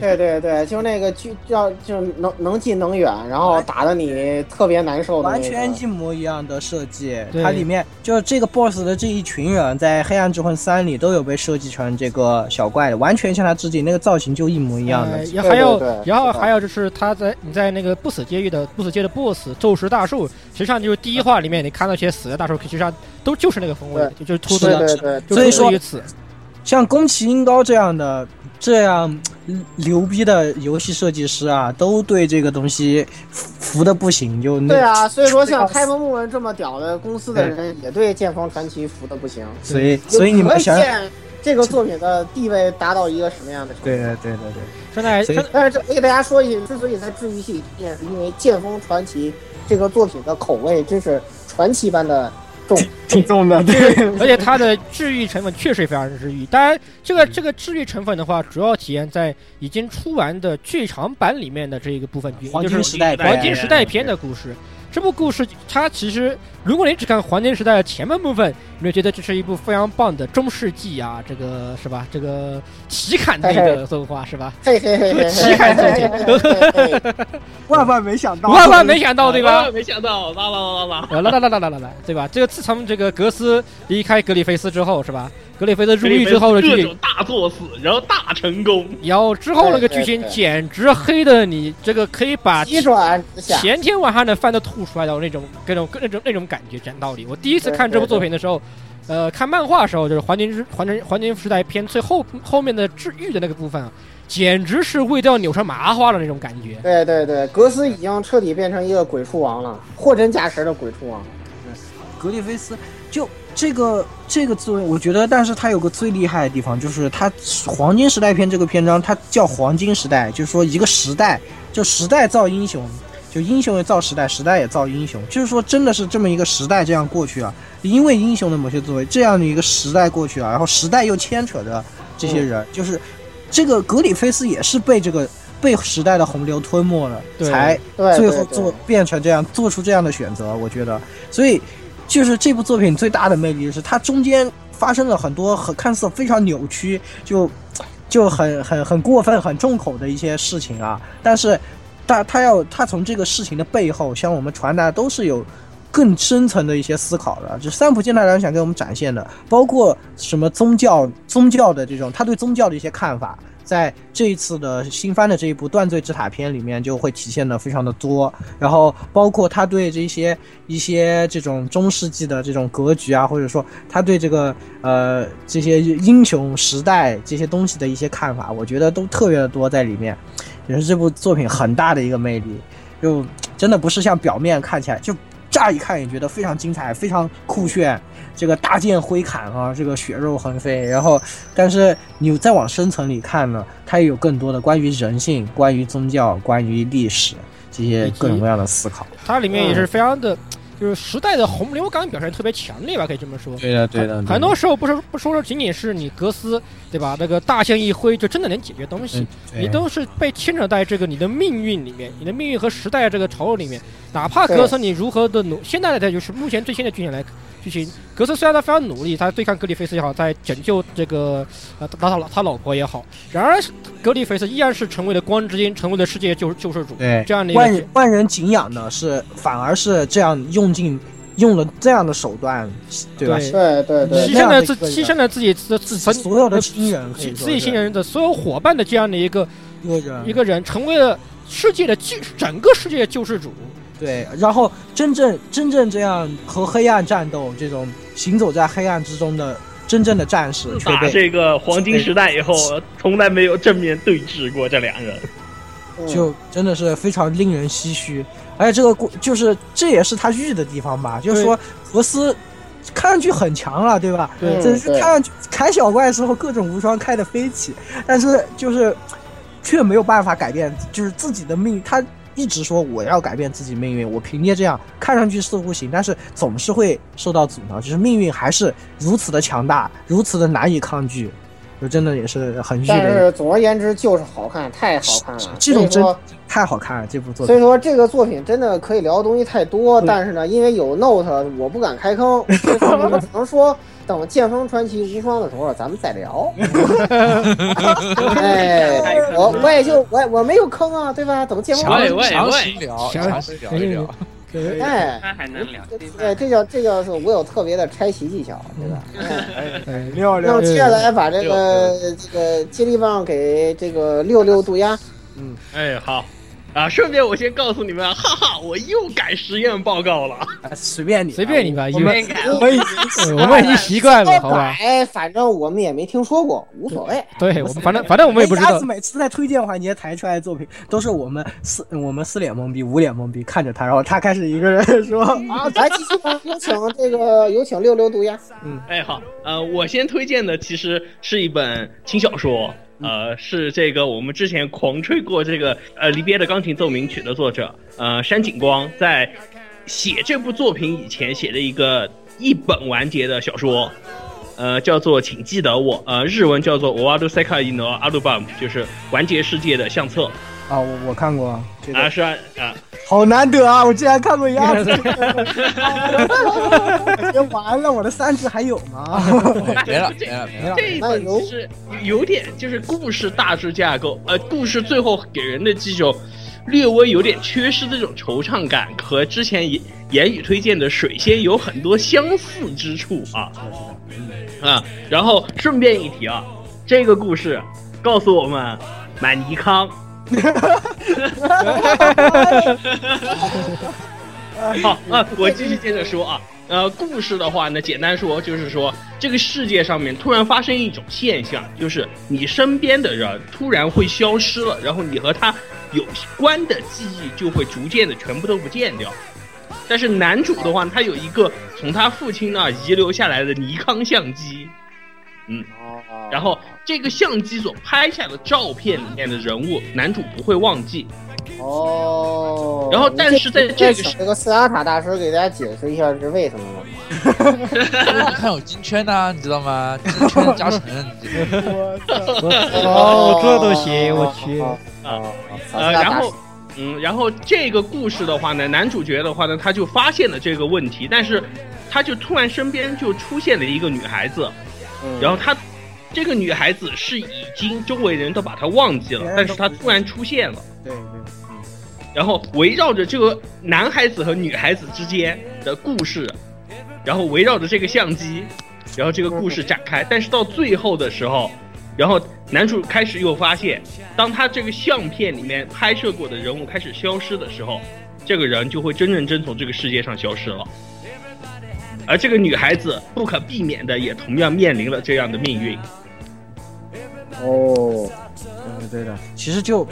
S2: 对对对，就那个距要就是能能近能远，然后打的你特别难受的那
S5: 完
S2: 个。
S5: 全一模一样的设计，
S3: 对
S5: 它里面就是这个 boss 的这一群人，在《黑暗之魂三》里都有被设计成这个小怪的，完全向他致敬，那个造型就一模一样的
S4: 哎
S3: 呃。也
S2: 对
S3: 还有
S2: 对对，
S3: 然后
S2: 是的
S3: 还有就是他在你在那个不死监狱的不死界的 BOSS 咒石大树，实际上就是第一话里面你看到一些死的大树，实际上都就是那个风味，就就是突
S2: 对
S3: 的，
S2: 对对，
S3: 就
S5: 所
S3: 出
S5: 以
S3: 自
S5: 说
S3: 于此，
S5: 像宫崎英高这样的这样嗯牛逼的游戏设计师啊，都对这个东西服服的不行，就那
S2: 对，啊，所以说 像开门木文这么屌的公司的人，也对《剑锋传奇》服的不行。
S5: 所以所以你
S2: 就
S5: 们
S2: 可
S5: 想，
S2: 见这个作品的地位达到一个什么样的程度？
S5: 对对对对对，
S3: 现在
S5: 所以
S3: 现
S2: 但是这我给大家说一句，之所以在治愈系里面，是因为《剑锋传奇》这个作品的口味真是传奇般的重。
S5: 挺重的，对，
S3: 而且它的治愈成分确实非常治愈。当然，这
S5: 嗯
S3: 个这个治愈成分的话，主要体现在已经出完的剧场版里面的这一个部分，也
S5: 黄
S3: 就是
S5: 金时代，啊
S3: 黄金时代篇的故事。这部故事，它其实如果你只看黄金时代的前半部分，你会觉得这是一部非常棒的中世纪啊，这个是吧？这个奇坎类的动画是 吧？
S2: 嘿嘿嘿嘿嘿，
S3: 奇坎
S2: 嘿
S3: 作
S2: 嘿
S3: 品，
S2: 嘿嘿嘿嘿
S5: 万万没想到，
S3: 万万没想到对吧？
S4: 没想到，啦啦啦啦啦！
S3: 呃，啦啦啦啦啦啦啦，对吧？这个自从这个格斯离开格里菲斯之后，是吧？格里菲斯入狱之后的
S4: 各
S3: 剧
S4: 种
S3: 情，
S4: 大作死，然后大成功，
S3: 然后之后那个剧
S2: 对
S3: 情
S2: 对对
S3: 简直黑的你，这个可以把
S2: 急转直下。
S3: 前天晚上的饭都吐出来的那种、各种、各那种、那种感觉，讲道理。我第一次看这部作品的时候，呃，看漫画的时候，就是《黄金之黄金黄金时代篇》最后后面的治愈的那个部分啊，简直是味道扭成麻花的那种感觉。
S2: 对对对，格斯已经彻底变成一个鬼畜王了，货真价实的鬼畜王。
S5: 格里菲斯就这个这个作为，我觉得，但是它有个最厉害的地方，就是它黄金时代篇这个篇章，它叫黄金时代，就是说一个时代，就时代造英雄，就英雄也造时代，时代也造英雄，就是说真的是这么一个时代这样过去啊，因为英雄的某些作为，这样的一个时代过去啊，然后时代又牵扯着这些人，就是这个格里菲斯也是被这个被时代的洪流吞没了，
S3: 对
S5: 才
S2: 对，
S5: 最
S2: 对
S5: 后
S2: 对
S5: 做变成这样，做出这样的选择，我觉得，所以就是这部作品最大的魅力就是它中间发生了很多很看似非常扭曲，就就很很很过分、很重口的一些事情啊，但是他他要他从这个事情的背后向我们传达都是有。更深层的一些思考的，就是三浦健太郎想给我们展现的，包括什么宗教、宗教的这种，他对宗教的一些看法，在这一次的新番的这一部《断罪之塔》篇里面就会体现的非常的多。然后包括他对这些一些这种中世纪的这种格局啊，或者说他对这个呃这些英雄时代这些东西的一些看法，我觉得都特别的多在里面，也是这部作品很大的一个魅力。就真的不是像表面看起来，就乍一看也觉得非常精彩、非常酷炫，这个大剑挥砍啊，这个血肉横飞。然后，但是你再往深层里看呢，它也有更多的关于人性、关于宗教、关于历史这些各种各样的思考。
S3: 它里面也是非常的，就是时代的洪流感表现特别强烈吧，可以这么说。
S5: 对的，
S3: 很很多时候不是不说说仅仅是你格斯对吧？那个大剑一挥就真的能解决东西，你都是被牵扯在这个你的命运里面，你的命运和时代这个潮流里面。哪怕格斯你如何的努，现在的就是目前最新的剧情来剧情，格斯虽然他非常努力，他对抗格里菲斯也好，在拯救这个呃他老他老婆也好，然而格里菲斯依然是成为了光之鹰，成为了世界救救世主
S5: 对
S3: 这样的一
S5: 万
S3: 个
S5: 人万人敬仰的是，反而是这样用尽用了这样的手段，对吧？
S3: 对
S2: 对对对
S3: 牺牲
S5: 那样
S3: 了
S5: 的
S3: 自
S5: 一个人
S3: 牺牲了自己的自
S5: 自己所有的亲人可以
S3: 自
S5: 说
S3: 自己
S5: 是
S3: 亲人的所有伙伴的这样的一个
S5: 一个人
S3: 一个人，成为了世界的救整个世界的救世主。
S5: 对，然后真正真正这样和黑暗战斗，这种行走在黑暗之中的真正的战士，
S4: 自嗯
S5: 却
S4: 打
S5: 被
S4: 这个黄金时代以后，
S7: 哎
S4: 从来没有正面对峙过这两人。
S2: 嗯
S5: 就真的是非常令人唏嘘。而且这个故就是这也是他玉的地方吧，就是说罗斯看上去很强了，对吧？
S2: 对
S5: 这
S2: 嗯
S5: 是看上去砍小怪的时候各种无双开的飞起，但是就是却没有办法改变，就是自己的命运。他一直说我要改变自己命运，我凭借这样看上去似乎行，但是总是会受到阻挠，就是命运还是如此的强大，如此的难以抗拒，就真的也是很玉
S2: 但
S5: 的一个。
S2: 是总而言之就是好看，太好看了。
S5: 这种
S2: 所以
S5: 真
S2: 说，
S5: 太好看了，这部作
S2: 所
S5: 品
S2: 以说这个作品真的可以聊的东西太多，
S5: 对
S2: 但是呢，因为有 Note，我不敢开 坑，所以说我们只能说等《剑锋传奇无双》的时候咱们再 聊。哎，我我也就我我没有坑啊，对吧？等《剑锋
S7: 强
S2: 传
S4: 喂
S2: 奇
S4: 喂
S7: 强
S4: 喂
S7: 行聊，
S3: 强
S7: 强行聊一聊。
S2: 哎。
S6: 那还能聊
S2: 这
S6: 第
S2: 哎，
S6: 三。
S2: 这叫这叫是我有特别的拆棋技巧，对吧？
S3: 嗯
S2: 哎
S5: 六
S2: 那么接下来把这个这个接力棒给这个六六渡鸦，
S4: 哎，好。啊，顺便我先告诉你们，哈哈，我又改实验报告了。
S5: 随便你，
S3: 随便你吧，因为
S6: 没改
S3: 我们已经我们已经习 惯了，好吧？
S2: 哎，反正我们也没听说过，无所谓。
S3: 对我们反正反正我们也不知
S5: 鸭
S3: 道
S5: 子，每次在推荐环节抬出来的作品，都是我们四我们四脸懵逼，五脸懵逼看着他，然后他开始一个人说
S2: 啊，来继续吧，有请这个呃有请六六渡鸦。
S4: 哎，好，呃，我先推荐的其实是一本轻小说，
S7: 嗯
S4: 呃，是这个我们之前狂吹过这个
S7: 哦
S4: 呃《离别的钢琴奏鸣曲》的作者，呃，山井光在写这部作品以前写了一个一本完结的小说，呃，叫做《请记得我》，呃，日文叫做《我阿鲁塞卡伊诺阿鲁巴姆》，就是完结世界的相册
S5: 啊，我我看过这
S4: 啊，
S5: 个，
S4: 是啊啊，
S5: 好难得啊，我竟然看过鸭子，别完了，我的三只还有吗？
S7: 哎没了没了没了，
S4: 这一本其实有点就是故事大致架构，呃，故事最后给人的这种略微有点缺失的这种惆怅感，和之前言言语推荐的《水仙》有很多相似之处啊。啊，然后顺便一提啊，这个故事告诉我们，买尼康。 好啊，我继续接着说啊。呃，故事的话呢，简单说就是说，这个世界上面突然发生一种现象，就是你身边的人突然会消失了，然后你和他有关的记忆就会逐渐的全部都不见掉。但是男主的话，他有一个从他父亲那儿遗留下来的尼康相机，然后这个相机所拍下的照片里面的人物，男主不会忘记。
S2: 哦，
S4: 然后但是在
S2: 你
S4: 这个
S2: 请这个斯塔塔大师给大家解释一下是为什么吗？
S7: 你看有金圈呐，你知道吗？ 金圈加成，
S3: 哦这都行我去
S2: 哦哦哦哦
S4: 呃，
S2: 斯塔塔
S4: 然后，嗯，然后这个故事的话呢，男主角的话呢，他就发现了这个问题，但是他就突然身边就出现了一个女孩子，
S2: 嗯
S4: 然后他这个女孩子是已经周围人都把她忘记了，但是她突然出现了，
S5: 对对，
S4: 然后围绕着这个男孩子和女孩子之间的故事，然后围绕着这个相机，然后这个故事展开。但是到最后的时候，然后男主开始又发现，当他这个相片里面拍摄过的人物开始消失的时候，这个人就会真认真从这个世界上消失了。而这个女孩子不可避免的也同样面临了这样的命运。
S2: 哦，
S5: 对对对的。其实就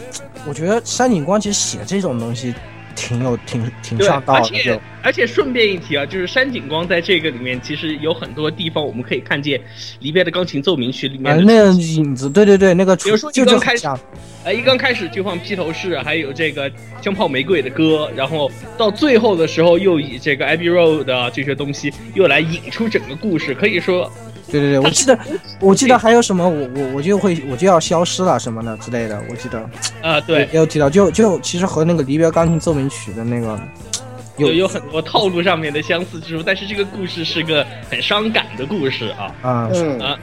S5: 我觉得山井光其实写这种东西挺有挺挺
S4: 对
S5: 上，道
S4: 而
S5: 的，
S4: 且
S5: 就
S4: 而且顺便一提啊，就是山井光在这个里面其实有很多地方我们可以看见里面的钢琴奏鸣曲里
S5: 啊
S4: 面的，
S5: 那个影子，对对对，那个
S4: 比如说
S5: 就
S4: 你
S5: 就
S4: 刚开
S5: 很
S4: 始
S5: 像，
S4: 呃，一刚开始就放披头士，还有这个枪炮玫瑰的歌，然后到最后的时候又以这个 Abbey Road 的这些东西又来引出整个故事，可以说
S5: 对对对，我记得我记得还有什么我我我就会我就要消失了什么的之类的，我记得
S4: 啊、对，
S5: 也有提到，就就其实和那个《离别钢琴奏鸣曲》的那个
S4: 有
S5: 有
S4: 有很多套路上面的相似之处，但是这个故事是个很伤感的故事啊。
S5: 啊、
S2: 嗯
S4: 啊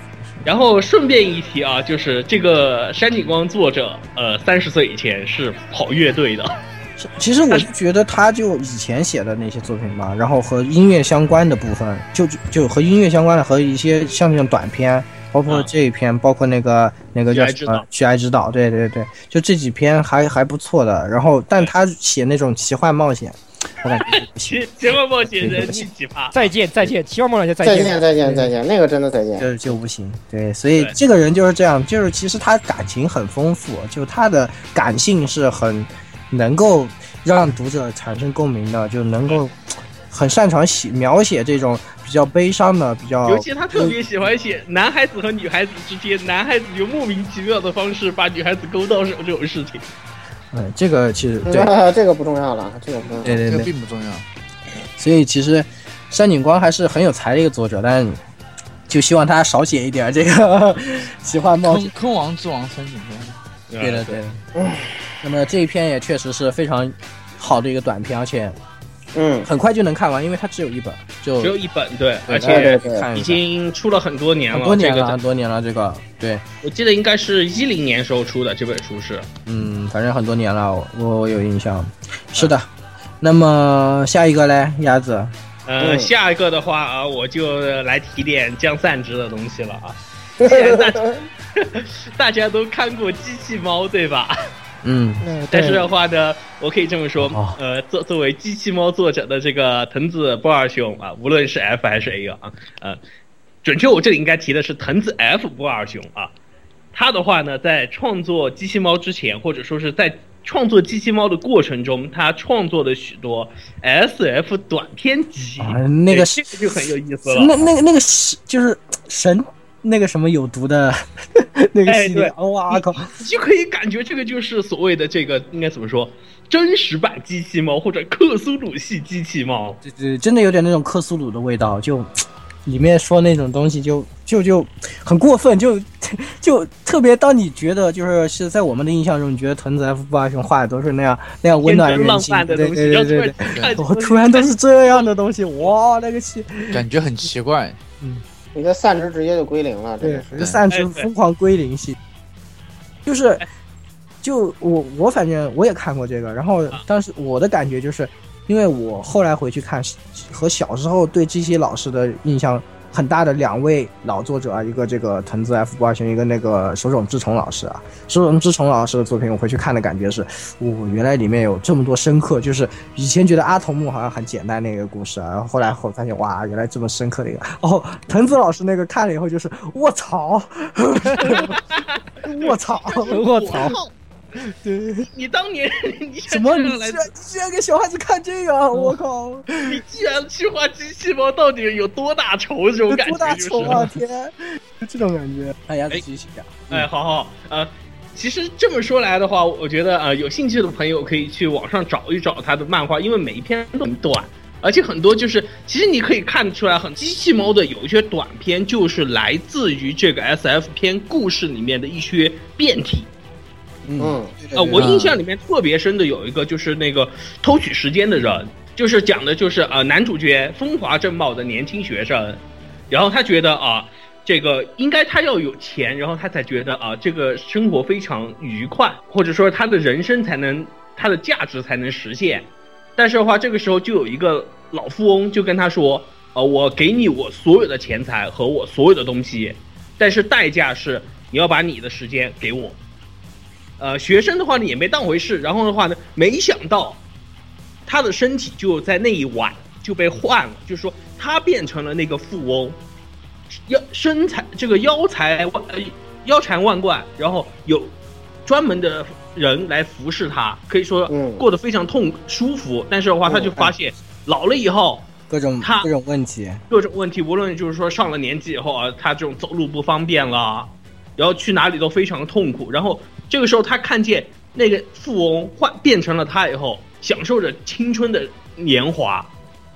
S4: 然后顺便一提啊，就是这个山井光作者，呃，三十岁以前是跑乐队的，
S5: 是其实我就觉得他就以前写的那些作品吧，然后和音乐相关的部分，就就就和音乐相关的和一些像这种短片，包括
S4: 嗯
S5: 这一篇，包括那个那个叫什么《去爱之岛》，对对对，就这几篇还还不错的。然后，但他写那种奇幻冒险，我感觉不行
S4: 奇，奇幻冒险人气奇葩。
S3: 再见再见，期望梦想家再
S2: 再
S3: 见
S2: 见，。再见，再见，那个真的再见。
S5: 就就不行。对，所以
S4: 对
S5: 这个人就是这样，就是其实他感情很丰富，就他的感性是很能够让读者产生共鸣的，就能够很擅长写描写这种比较悲伤的、比较
S4: 尤其他特别喜欢写男孩子和女孩子之间，男孩子用莫名其妙的方式把女孩子勾到手这种事情。
S5: 嗯，这个其实对
S2: 嗯 这个不重要了，这个不重要。
S5: 对对
S7: 这个
S5: 对，
S7: 并不重要。
S5: 所以其实山井光还是很有才的一个作者，但就希望他少写一点这个 奇幻冒险
S7: 坑。坑王之王三井光，
S5: 对
S4: 啊
S5: 的，对的。那么这一篇也确实是非常好的一个短篇，而且
S2: 嗯，
S5: 很快就能看完，因为它只有一本，就
S4: 只有一本，对，而
S5: 对
S4: 且
S2: 对
S5: 看
S4: 已
S5: 一下
S4: 经出了很多年了，
S5: 很多年
S4: 这
S5: 了，
S4: 个
S5: 很多年了，这个对，
S4: 我记得应该是一零年时候出的这本书是。
S5: 嗯，反正很多年了，我我我有印象。
S4: 嗯
S5: 是的，那么下一个嘞，鸭子，
S4: 呃，
S2: 嗯
S4: 下一个的话啊，我就来提点江散之的东西了啊。大家都看过《机器猫》对吧？
S5: 嗯，
S3: 嗯
S4: 但
S3: 对
S4: 是的话呢，我可以这么说
S5: 哦，
S4: 呃，作作为机器猫作者的这个藤子不二雄啊，无论是 F 还是 A 啊，呃，准确我这里应该提的是藤子 F 不二雄啊，他的话呢，在创作机器猫之前，或者说是在创作机器猫的过程中，他创作了许多 SF 短篇集
S5: 啊，那个
S4: 对这个就很有意思了。
S5: 那那个那个是就是神那个什么有毒的 那个
S4: 哎
S5: 系列，
S4: 对
S5: 哇靠，
S4: 你就可以感觉这个就是所谓的这个应该怎么说，真实版机器猫或者克苏鲁系机器猫。
S5: 对对，真的有点那种克苏鲁的味道，就里面说那种东西就就就很过分，就就特别当你觉得就是是在我们的印象中，你觉得藤子 F 不二雄画的都是那样那样温
S4: 天
S5: 暖
S4: 真
S5: 人
S4: 浪
S5: 心，
S4: 漫
S5: 对
S4: 的
S5: 对
S4: 东西，
S5: 对
S4: 然
S5: 对
S4: 后突
S5: 对
S4: 然
S5: 对，
S4: 看
S5: 我突然都是这样的东西，哇，那个气，
S7: 感觉很奇怪。
S2: 你的散值直接就归零了，这
S5: 对
S2: 个是，
S5: 就散
S4: 哎
S5: 值
S4: 对
S5: 疯狂归零系，就是。就我我反正我也看过这个，然后当时我的感觉就是，因为我后来回去看，和小时候对这些老师的印象很大的两位老作者啊，一个这个藤子 F 不二雄，一个那个手冢治虫老师啊。手冢治虫老师的作品，我回去看的感觉是，我、原来里面有这么多深刻，就是以前觉得阿童木好像很简单的一个故事啊，然后后来我发现哇，原来这么深刻的一个。哦，藤子老师那个看了以后就是卧 槽，卧槽，
S3: 我操，
S4: 你当年 你
S5: 什
S4: 想
S5: 么？
S4: 这
S5: 你
S4: 样来
S5: 居，然你居然给小孩子看这个啊！我靠，
S4: 你既然去画机器猫，到底有多大仇？这种
S5: 有
S4: 感
S5: 多
S4: 觉
S5: 大
S4: 就
S5: 仇
S4: 是。
S5: 啊！天，这种感觉。哎呀，继续讲。
S4: 哎，好好，呃，其实这么说来的话，我觉得呃，有兴趣的朋友可以去网上找一找他的漫画，因为每一篇都很短，而且很多就是，其实你可以看出来很，机器猫的有一些短篇就是来自于这个 S F 篇故事里面的一些变体。
S2: 嗯，
S4: 呃，我印象里面特别深的有一个就是那个偷取时间的人，就是讲的就是呃男主角风华正茂的年轻学生，然后他觉得啊、这个应该他要有钱，然后他才觉得啊、这个生活非常愉快，或者说他的人生才能他的价值才能实现。但是的话，这个时候就有一个老富翁就跟他说，呃，我给你我所有的钱财和我所有的东西，但是代价是你要把你的时间给我。呃，学生的话呢也没当回事，然后的话呢，没想到他的身体就在那一晚就被换了，就是说他变成了那个富翁，腰身材这个腰财万呃腰缠万贯，然后有专门的人来服侍他，可以说
S2: 嗯
S4: 过得非常痛舒服。但是的话，他就发现老了以后
S5: 各种
S4: 他
S5: 各种问题，
S4: 各种问题，无论就是说上了年纪以后啊，他这种走路不方便了，然后去哪里都非常的痛苦。然后这个时候他看见那个富翁换变成了他以后，享受着青春的年华，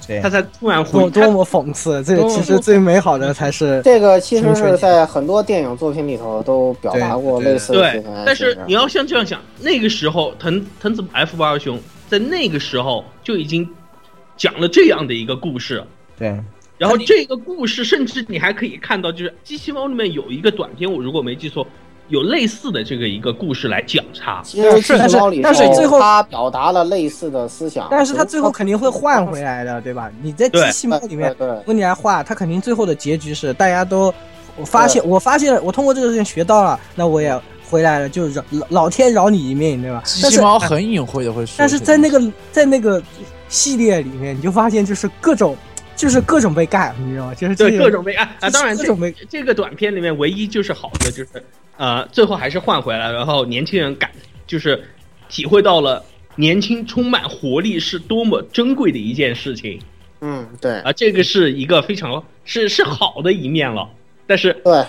S5: 对
S4: 他，才突然回
S5: 多
S4: 他
S5: 多么讽刺！这
S3: 多么
S5: 其实最美好的才是
S2: 这个其实是在很多电影作品里头都表达过类似的
S4: 对
S2: 情感，
S4: 但是你
S2: 要
S4: 要像这样想，那个时候藤藤子 F 不二雄在那个时候就已经讲了这样的一个故事，
S5: 对，
S4: 然后这个故事，甚至你还可以看到，就是《机器猫》里面有一个短片，我如果没记错，有类似的这个一个故事来讲它。
S2: 其实《机器猫》里头
S5: 但是但是最后
S2: 他表达了类似的思想，
S5: 但是他最后肯定会换回来的，对吧？你在机
S4: 对
S5: 器猫里面
S2: 对对
S5: 问题来画，他肯定最后的结局是大家都，我发现我发现了，我通过这个事情学到了，那我也回来了，就是老老天饶你一命，对吧？
S7: 机
S5: 但
S7: 器
S5: 是
S7: 猫很隐晦的会说，
S5: 但是在那个在那个系列里面，你就发现就是各种就是各种被盖，你知道吗？就是这
S4: 对各种被爱啊，当然
S5: 各
S4: 这
S5: 种被
S4: 这个短片里面唯一就是好的就是，呃，最后还是换回来了，然后年轻人感就是体会到了年轻充满活力是多么珍贵的一件事情
S2: 嗯对
S4: 啊，这个是一个非常是是好的一面了，但是
S2: 对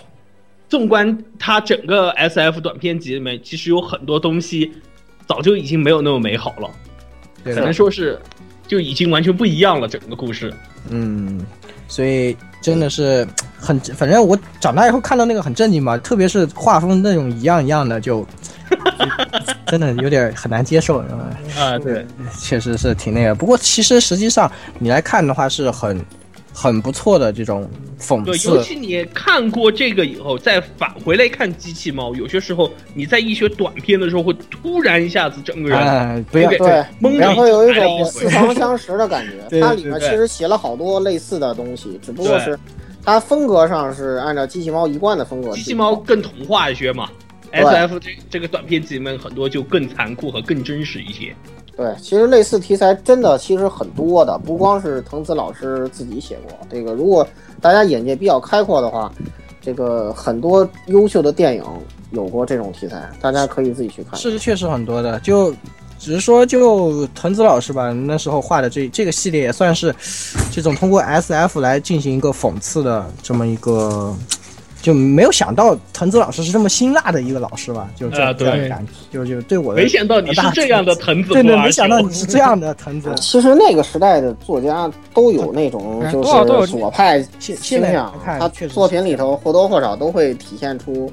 S4: 纵观它整个 S F 短片集里面，其实有很多东西早就已经没有那么美好了，
S5: 对
S4: 可能说是就已经完全不一样了整个故事。
S5: 嗯，所以真的是很，反正我长大以后看到那个很震惊吧，特别是画风那种一样一样的，就 就真的有点很难接受。嗯
S4: 啊，对，
S5: 确实是挺那个。不过其实实际上你来看的话，是很很不错的这种讽
S4: 对，尤
S5: 刺。
S4: 其你看过这个以后，再返回来看机器猫，有些时候你在一些短片的时候，会突然一下子整个人、
S5: 啊，不要
S4: 对
S2: 对，
S4: 懵了
S2: 然后有一
S4: 一哎
S2: 种
S4: 回
S2: 似曾相识的感觉。
S5: 对
S2: 它里面其
S4: 对
S2: 实写了好多类似的东西，只不过
S4: 对
S2: 是它风格上是按照机器猫一贯的风格去。
S4: 机器猫更童话一些嘛。
S2: 对
S4: S F 这这个短片集里面很多就更残酷和更真实一些。
S2: 对，其实类似题材真的其实很多的，不光是藤子老师自己写过。这个如果大家眼界比较开阔的话，这个很多优秀的电影有过这种题材，大家可以自己去看。
S5: 是确实很多的，就只是说就藤子老师吧，那时候画的这这个系列也算是这种通过 S F 来进行一个讽刺的这么一个。就没有想到藤子老师是这么辛辣的一个老师吧？就这
S4: 啊
S5: 这样
S3: 对
S5: 感觉，就就对我的
S4: 没想啊到你是这样的藤子
S5: 对
S4: 不
S5: 对，
S4: 二
S5: 没想到
S4: 雄
S5: 你是这样的藤 子。
S2: 其实那个时代的作家都有那种
S3: 嗯
S2: 就
S3: 多少都有
S2: 是左派倾
S5: 现现在
S2: 向
S5: 来，看
S2: 他
S5: 确实是
S2: 作品里头或多或少都会体现出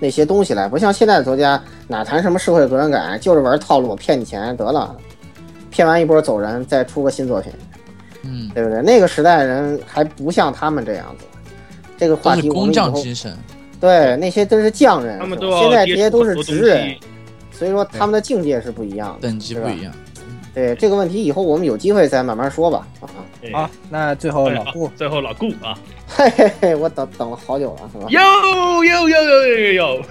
S2: 那些东西来，不像现在的作家哪谈什么社会责任感，就是玩套路，我骗你钱得了，骗完一波走人，再出个新作品，
S7: 嗯，
S2: 对不对？那个时代人还不像他们这样子，这个
S7: 都
S2: 话
S7: 是
S2: 题我
S7: 工
S2: 们以
S7: 匠
S2: 后
S7: 精神，
S2: 对那些真是匠人，
S4: 他们
S2: 是
S4: 都
S2: 吧
S4: 要
S2: 现在这
S4: 接
S2: 些
S4: 触
S2: 都
S4: 很
S2: 是
S4: 多
S2: 职
S4: 东
S2: 人
S4: 西，。
S2: 所以说他们的境界是不一样的。
S7: 等级不一样。
S2: 对这个问题，以后我们有机会再慢慢说吧。啊，
S4: 对
S5: 好，，那最后哦老 顾，
S4: 哎最后老顾啊，
S2: 嘿嘿嘿，我等等了好久了，是
S5: 啊
S2: 吧？
S4: 哟哟哟哟哟哟哟，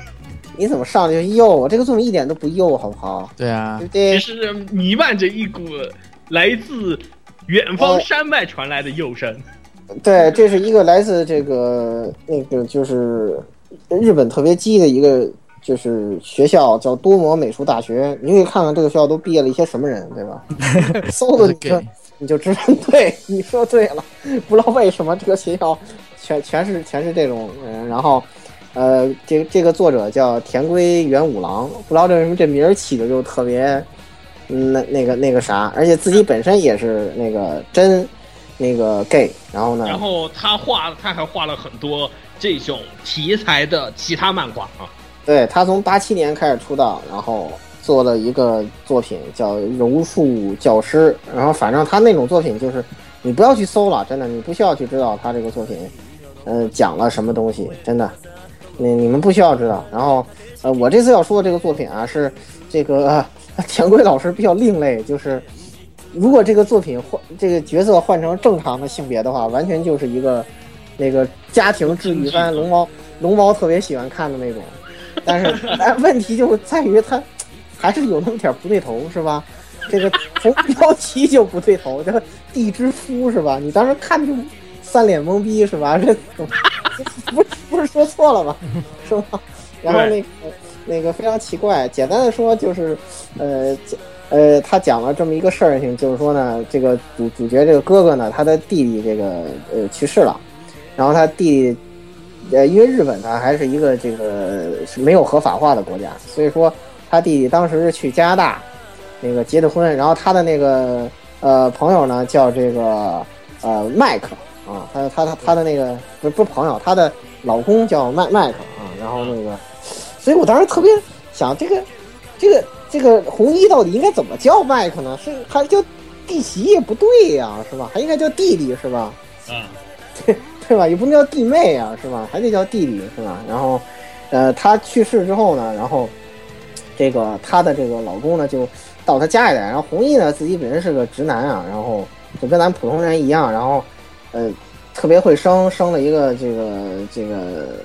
S2: 你怎么上来就又？我这个作品一点都不又，好不好？
S7: 对啊
S2: 对，不
S4: 其
S2: 对？
S4: 实弥漫着一股来自远方
S5: 哦
S4: 山脉传来的幼声。
S2: 对，这是一个来自这个那个就是日本特别鸡的一个就是学校，叫多摩美术大学。你可以看看这个学校都毕业了一些什么人，对吧？搜搜你
S7: 给
S2: 就你就知道，对，你说对了。不知道为什么这个学校全全是全是这种人，然后。呃，这这个作者叫田归元五郎，不知道这为什么这名儿起的就特别，嗯，那那个那个啥，而且自己本身也是那个真，那个 gay，然
S5: 啊
S2: 后呢，
S4: 然后他画，他还画了很多这种题材的其他漫画啊。
S2: 对他从八七年开始出道，然后做了一个作品叫《柔术教师》，然后反正他那种作品就是你不要去搜了，真的，你不需要去知道他这个作品，呃，讲了什么东西，真的，你你们不需要知道。然后，呃，我这次要说的这个作品啊，是这个、呃 田归老师比较另类，就是如果这个作品换这个角色换成正常的性别的话，完全就是一个那个家庭治愈番，龙猫龙猫特别喜欢看的那种。但是，哎，问题就在于他还是有那么点儿不对头，是吧？这个从标题就不对头，这个地之夫是吧？你当时看就三脸懵逼是吧？这怎么不是不是说错了吧？是吧？然后那个那个非常奇怪，简单的说就是，呃，讲呃，他讲了这么一个事儿情，就是说呢，这个主主角这个哥哥呢，他的弟弟这个呃去世了，然后他弟弟呃，因为日本它还是一个这个是没有合法化的国家，所以说他弟弟当时是去加拿大那个结的婚，然后他的那个呃朋友呢叫这个呃麦克啊，他他他他的那个不是不是朋友，他的老公叫麦麦克啊，然后那个，所以我当时特别想这个这个这个红衣到底应该怎么叫麦克呢？是还叫弟媳也不对呀、是吧？还应该叫弟弟是吧？
S5: 啊
S4: 嗯，
S2: 对吧？也不能叫弟妹啊，是吧？还得叫弟弟，是吧？然后，呃，她去世之后呢，然后这个她的这个老公呢就到她家里来，然后红衣呢自己本身是个直男啊，然后就跟咱普通人一样，然后呃特别会生，生了一个这个这个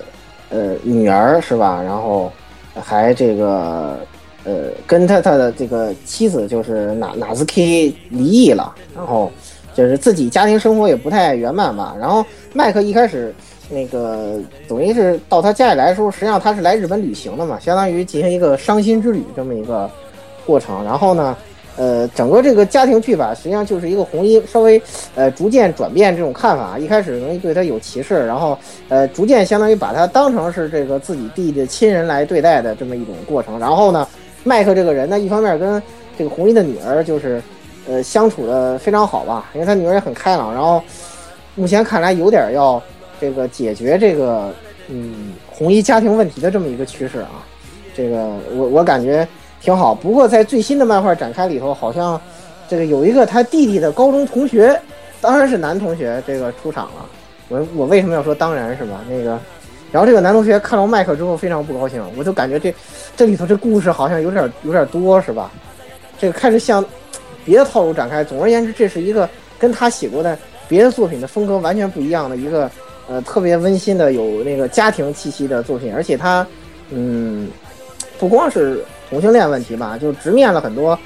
S2: 呃女儿是吧？然后还这个呃跟他他的这个妻子就是哪哪子 K 离异了，然后。就是自己家庭生活也不太圆满吧。然后麦克一开始那个等于是到他家里来的时候，实际上他是来日本旅行的嘛，相当于进行一个伤心之旅这么一个过程。然后呢，呃，整个这个家庭剧吧，实际上就是一个红衣稍微呃逐渐转变这种看法，一开始容易对他有歧视，然后呃逐渐相当于把他当成是这个自己弟弟的亲人来对待的这么一种过程。然后呢，麦克这个人呢，一方面跟这个红衣的女儿就是。呃相处的非常好吧，因为他女儿也很开朗，然后目前看来有点要这个解决这个嗯红衣家庭问题的这么一个趋势啊，这个我我感觉挺好。不过在最新的漫画展开里头，好像这个有一个他弟弟的高中同学，当然是男同学，这个出场了。我我为什么要说当然是吧？那个。然后这个男同学看到麦克之后非常不高兴，我就感觉这这里头这故事好像有点有点多是吧？这个开始向别的套路展开。总而言之，这是一个跟他写过的别的作品的风格完全不一样的一个呃特别温馨的有那个家庭气息的作品，而且他嗯不光是同性恋问题吧，就直面了很多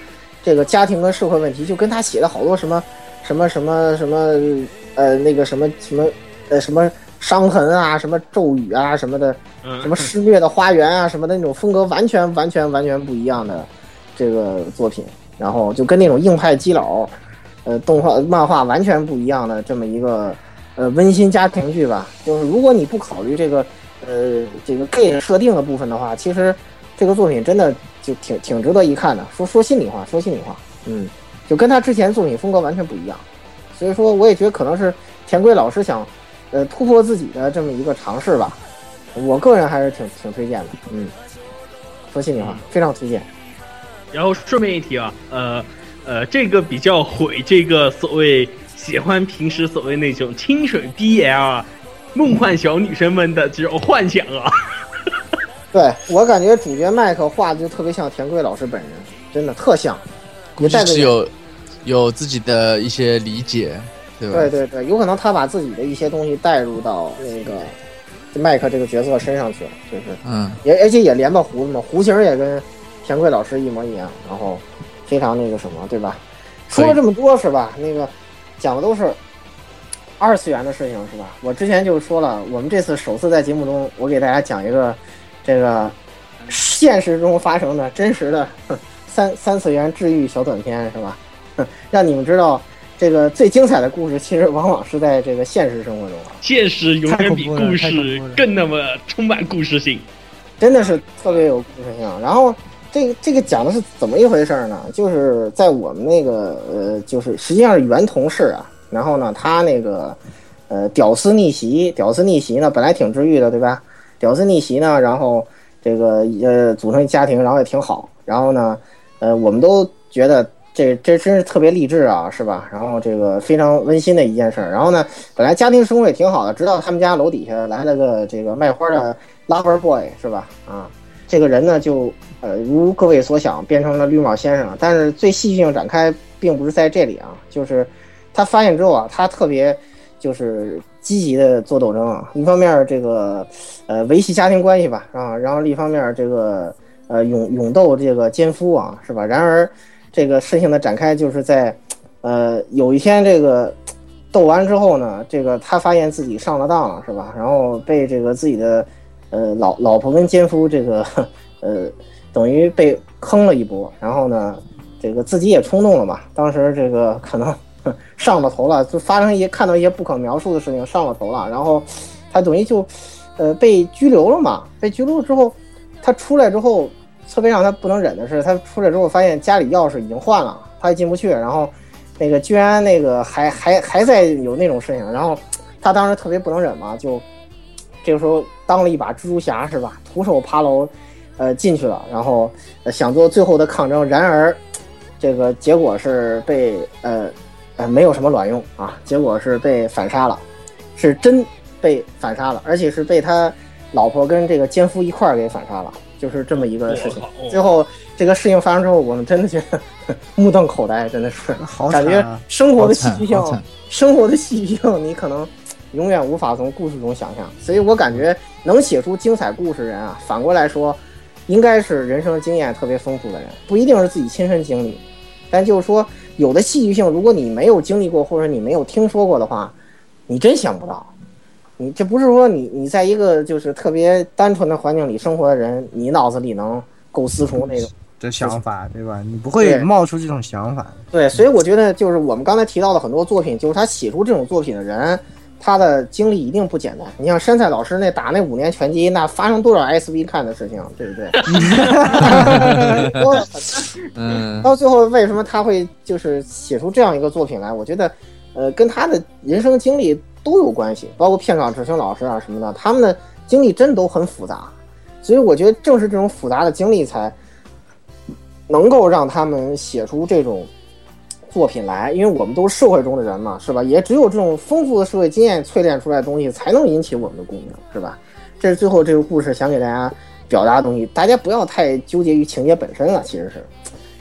S2: 这个家庭跟社会问题，就跟他写的好多什么什么什么什么呃那个什么什么呃什么伤痕啊，什么咒语啊什么的。什么施虐的花园啊什么的那种风格，完全完全完全不一样的这个作品，然后就跟那种硬派基佬，呃，动画漫画完全不一样的这么一个呃温馨家庭剧吧。就是如果你不考虑这个呃这个 gay 设定的部分的话，其实这个作品真的就挺挺值得一看的。说说心里话，说心里话，嗯，就跟他之前作品风格完全不一样，所以说我也觉得可能是田归老师想呃突破自己的这么一个尝试吧。我个人还是挺挺推荐的，嗯，说心里话，非常推荐。
S4: 然后顺便一提啊，呃呃，这个比较毁这个所谓喜欢平时所谓那种清水 BL 啊，梦幻小女生们的这种幻想啊，
S2: 对我感觉主角麦克画的就特别像田贵老师本人，真的特像。
S7: 估计
S2: 带着
S7: 是有有自己的一些理解，对吧？
S2: 对对对，有可能他把自己的一些东西带入到那个麦克这个角色身上去了，就是
S7: 嗯，
S2: 也而且也连吧胡子嘛，弧形也跟田贵老师一模一样，然后非常那个什么，对吧？
S7: 可以
S2: 说了这么多是吧？那个讲的都是二次元的事情是吧？我之前就说了，我们这次首次在节目中，我给大家讲一个这个现实中发生的真实的哼三三次元治愈小短片是吧？ 哼让你们知道这个最精彩的故事，其实往往是在这个现实生活中啊。
S4: 现实永远比
S5: 太恐怖了
S4: 故
S5: 太恐
S4: 事
S5: 怖了
S4: 更那么充满故事性。
S2: 真的是特别有故事性啊。然后这个这个讲的是怎么一回事儿呢？就是在我们那个呃，就是实际上是原同事啊。然后呢，他那个呃，屌丝逆袭，屌丝逆袭呢，本来挺治愈的，对吧？屌丝逆袭呢，然后这个呃，组成一家庭，然后也挺好。然后呢，呃，我们都觉得这这真是特别励志啊，是吧？然后这个非常温馨的一件事儿。然后呢，本来家庭生活也挺好的，直到他们家楼底下来了个这个卖花的 lover boy，是吧？啊，这个人呢就呃如各位所想变成了绿帽先生。但是最戏剧性展开并不是在这里啊，就是他发现之后啊，他特别就是积极的做斗争啊。一方面这个呃维系家庭关系吧啊，然后另一方面这个呃勇勇斗这个奸夫啊，是吧？然而这个事情的展开就是在呃有一天这个斗完之后呢，这个他发现自己上了当了，是吧？然后被这个自己的呃老老婆跟奸夫这个 呃等于被坑了一波，然后呢这个自己也冲动了嘛，当时这个可能嗯上了头了，就发生一些看到一些不可描述的事情，上了头了，然后他等于就呃被拘留了嘛，被拘留之后，他出来之后，特别让他不能忍的是，他出来之后发现家里钥匙已经换了，他也进不去，然后那个居然那个还还还在有那种事情，然后他当时特别不能忍嘛，就这个时候当了一把蜘蛛侠是吧？徒手爬楼，呃进去了，然后、呃想做最后的抗争，然而这个结果是被呃呃没有什么卵用啊，结果是被反杀了，是真被反杀了，而且是被他老婆跟这个奸夫一块儿给反杀了，就是这么一个事情。
S4: 我
S2: 最
S4: 靠，
S2: 后这个事情发生之后，我们真的觉得 目瞪口呆，真的是
S5: 好
S2: 感
S5: 惨
S2: 觉
S5: 啊！
S2: 生活
S7: 好
S2: 的戏
S7: 惨
S2: 剧
S7: 好
S2: 性
S7: 惨，
S2: 生活的戏剧性，你可能永远无法从故事中想象。所以我感觉能写出精彩故事的人啊，反过来说，应该是人生经验特别丰富的人，不一定是自己亲身经历，但就是说，有的戏剧性，如果你没有经历过，或者你没有听说过的话，你真想不到。你这不是说你你在一个就是特别单纯的环境里生活的人，你脑子里能构思出那种。
S5: 这想法对吧？你不会
S2: 对
S5: 冒出这种想法，
S2: 对，所以我觉得就是我们刚才提到的很多作品，就是他写出这种作品的人，他的经历一定不简单。你像山菜老师那打那五年拳击，那发生多少 SV 看的事情，对 不对？多
S7: 嗯，
S2: 到最后为什么他会就是写出这样一个作品来？我觉得，呃，跟他的人生经历都有关系，包括片场执行老师啊什么的，他们的经历真的都很复杂，所以我觉得正是这种复杂的经历才能够让他们写出这种作品来，因为我们都是社会中的人嘛，是吧？也只有这种丰富的社会经验淬炼出来的东西，才能引起我们的共鸣，是吧？这是最后这个故事想给大家表达的东西，大家不要太纠结于情节本身了，其实是。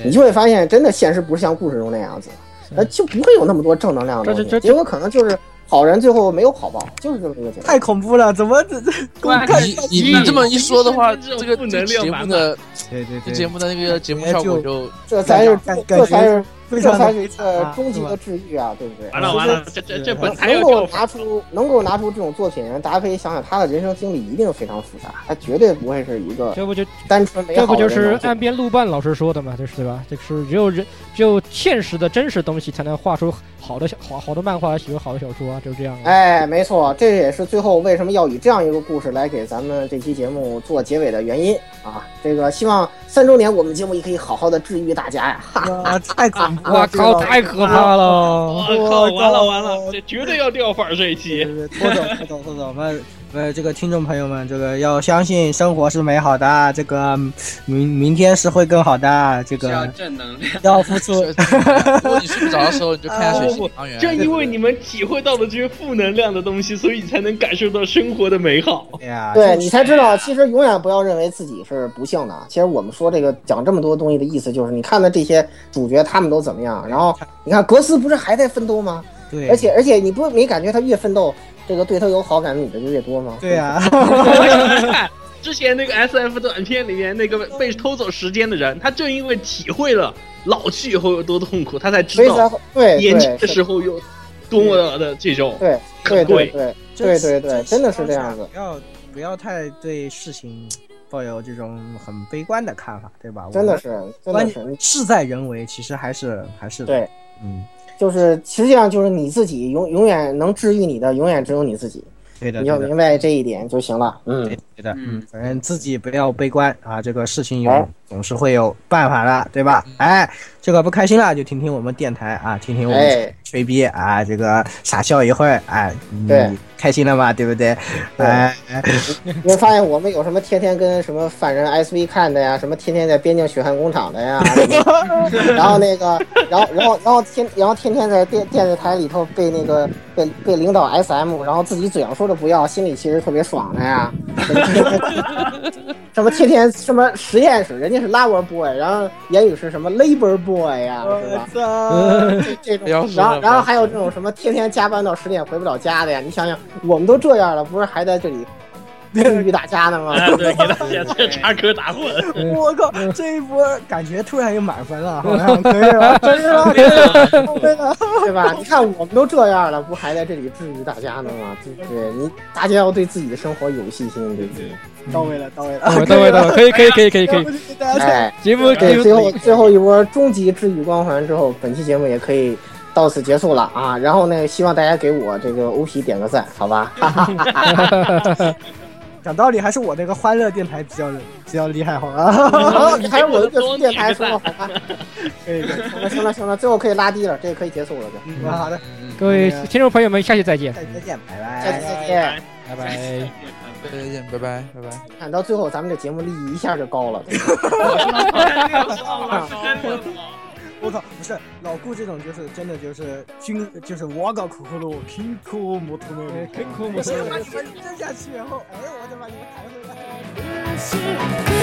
S2: 你就会发现，真的现实不是像故事中那样子，呃，就不会有那么多正能量的东
S3: 嗯这这
S2: 西。结果可能就是好人最后没有好报，就是这么一个结果。
S5: 太恐怖了！怎么这这？
S6: 哇
S7: 你你你这么一说的话，这个
S4: 负
S7: 这
S4: 能
S7: 个
S4: 量
S7: 节
S4: 满满
S7: 目的
S5: 对对
S7: 这节目的那个节目效果就
S2: 这才是
S5: 感感
S2: 这才是
S5: 非
S2: 这
S5: 常
S2: 才
S5: 的
S2: 是一
S5: 啊
S2: 个
S5: 是吧
S2: 终极的治愈啊，对不对？
S4: 完了完了，这这这本来
S2: 能
S4: 要
S2: 够
S4: 掉
S2: 拿出能够拿出这种作品的人，大家可以想想，他的人生经历一定非常复杂，他绝对不会是一个
S3: 这不就
S2: 单纯美
S3: 这
S2: 哎好啊
S3: 不
S2: 的
S3: 就
S2: 人
S3: 是
S2: 能做
S3: 岸边路伴老师说的嘛，就是对吧？就是只有人只有现实的真实东西，才能画出好的小好好的漫画，写出好的小说啊，就是这样啊。
S2: 哎，没错，这也是最后为什么要以这样一个故事来给咱们这期节目做结尾的原因啊！这个希望三周年我们节目也可以好好的治愈大家呀！哈，
S5: 哇，太恐怖
S3: 我
S5: 了！
S3: 靠，太可怕了！
S4: 我靠，完了完了，这绝对要掉粉儿这一
S5: 对
S4: 期。
S5: 对对，拖走拖走拖走，我们呃，这个听众朋友们，这个要相信生活是美好的，这个明明天是会更好的，这
S6: 需
S2: 啊
S6: 要
S5: 个
S6: 正能量。
S5: 要付出。
S7: 是如果你睡不着的时候，你就看一下《水星航员》。
S4: 正因为你们体会到了这些负能量的东西，所以你才能感受到生活的美好。
S5: 对呀，
S2: 对你才知道，其实永远不要认为自己是不幸的。其实我们说这个讲这么多东西的意思就是，你看的这些主角他们都怎么样，然后你看格斯不是还在奋斗吗？
S5: 对，
S2: 而且而且你不没感觉他越奋斗，这个对他有好感的女的就越多吗？
S5: 对啊呀，
S4: 之前那个 S F 短片里面那个被偷走时间的人，他正因为体会了老去以后有多痛苦，他才
S2: 所
S4: 知
S2: 以才
S4: 道
S2: 会对
S4: 年轻
S2: 对
S4: 的时候有多么的这种
S2: 对对
S4: 可
S2: 对
S4: 贵。
S2: 对 对对对，
S5: 珍惜
S2: 真的是这样子
S5: 当。下不要不要太对事情抱有这种很悲观的看法，对吧？
S2: 真的
S5: 我
S2: 是，真
S5: 们
S2: 的
S5: 关
S2: 是
S5: 键，事在人为，其实还是还是
S2: 对，
S5: 嗯，
S2: 就是实际上就是你自己永永远能治愈你的，永远只有你自己，
S5: 对的，
S2: 你要
S5: 对的
S2: 明白这一点就行了。嗯，
S5: 对的，
S6: 嗯
S5: 嗯，反正自己不要悲观啊，这个事情有
S2: 好嗯
S5: 总是会有办法的，对吧？哎，这个不开心了就听听我们电台啊，听听我们
S2: 哎，
S5: 吹逼啊，这个傻笑一会儿啊，你
S2: 对
S5: 开心了吗？对不对？
S2: 对
S5: 哎，
S2: 你会发现我们有什么天天跟什么反人 SV 看的呀，什么天天在边境血汗工厂的呀， 然后那个，然后然后然后天然后天天在电电视台里头被那个被被领导 SM，然后自己嘴上说的不要，心里其实特别爽的呀。 什么天天什么实验室，人家是 lover boy，然后言语是什么 labor boy 呀，是吧？这种
S7: 不要，说
S2: 然
S7: 了
S2: 后然后还有这种什么天天加班到十点回不了家的呀，你想想，我们都这样了，不是还在这里孕育大家呢吗？
S4: 哎，对， 给大家这插科打诨，
S5: 我靠，这一波感觉突然又满分了，好像可以 了，
S2: 真是吗？对吧？你看我们都这样了，不还在这里治愈大家呢吗？对不对？你大家要对自己的生活有信心，对不对？
S5: 到位了，到位了，
S3: 等会儿等会儿等会儿，可以可以可以可以可以，
S5: 以，大家
S2: 哎，
S3: 节目节
S2: 对，最
S3: 目
S2: 后最后一波终极治愈光环之后，本期节目也可以到此结束了啊。然后呢，希望大家给我这个 OP 点个赞，好吧？
S5: 讲道理还是我这个欢乐电台比较比较厉害，好吧？
S2: 还有我的个电台说的好吧？行了行了行了，最后可以拉低了，这个可以结束了就。
S5: 嗯 好的，
S3: 各位听众朋友们，下期再见，
S5: 下期再见，拜
S2: 下
S5: 拜
S2: 期。再见。
S3: 拜拜。
S7: 再见，拜拜，拜拜。
S2: 哎看到最后，咱们这节目利益一下就高了。
S5: 我靠，不是老顾这种，就是真的就是军，就是我搞苦苦鲁，辛苦木头那
S3: 辛苦木头
S5: 我先把你们扔下去，然后哎，我得把你们抬回
S10: 「
S5: 来。
S10: く